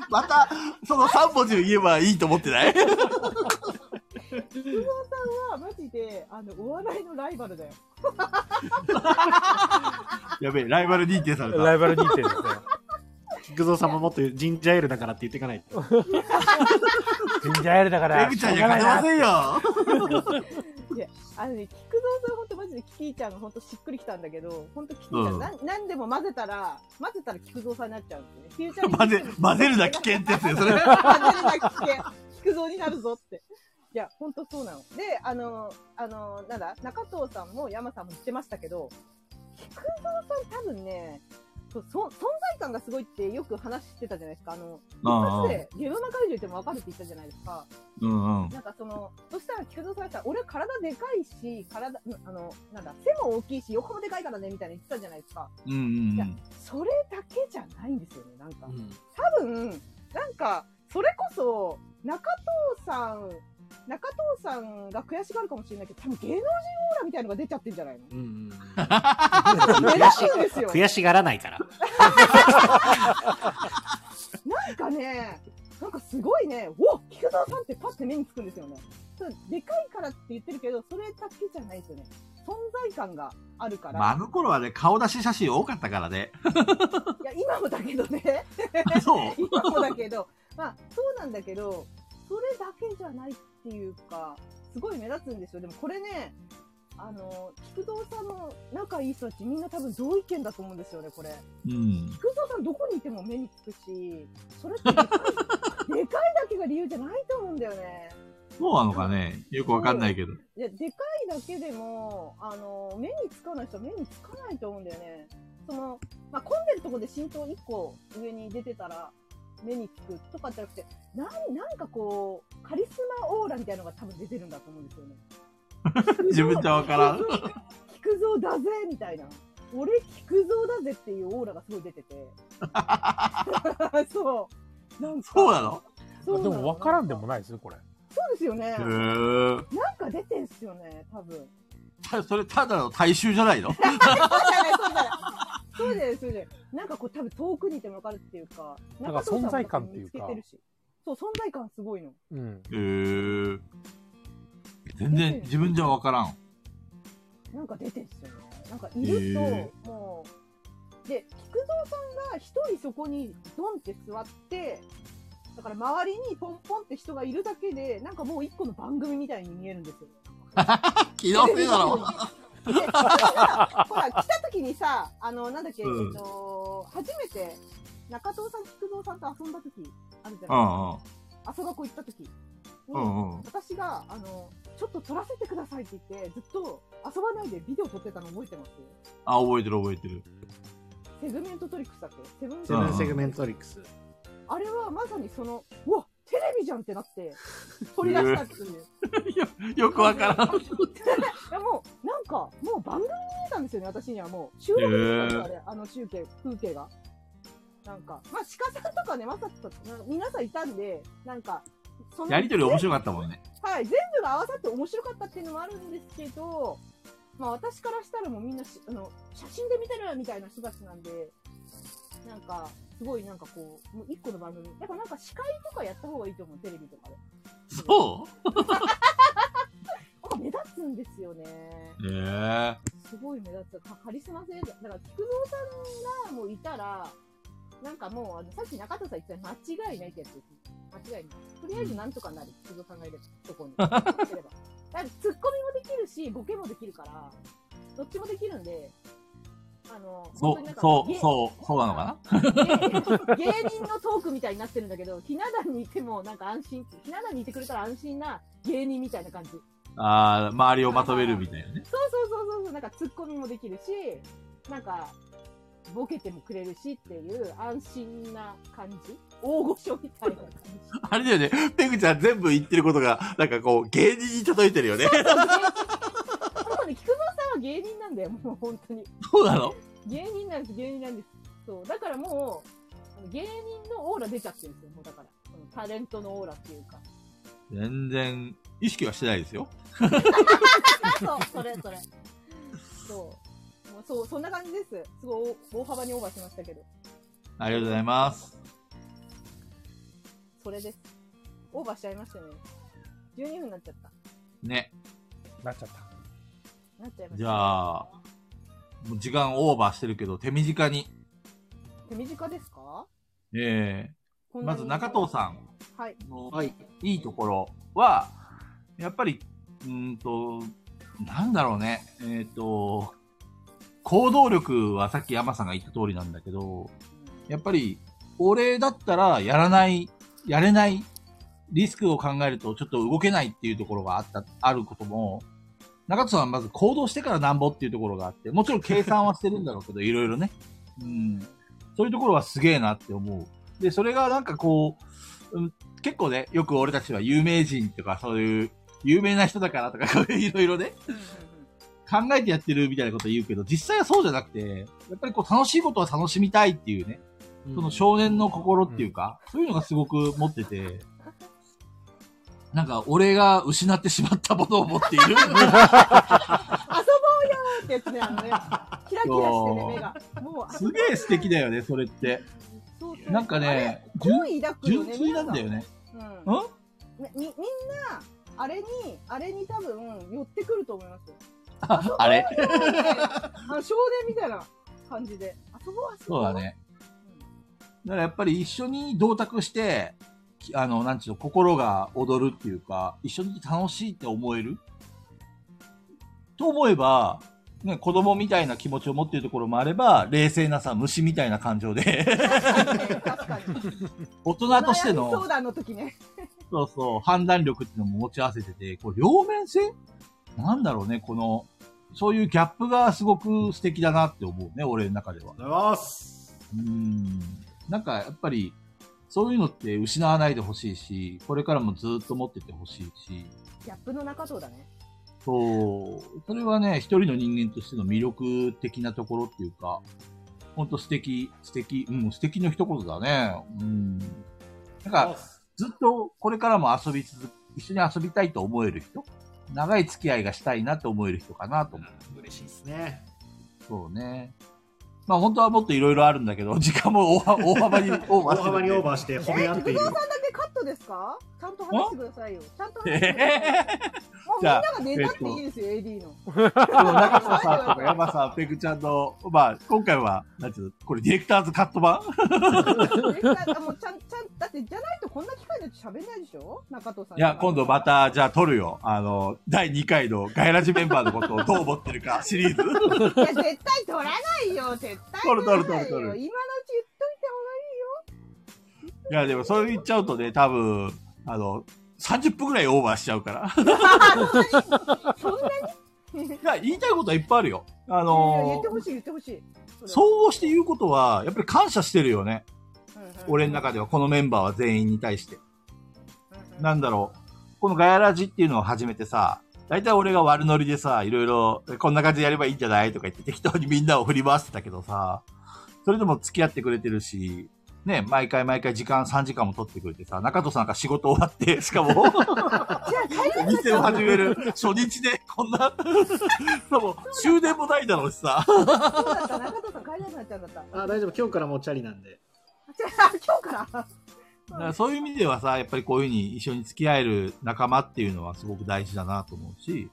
また、その3文字を言えばいいと思ってない 菊蔵さんはマジで、あの、お笑いのライバルだよ。やべえ、ライバル認定されラた。イバル認定ですね。菊蔵さんももっとジンジャーエールだからって言っていかないと。ジンジャーエールだから。ペグちゃんじゃ勝てませんよ。あのね、菊蔵さんほんとマジでキティちゃんがほんとしっくりきたんだけど、ほんとキティちゃ、うんんなん、なんでも混ぜたら、混ぜたら菊蔵さんになっちゃうんですよね。フューチャーに 混ぜ、混ぜるな危険ってやつよ、それ。混ぜるな危険。菊蔵になるぞって。いや、本当そうなの。で、あの、あの、なんだ、中藤さんも山さんも言ってましたけど、菊蔵さん多分ね、そうそ存在感がすごいってよく話してたじゃないですか。あの、あ一あ発でゲームマ怪獣でもわかるって言ったじゃないですか。うんうん。なんかその、そしたら菊蔵さんがさ、俺体でかいし、体、うんあの、なんだ、背も大きいし、横もでかいからね、みたいな言ってたじゃないですか。うんうんうん。それだけじゃないんですよね、なんか。多分、なんか、それこそ、中藤さん、中藤さんが悔しがるかもしれないけど、多分芸能人オーラみたいのが出ちゃってんじゃない の目立つんですよ。悔しがらないから。なんかね、なんかすごいね、お菊蔵さんってパッて目につくんですよね。そうでかいからって言ってるけど、それだけじゃないですよね。存在感があるから。まあ、あの頃はね、顔出し写真多かったから ね。いや、今もだけどね。そう。今もだけど、 まあ、そうなんだけど、それだけじゃないっていうか、すごい目立つんですよ。でもこれね、あの、菊蔵さんの仲いい人たちみんな多分同意見だと思うんですよね、これ。うん。菊蔵さんどこにいても目につくし、それってでかい でかいだけが理由じゃないと思うんだよね。そうなのかね。よくわかんないけど。いや、でかいだけでも、あの、目につかない人は目につかないと思うんだよね。その、まあ、混んでるとこで身長1個上に出てたら、目につくとかじゃなくて、なん、なんかこう、カリスマオーラみたいなのが多分出てるんだと思うんですよ ね。自分じゃわからん。菊蔵だぜみたいな。俺菊蔵だぜっていうオーラがすごい出 てて。そう。なん か。そうなのそうなでのも分からんでもないですよ、これ。そうですよね。へなんーか出てんすよね、多分。たそれただの大衆じゃ ないのそうじゃない、そうじゃない。そうじゃない。なんかこう、多分遠くにいても分かるっていうか、なんか存在感っていうか中藤さんも多分見つけてるしそう、存在感すごいの。うん。へー全然自分じゃわ からん。なんか出てんすよね。なんかいるへと、もう、で、菊蔵さんが一人そこにドンって座って、だから周りにポンポンって人がいるだけで、なんかもう一個の番組みたいに見えるんですよ。気のせいだろ。でだからほら、来た時にさ、あの、なんだっけ、うんえっと、初めて、中藤さん、菊蔵さんと遊んだ時、あるじゃうないんうん。あそがこ行った時に、うんうん。私が、あの、ちょっと撮らせてくださいって言って、ずっと遊ばないでビデオ撮ってたの覚えてますあ、覚えてる覚えてる。セグメントトリックスだっけセブンセブンセグメントリックス。あれはまさにその、うわ、テレビじゃんってなって、撮り出したっていう。よくわから ん。いやもう、なんか、もう番組に見えたんですよね、私にはもう。収録してたんですよあれ、あの中継、風景が。なんか、まあ、鹿さんとかね、まさとか、皆さんいたんで、なんか、そのやりとり面白かったもんね。はい、全部が合わさって面白かったっていうのもあるんですけど、まあ私からしたらもうみんなしあの写真で見てるみたいな人たちなんで、なんか、すごいなんかこう、もう一個の番組、やっぱなんか司会とかやった方がいいと思う、テレビとかで。そなんか目立つんですよね。うへえ。すごい目立つ。かカリスマ性だ。だから、菊蔵さんがもういたら、なんかもう、あの、さっき中田さん言ってた間違いないってやつです。間違いない。とりあえずなんとかなる。菊蔵さんがいれば、そこに。いればだから、ツッコミもできるし、ボケもできるから、どっちもできるんで、あの、そ本当になんう、かそう、げそう、そうなのかな 芸芸人のトークみたいになってるんだけど、ひな壇にいてもなんか安心、ひな壇にいてくれたら安心な芸人みたいな感じ。ああ、周りをまとめるみたいなね。そうそうそうそうそう、なんかツッコミもできるし、なんか、ボケてもくれるしっていう安心な感じ大御所みたいな感あれだよね、ペグちゃん全部言ってることが、なんかこう、芸人に例えてるよね。じ。そうね、菊間さんは芸人なんだよ、もう本当に。そうなの芸人なんです、芸人なんです。そう、だからもう、あの芸人のオーラ出ちゃってるんですよ、もうだから。そのタレントのオーラっていうか。全然、意識はしてないですよ。そう、それそれ。そう。もうそう、そんな感じです。すごい大大幅にオーバーしましたけど。ありがとうございます。それです。オーバーしちゃいましたね。12分になっちゃった。ね。なっちゃった。なっちゃいました。じゃあ、もう時間オーバーしてるけど、手短に。手短ですかええまず中藤さん。ん。はい。のはい。いいところは、やっぱり、うーんと、なんだろうね。えっ、と、行動力はさっき山さんが言った通りなんだけど、やっぱり、俺だったらやらない、やれないリスクを考えるとちょっと動けないっていうところがあった、あることも、中戸さんはまず行動してからなんぼっていうところがあって、もちろん計算はしてるんだろうけど、いろいろね。うん。そういうところはすげえなって思う。で、それがなんかこう、うん結構ね、よく俺たちは有名人とかそういう、有名な人だからと か、こういういろいろね、考えてやってるみたいなこと言うけど、実際はそうじゃなくて、やっぱりこう楽しいことは楽しみたいっていうね、その少年の心っていうか、そういうのがすごく持ってて、なんか俺が失ってしまったものを持ってい る。うってやつね、あ のね、キラキラしてね、目が。もう、すげえ素敵だよね、それって。そうそうなんかね、好意抱くよ純ね、粋なんだよね。ね。うんうんみみみんな、あれに、あれに多分、寄ってくると思い ますよ。あれあの少年みたいな感じで。あそこはそうだ。ね。だからやっぱり一緒に同卓して、きあの、なんちゅうの、心が踊るっていうか、一緒にいて楽しいって思えると思えば、ね、子供みたいな気持ちを持っているところもあれば、冷静なさ、虫みたいな感情で、確かにね、確かに。大人としてお悩の、み相談の時ね。そうそう、判断力っていうのも持ち合わせてて、こう両面性なんだろうね、この、そういうギャップがすごく素敵だなって思うね、俺の中では。りがとうございます。うん。なんかやっぱり、そういうのって失わないでほしいし、これからもずっと持っててほしいし、ギャップの中そうだね。そう、それはね、一人の人間としての魅力的なところっていうか、ほんと素敵、素敵、うん、素敵の一言だね。うん。なんか、ずっとこれからも遊び続一緒に遊びたいと思える人長い付き合いがしたいなと思える人かなと思う。嬉しいですね。そうね。まあ本当はもっといろいろあるんだけど、 時間も大幅大幅にオーバー大してるんで幅にオーバーして褒め合っている。なんでカットですかちゃんと話してくださいよ。ちゃんと話してくださいよ。えもうみんなが寝たっていいですよ、AD の。ー、でも中澤さんとか山さん、ペグちゃんの、まあ今回は、なんていうの、これディレクターズカット版絶対あもうちゃん、ちゃん、だってじゃないとこんな機会で喋んないでしょ中藤さん。いや、今度ま。た、じゃあ撮るよ。あの、第2回のガイラジメンバーのことをどう思ってる かシリーズ。いや、絶対取らないよ、絶対取らないよ。取る取る取る取る今のうち言っといた方がいいよ。いや、でもそれ言っちゃうとね、多分、あの、30分くらいオーバーしちゃうから。そんなにいや、言いたいことはいっぱいあるよ。言あっのてーほしい、言ってほしい。う。総合して言うことは、やっぱり感謝してるよね。うんうん俺の中では、このメンバーは全員に対して。うんうんなんだろう。このガヤラジっていうのを始めてさ、大体俺が悪ノリでさ、いろいろ、こんな感じでやればいいんじゃないとか言って適当にみんなを振り回してたけどさ、それでも付き合ってくれてるし、ね、毎回毎回時間3時間も取ってくれてさ、中戸さんが仕事終わって、し かも、じゃあ、帰お店を始める初日でこんな、 でも終電もないだろうしさ。そうだった、中藤さん帰れなくなっちゃうんだった。あ、大丈夫。今日からもうチャリなんで。じゃあ、今日から。だからそういう意味ではさ、やっぱりこういうふうに一緒に付き合える仲間っていうのはすごく大事だなと思うし、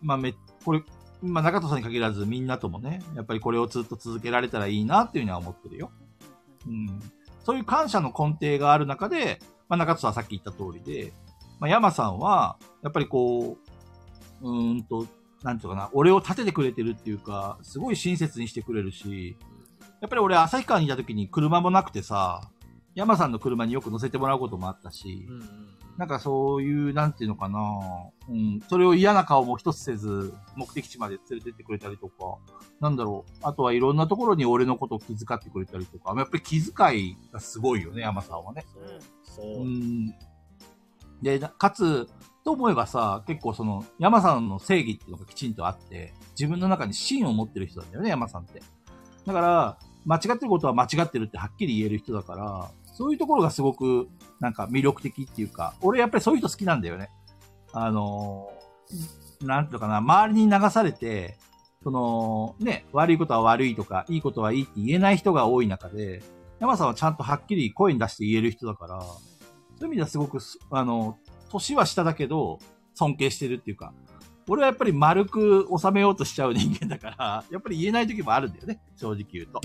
まあめ、これ、まあ中戸さんに限らずみんなともね、やっぱりこれをずっと続けられたらいいなっていうのは思ってるよ。うん。そういう感謝の根底がある中で、まあ中戸さんはさっき言った通りで、まあ山さんは、やっぱりこう、うーんと、なんていうのかな、俺を立ててくれてるっていうか、すごい親切にしてくれるし、やっぱり俺旭川にいた時に車もなくてさ、山さんの車によく乗せてもらうこともあったし、うんうんなんかそういう、なんていうのかな、うん、それを嫌な顔も一つせず、目的地まで連れてってくれたりとか、なんだろう、あとはいろんなところに俺のことを気遣ってくれたりとか、やっぱり気遣いがすごいよね、山さんはね。そう。うそう。ん。で、なかつ、と思えばさ、結構その、山さんの正義っていうのがきちんとあって、自分の中に芯を持ってる人なんだよね、山さんって。だから、間違ってることは間違ってるってはっきり言える人だから、そういうところがすごく、なんか魅力的っていうか、俺やっぱりそういう人好きなんだよね。あのー、なんていうのかな、周りに流されて、その、ね、悪いことは悪いとか、いいことはいいって言えない人が多い中で、山さんはちゃんとはっきり声に出して言える人だから、そういう意味ではすごくす、あの、年は下だけど、尊敬してるっていうか、俺はやっぱり丸く収めようとしちゃう人間だから、 やっぱり言えない時もあるんだよね、正直言うと。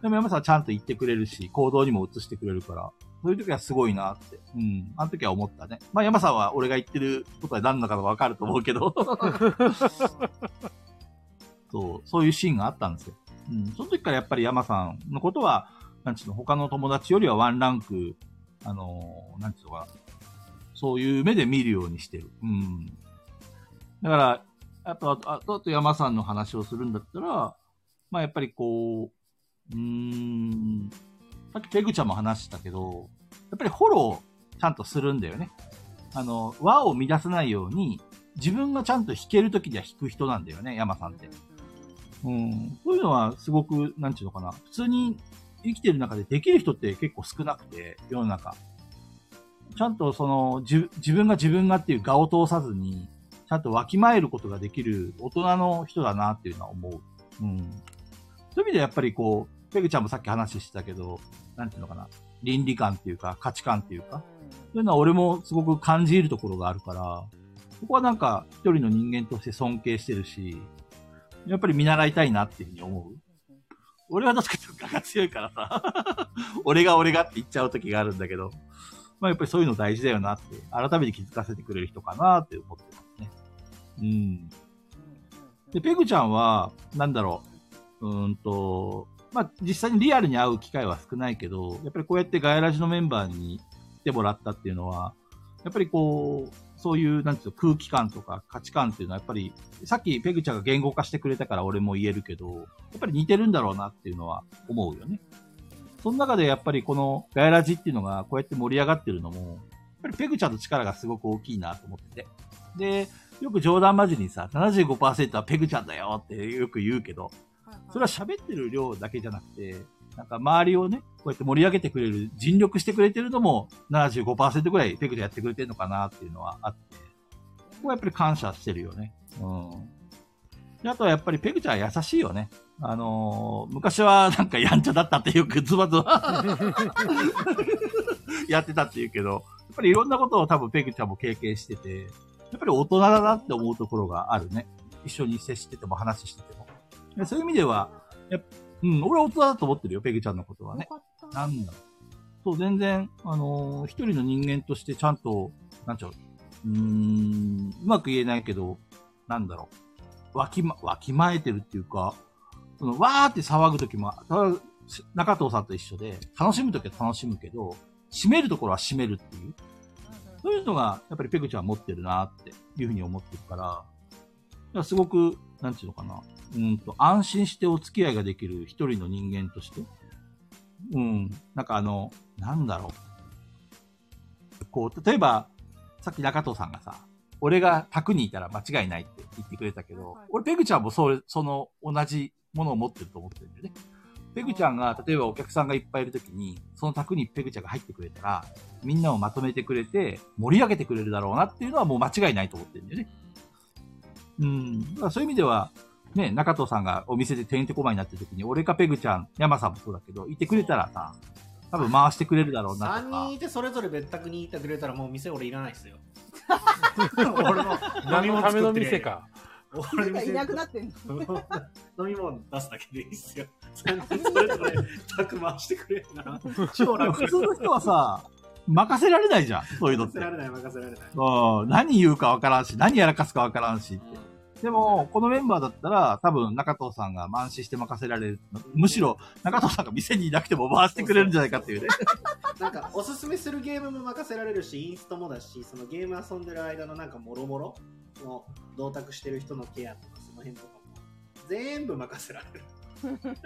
でも山さんはちゃんと言ってくれるし、行動にも移してくれるから、そういう時はすごいなって。うん。あの時は思ったね。まあ山さんは俺が言ってることは何だかわかると思うけど。そう、そういうシーンがあったんですよ。うん。その時からやっぱり山さんのことは、なんちゅうの、他の友達よりはワンランク、あのーなんちゅうのかな、そういう目で見るようにしてる。うん。だから、やっぱ、あと、あと山さんの話をするんだったら、まあやっぱりこう、うーん、さっきペグちゃんも話したけど、やっぱりフォローちゃんとするんだよね。あの、和を乱さないように、自分がちゃんと弾けるときには弾く人なんだよね、山さんって。うん。そういうのはすごく、なんちゅうのかな。普通に生きてる中でできる人って結構少なくて、世の中。ちゃんとその、じ自分が自分がっていう我を通さずに、ちゃんとわきまえることができる大人の人だなっていうのは思う。うん。そういう意味でやっぱりこう、ペグちゃんもさっき話してたけど、なんていうのかな。倫理観っていうか、価値観っていうか、そういうのは俺もすごく感じるところがあるから、そこはなんか一人の人間として尊敬してるし、やっぱり見習いたいなっていうふうに思う。俺はどっちかというと我が強いからさ、 俺が俺がって言っちゃう時があるんだけど、まあやっぱりそういうの大事だよなって、改めて気づかせてくれる人かなって思ってますね。うん。で、ペグちゃんは、なんだろう、うーんと、まあ実際にリアルに会う機会は少ないけど、やっぱりこうやってガヤラジのメンバーに来てもらったっていうのは、やっぱりこう、そういう、なんていうの、空気感とか価値観っていうのは、やっぱり、さっきペグちゃんが言語化してくれたから俺も言えるけど、やっぱり似てるんだろうなっていうのは思うよね。その中でやっぱりこのガヤラジっていうのがこうやって盛り上がってるのも、やっぱりペグちゃんの力がすごく大きいなと思ってて。で、よく冗談交じりにさ、75%はペグちゃんだよってよく言うけど、それは喋ってる量だけじゃなくて、なんか周りをね、こうやって盛り上げてくれる、尽力してくれてるのも75%ぐらいペグでやってくれてるのかなっていうのはあって、そこはやっぱり感謝してるよね。うん。であとはやっぱりペグちゃんは優しいよね。あのー昔はなんかやんちゃだったってよくズバズバ やってたって言うけど、やっぱりいろんなことを多分ペグちゃんも経験してて、やっぱり大人だなって思うところがあるね。一緒に接してても話してても。でそういう意味では、やっうん、俺は大人だと思ってるよ、ペグちゃんのことはね。なんだろう。そう、全然、あのー一人の人間としてちゃんと、なんちゃう、うーん、うまく言えないけど、なんだろう。わきま、わきまえてるっていうか、その、わーって騒ぐときも、騒ぐし中藤さんと一緒で、楽しむときは楽しむけど、締めるところは締めるっていう。そういうのが、やっぱりペグちゃんは持ってるなっていうふうに思ってるから、だからすごく、なんていうのかな。うんと、安心してお付き合いができる一人の人間として、うん、なんかあの、なんだろう。こう、例えば、さっき中藤さんがさ、俺が宅にいたら間違いないって言ってくれたけど、俺、ペグちゃんもそう、その同じものを持ってると思ってるんだよね。ペグちゃんが、例えばお客さんがいっぱいいるときに、その宅にペグちゃんが入ってくれたら、みんなをまとめてくれて、盛り上げてくれるだろうなっていうのはもう間違いないと思ってるんだよね。うん。だからそういう意味では、ね、中藤さんがお店でてんてこまになってる時に、俺かペグちゃん、山さんもそうだけど、いてくれたらさ、多分回してくれるだろうな3と人か。いてそれぞれ別宅にいてくれたらもう店俺いらないですよ 俺の何のための店りゃか。俺いの店なくなってんの。飲み物出すだけでいいっすよ。それそれぞれ宅回してくれるなら、超楽普通の人はさ、任せられないじゃん、そういうのっ任てせ。られない、任せられない。うん何言うかわからんし、何やらかすかわからんしって。でも、このメンバーだったら、多分中藤さんが満心して任せられる。むしろ、中藤さんが店にいなくても回してくれるんじゃないかっていうね。 なんか、おすすめするゲームも任せられるし、インストもだし、そのゲーム遊んでる間のなんかもろもろ、その、同卓してる人のケアとか、その辺とかも、全部任せら れる。そうね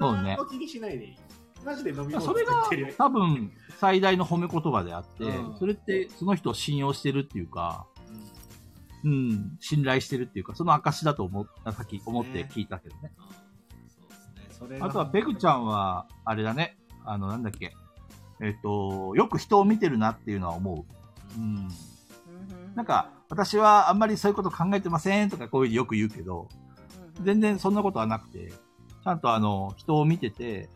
何も気にしないでいい。マジで飲み物それ作がってるよ多分、最大の褒め言葉であって、うんそれってその人を信用してるっていうか、うん、信頼してるっていうか、その証だと思った、さっき思って聞いたけどね。うんそうですねそれがあとは、ペグちゃんは、あれだね。あの、なんだっけ。えっ、と、よく人を見てるなっていうのは思う。うん。なんか、私はあんまりそういうこと考えてませんとかこういうふうによく言うけど、全然そんなことはなくて、ちゃんとあの、人を見てて、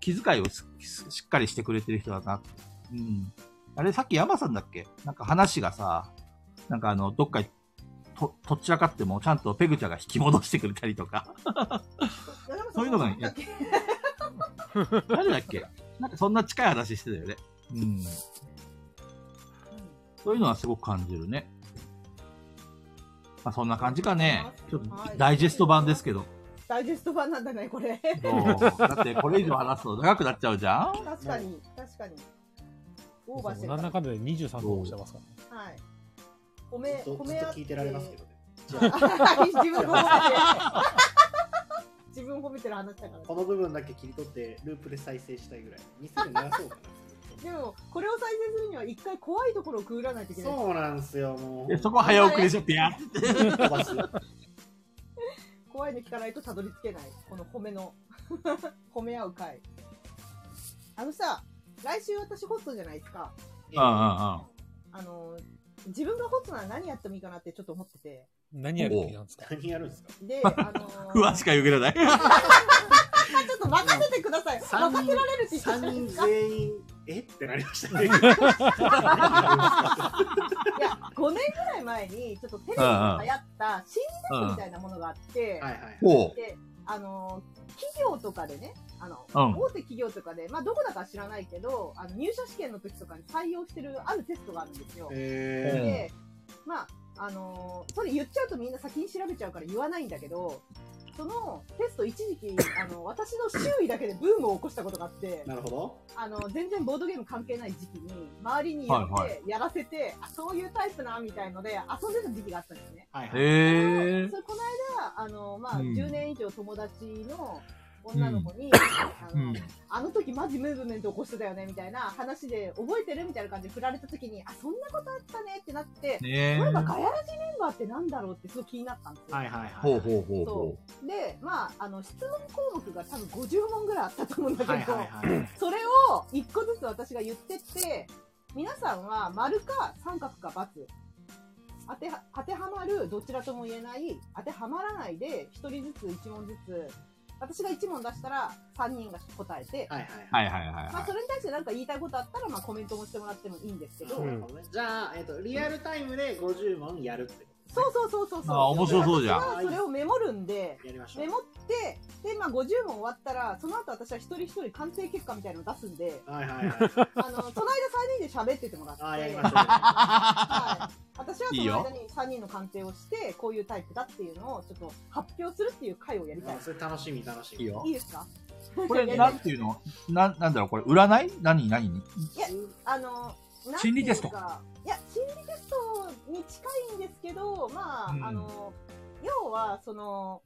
気遣いをすすしっかりしてくれてる人だなって。うん。あれ、さっき山さんだっけなんか話がさ、なんかあの、どっかと、とっちらかっても、ちゃんとペグちゃんが引き戻してくれたりとか。 そういうのがいいやでも誰だっけなんかそんな近い話してたよね。うん。そういうのはすごく感じるね。まあそんな感じかね。ちょっとダイジェスト版ですけど。ダイジェスト版なんだね、これ。そうだってこれ以上話すと長くなっちゃうじゃん確かに、確かに。オーバーしてるなんだかかんだで23度押してますからね。らはい。米、ずっとず米っとあって聞いてられますけどね。はい 自分が褒めて。自分褒めてる話だから。この部分だけ切り取って、ループで再生したいぐらい。店で流そう かでも、これを再生するには一回怖いところをくぐらないといけな。ない。そうなんですよ、 もでう。そこは早送りしちゃってやっ飛ばす。怖いの聞かないとたどり着けない。この褒めの。 褒め合う回。あのさ、来週私ホストじゃないですか。うんうんあの、自分がホストなら何やってもいいかなってちょっと思ってて。何やる気なんですか何やるんですかで、あ のうん。しか言うれない。ちょっと任せてください。三任せられるって言った三じゃない人ですか。全員、えってなりましたね。いや、5年ぐらい前に、ちょっとテレビで流行った心理学みたいなものがあって、はいはい。ほう。で、あの、企業とかでね、あの、うん大手企業とかで、まあ、どこだか知らないけど、あの入社試験の時とかに採用してるあるテストがあるんですよ。えで、まあ、あのーそれ言っちゃうとみんな先に調べちゃうから言わないんだけど、そのテスト一時期、あの、私の周囲だけでブームを起こしたことがあってー、、なるほど。あの、全然ボードゲーム関係ない時期に、周りに言っはて、やらせて、あそういうタイプな、みたいので、遊んでた時期があったんですね。はいはい。へえそ。れこの間、あの、まあ、うん10年以上友達の女の子に、あうの、ん。あの時マジムーブメント起こしてたよね、みたいな話で、覚えてるみたいな感じで振られた時に、あ、そんなことあったねってなって、ねそういえばえ。ガヤラジメンバーってなんだろうってすごい気になったんですよ。はいはいはい。ほうほうほうほ。で、まあ、あの、質問項目が多分50問ぐらいあったと思うんだけど、はいはいはい。それを一個ずつ私が言ってって、皆さんは丸か三角か×当ては、当てはまる、どちらとも言えない、当てはまらないで、一人ずつ一問ずつ、私が一問出したら三人が答えて、はいはいうはいはいはいはい。まあそれに対して何か言いたいことあったら、まあコメントもしてもらってもいいんですけど、なるほどねじゃあ、えっと、リアルタイムで50問やるってこそうそうそうそうそう。あ面白そうじゃん私はそれをメモるんで、とやりましょうメ。モって、で、まあ、50問終わったら、その後私は一人一人鑑定結果みたいなのを出すんで、はいはいはい。あの、その間3人で喋っててもらって、ああ、やりましょうやり はましょう。い。私はその間に3人の鑑定をして、こういうタイプだっていうのをちょっと発表するっていう回をやりたいあ。それ楽しみ楽しみ。いいよいいですか これ、なんていうのな、なんだろう、これ、占い何何にあの、なんて心理いテうストかいや、心理テストに近いんですけど、まあ、うんあの、要は、その、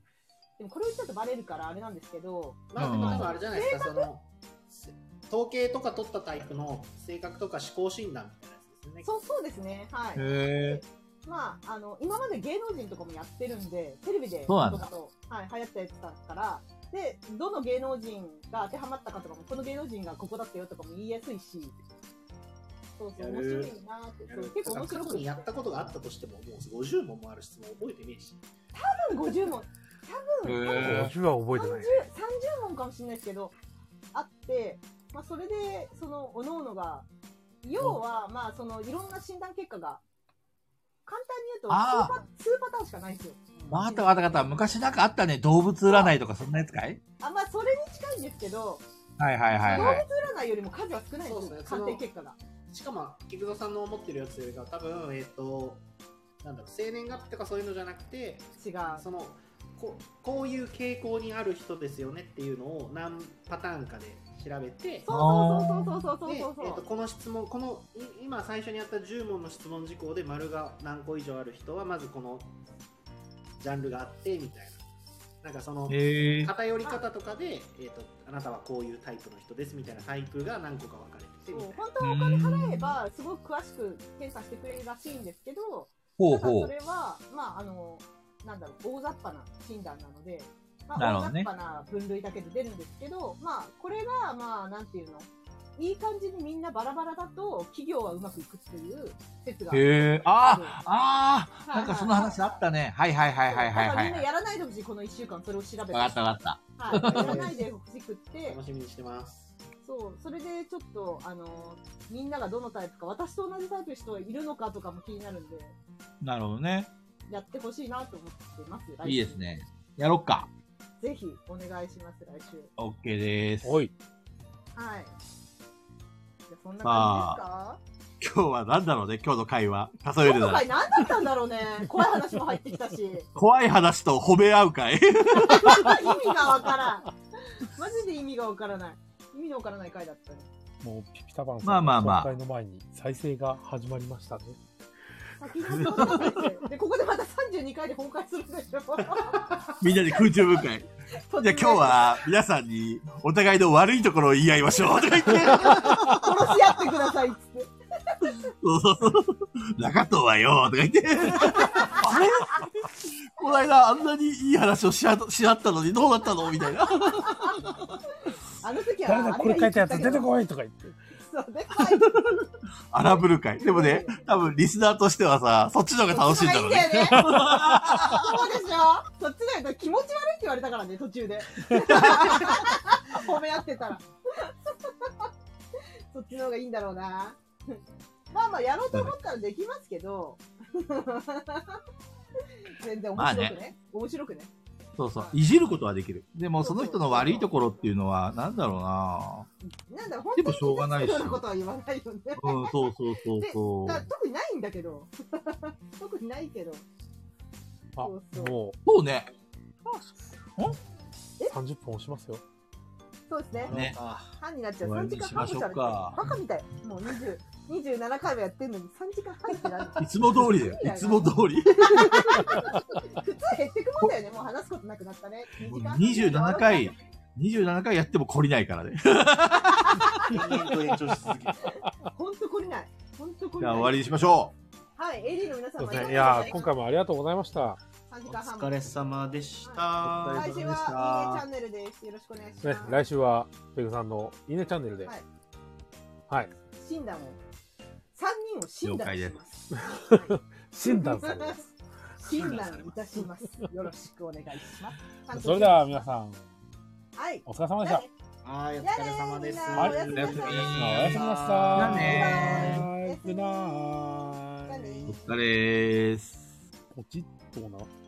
でもこれ言っちゃうとバレるからあれなんですけど、まあ、でも、あれじゃないですか、その、せ統計とか取ったタイプの性格とか思考診断みたいなやつですね。そう、そうですね。はい。へえ。まあ、あの、今まで芸能人とかもやってるんで、テレビで、そうなんだ元々はい、流行ったやつだから、で、どの芸能人が当てはまったかとかも、この芸能人がここだったよとかも言いやすいし、そうそう、やる面白いなって、やそるう結構面白過く去にやったことがあったとしても、もう50問もある質問覚えてねえし。多分50問、多分、へ50えは覚えて30ない。 30問かもしれないですけどあって、まあ、それでそのおののが要はまあそのいろんな診断結果が簡単に言うとあ数パ数パターンしかないんですよ。わかったわかったわかった。昔なんかあったね。動物占いとかそんなやつかいあまあ、それに近いんですけど、はいはいはいはい。普段よりも数は少ないんそでうすですよね、鑑定結果が。しかも、菊蔵さんの思ってるやつよりかは、多分、えっ、と、なんだろう、生年月日とかそういうのじゃなくて、違う。そのここういう傾向にある人ですよねっていうのを何パターンかで調べてそうそうそうそうそうで、えそうそうー、とこの質問このい今最初にやった10問の質問事項で丸が何個以上ある人はまずこのジャンルがあってみたいななんかそのへえ。偏り方とかで、えー、とあなたはこういうタイプの人ですみたいなタイプが何個か分かれててそみたいうな本当はお金払えばすごく詳しく検査してくれるらしいんですけど、ほうただほ。そうれは、まあ、あの、なんだろう、大雑把な診断なので、まなるあ、大ほど雑ね把な分類だけで出るんですけど、まあ、これが、まあ、なんていうの、いい感じにみんなバラバラだと、企業はうまくいくっていう説が。へえ。ああああなんかその話あったね。はいはいはいはいはいだからみんなはい。やらないでほしい、この1週間、それを調べて。わかったわかった。はい、やらないでほしく って、楽しみにしてますそう、それでちょっと、あの、みんながどのタイプか、私と同じタイプの人はいるのかとかも気になるんで、なるほどね。やってほしいなと思ってます。来週いいです。ね。やろっか。ぜひ、お願いします、来週。オッケーです。おい。はい。じゃあそんな感今日はなんだろうね、今日の会話。じですか。例今の回何だったんだろう ね。怖い話も入ってきたし。意味怖い話と褒め合う会。 がわからん。マジで意味がわからない。意味のわからない回だったね。もうピピタパンさんまあまあまあの紹介の前に再生が始まりましたね。先にそうなんですよで、ここでまた32回で崩壊するでしょ。みんなで空中分解。突然じゃあ今日。は皆さんにお互いの悪いところを言い合いましょう。 とか言って殺し合ってくださいっつって。そうそうそう。なかったわよ。とか言って。 あれこないだあんなにいい話をしあしあったのにどうなったのみたいな。あの時は。誰だこれ書いたやつ出てい。こいとか言って。そうね。はい荒ぶる会。でもね、多分リスナーとしてはさ、そっちの方が楽しいんだろうね。そっちの方がいいんだよねそうでしょ。そっちだよね。気持ち悪いって言われたからね、途中で。褒め合ってたら。そっちの方がいいんだろうな。まあまあ、やろうと思ったらできますけど。全然面白くね。まあ面白くね。そうそう。いじることはできる。でも、その人の悪いところっていうのは、なんだろうななんだろう、本で当もにしょうがないし気がつくようなことは言わないよね。うん、そうそうそうそだう。特にないんだけど。特にないけど。あ、そうそうもそうね。う30分押しますよ。そうですね。ね半になっちゃ終う。わり3に時間しま半しもょうさかれてる。バカみたい。もう20 27回もやってんのに3時間半ってなる。いつも通りだよ。いつも通り。普通減ってくもんだよね。もう話すことなくなったね。2時間半27回。、27回やっても懲りないからね。延々と延長し続ける。ほんと懲りない。ほんと懲りじなゃあい。終わりにしましょはい。AD の皆さそんうもですあね。りいがやとー、今うござい回もありがとうございました。ます。3時お間半も。疲れ様でした。はい来週は、いいねチャンネルです。よろしくお願いしねま、す。来週は、ペグさんのいいねチャンネルで。ははいい。診断を。3人を診断します。診断 されます。診断いたします。よろしくお願いします。それでは皆さん、はい。お疲れ様でした。はい、おじゃあ疲れ様ねです。ーはいみんなおやすみなさいおやすみなさい。じゃあねグッドナイトじゃあねう。お疲れーす。ポチッとな。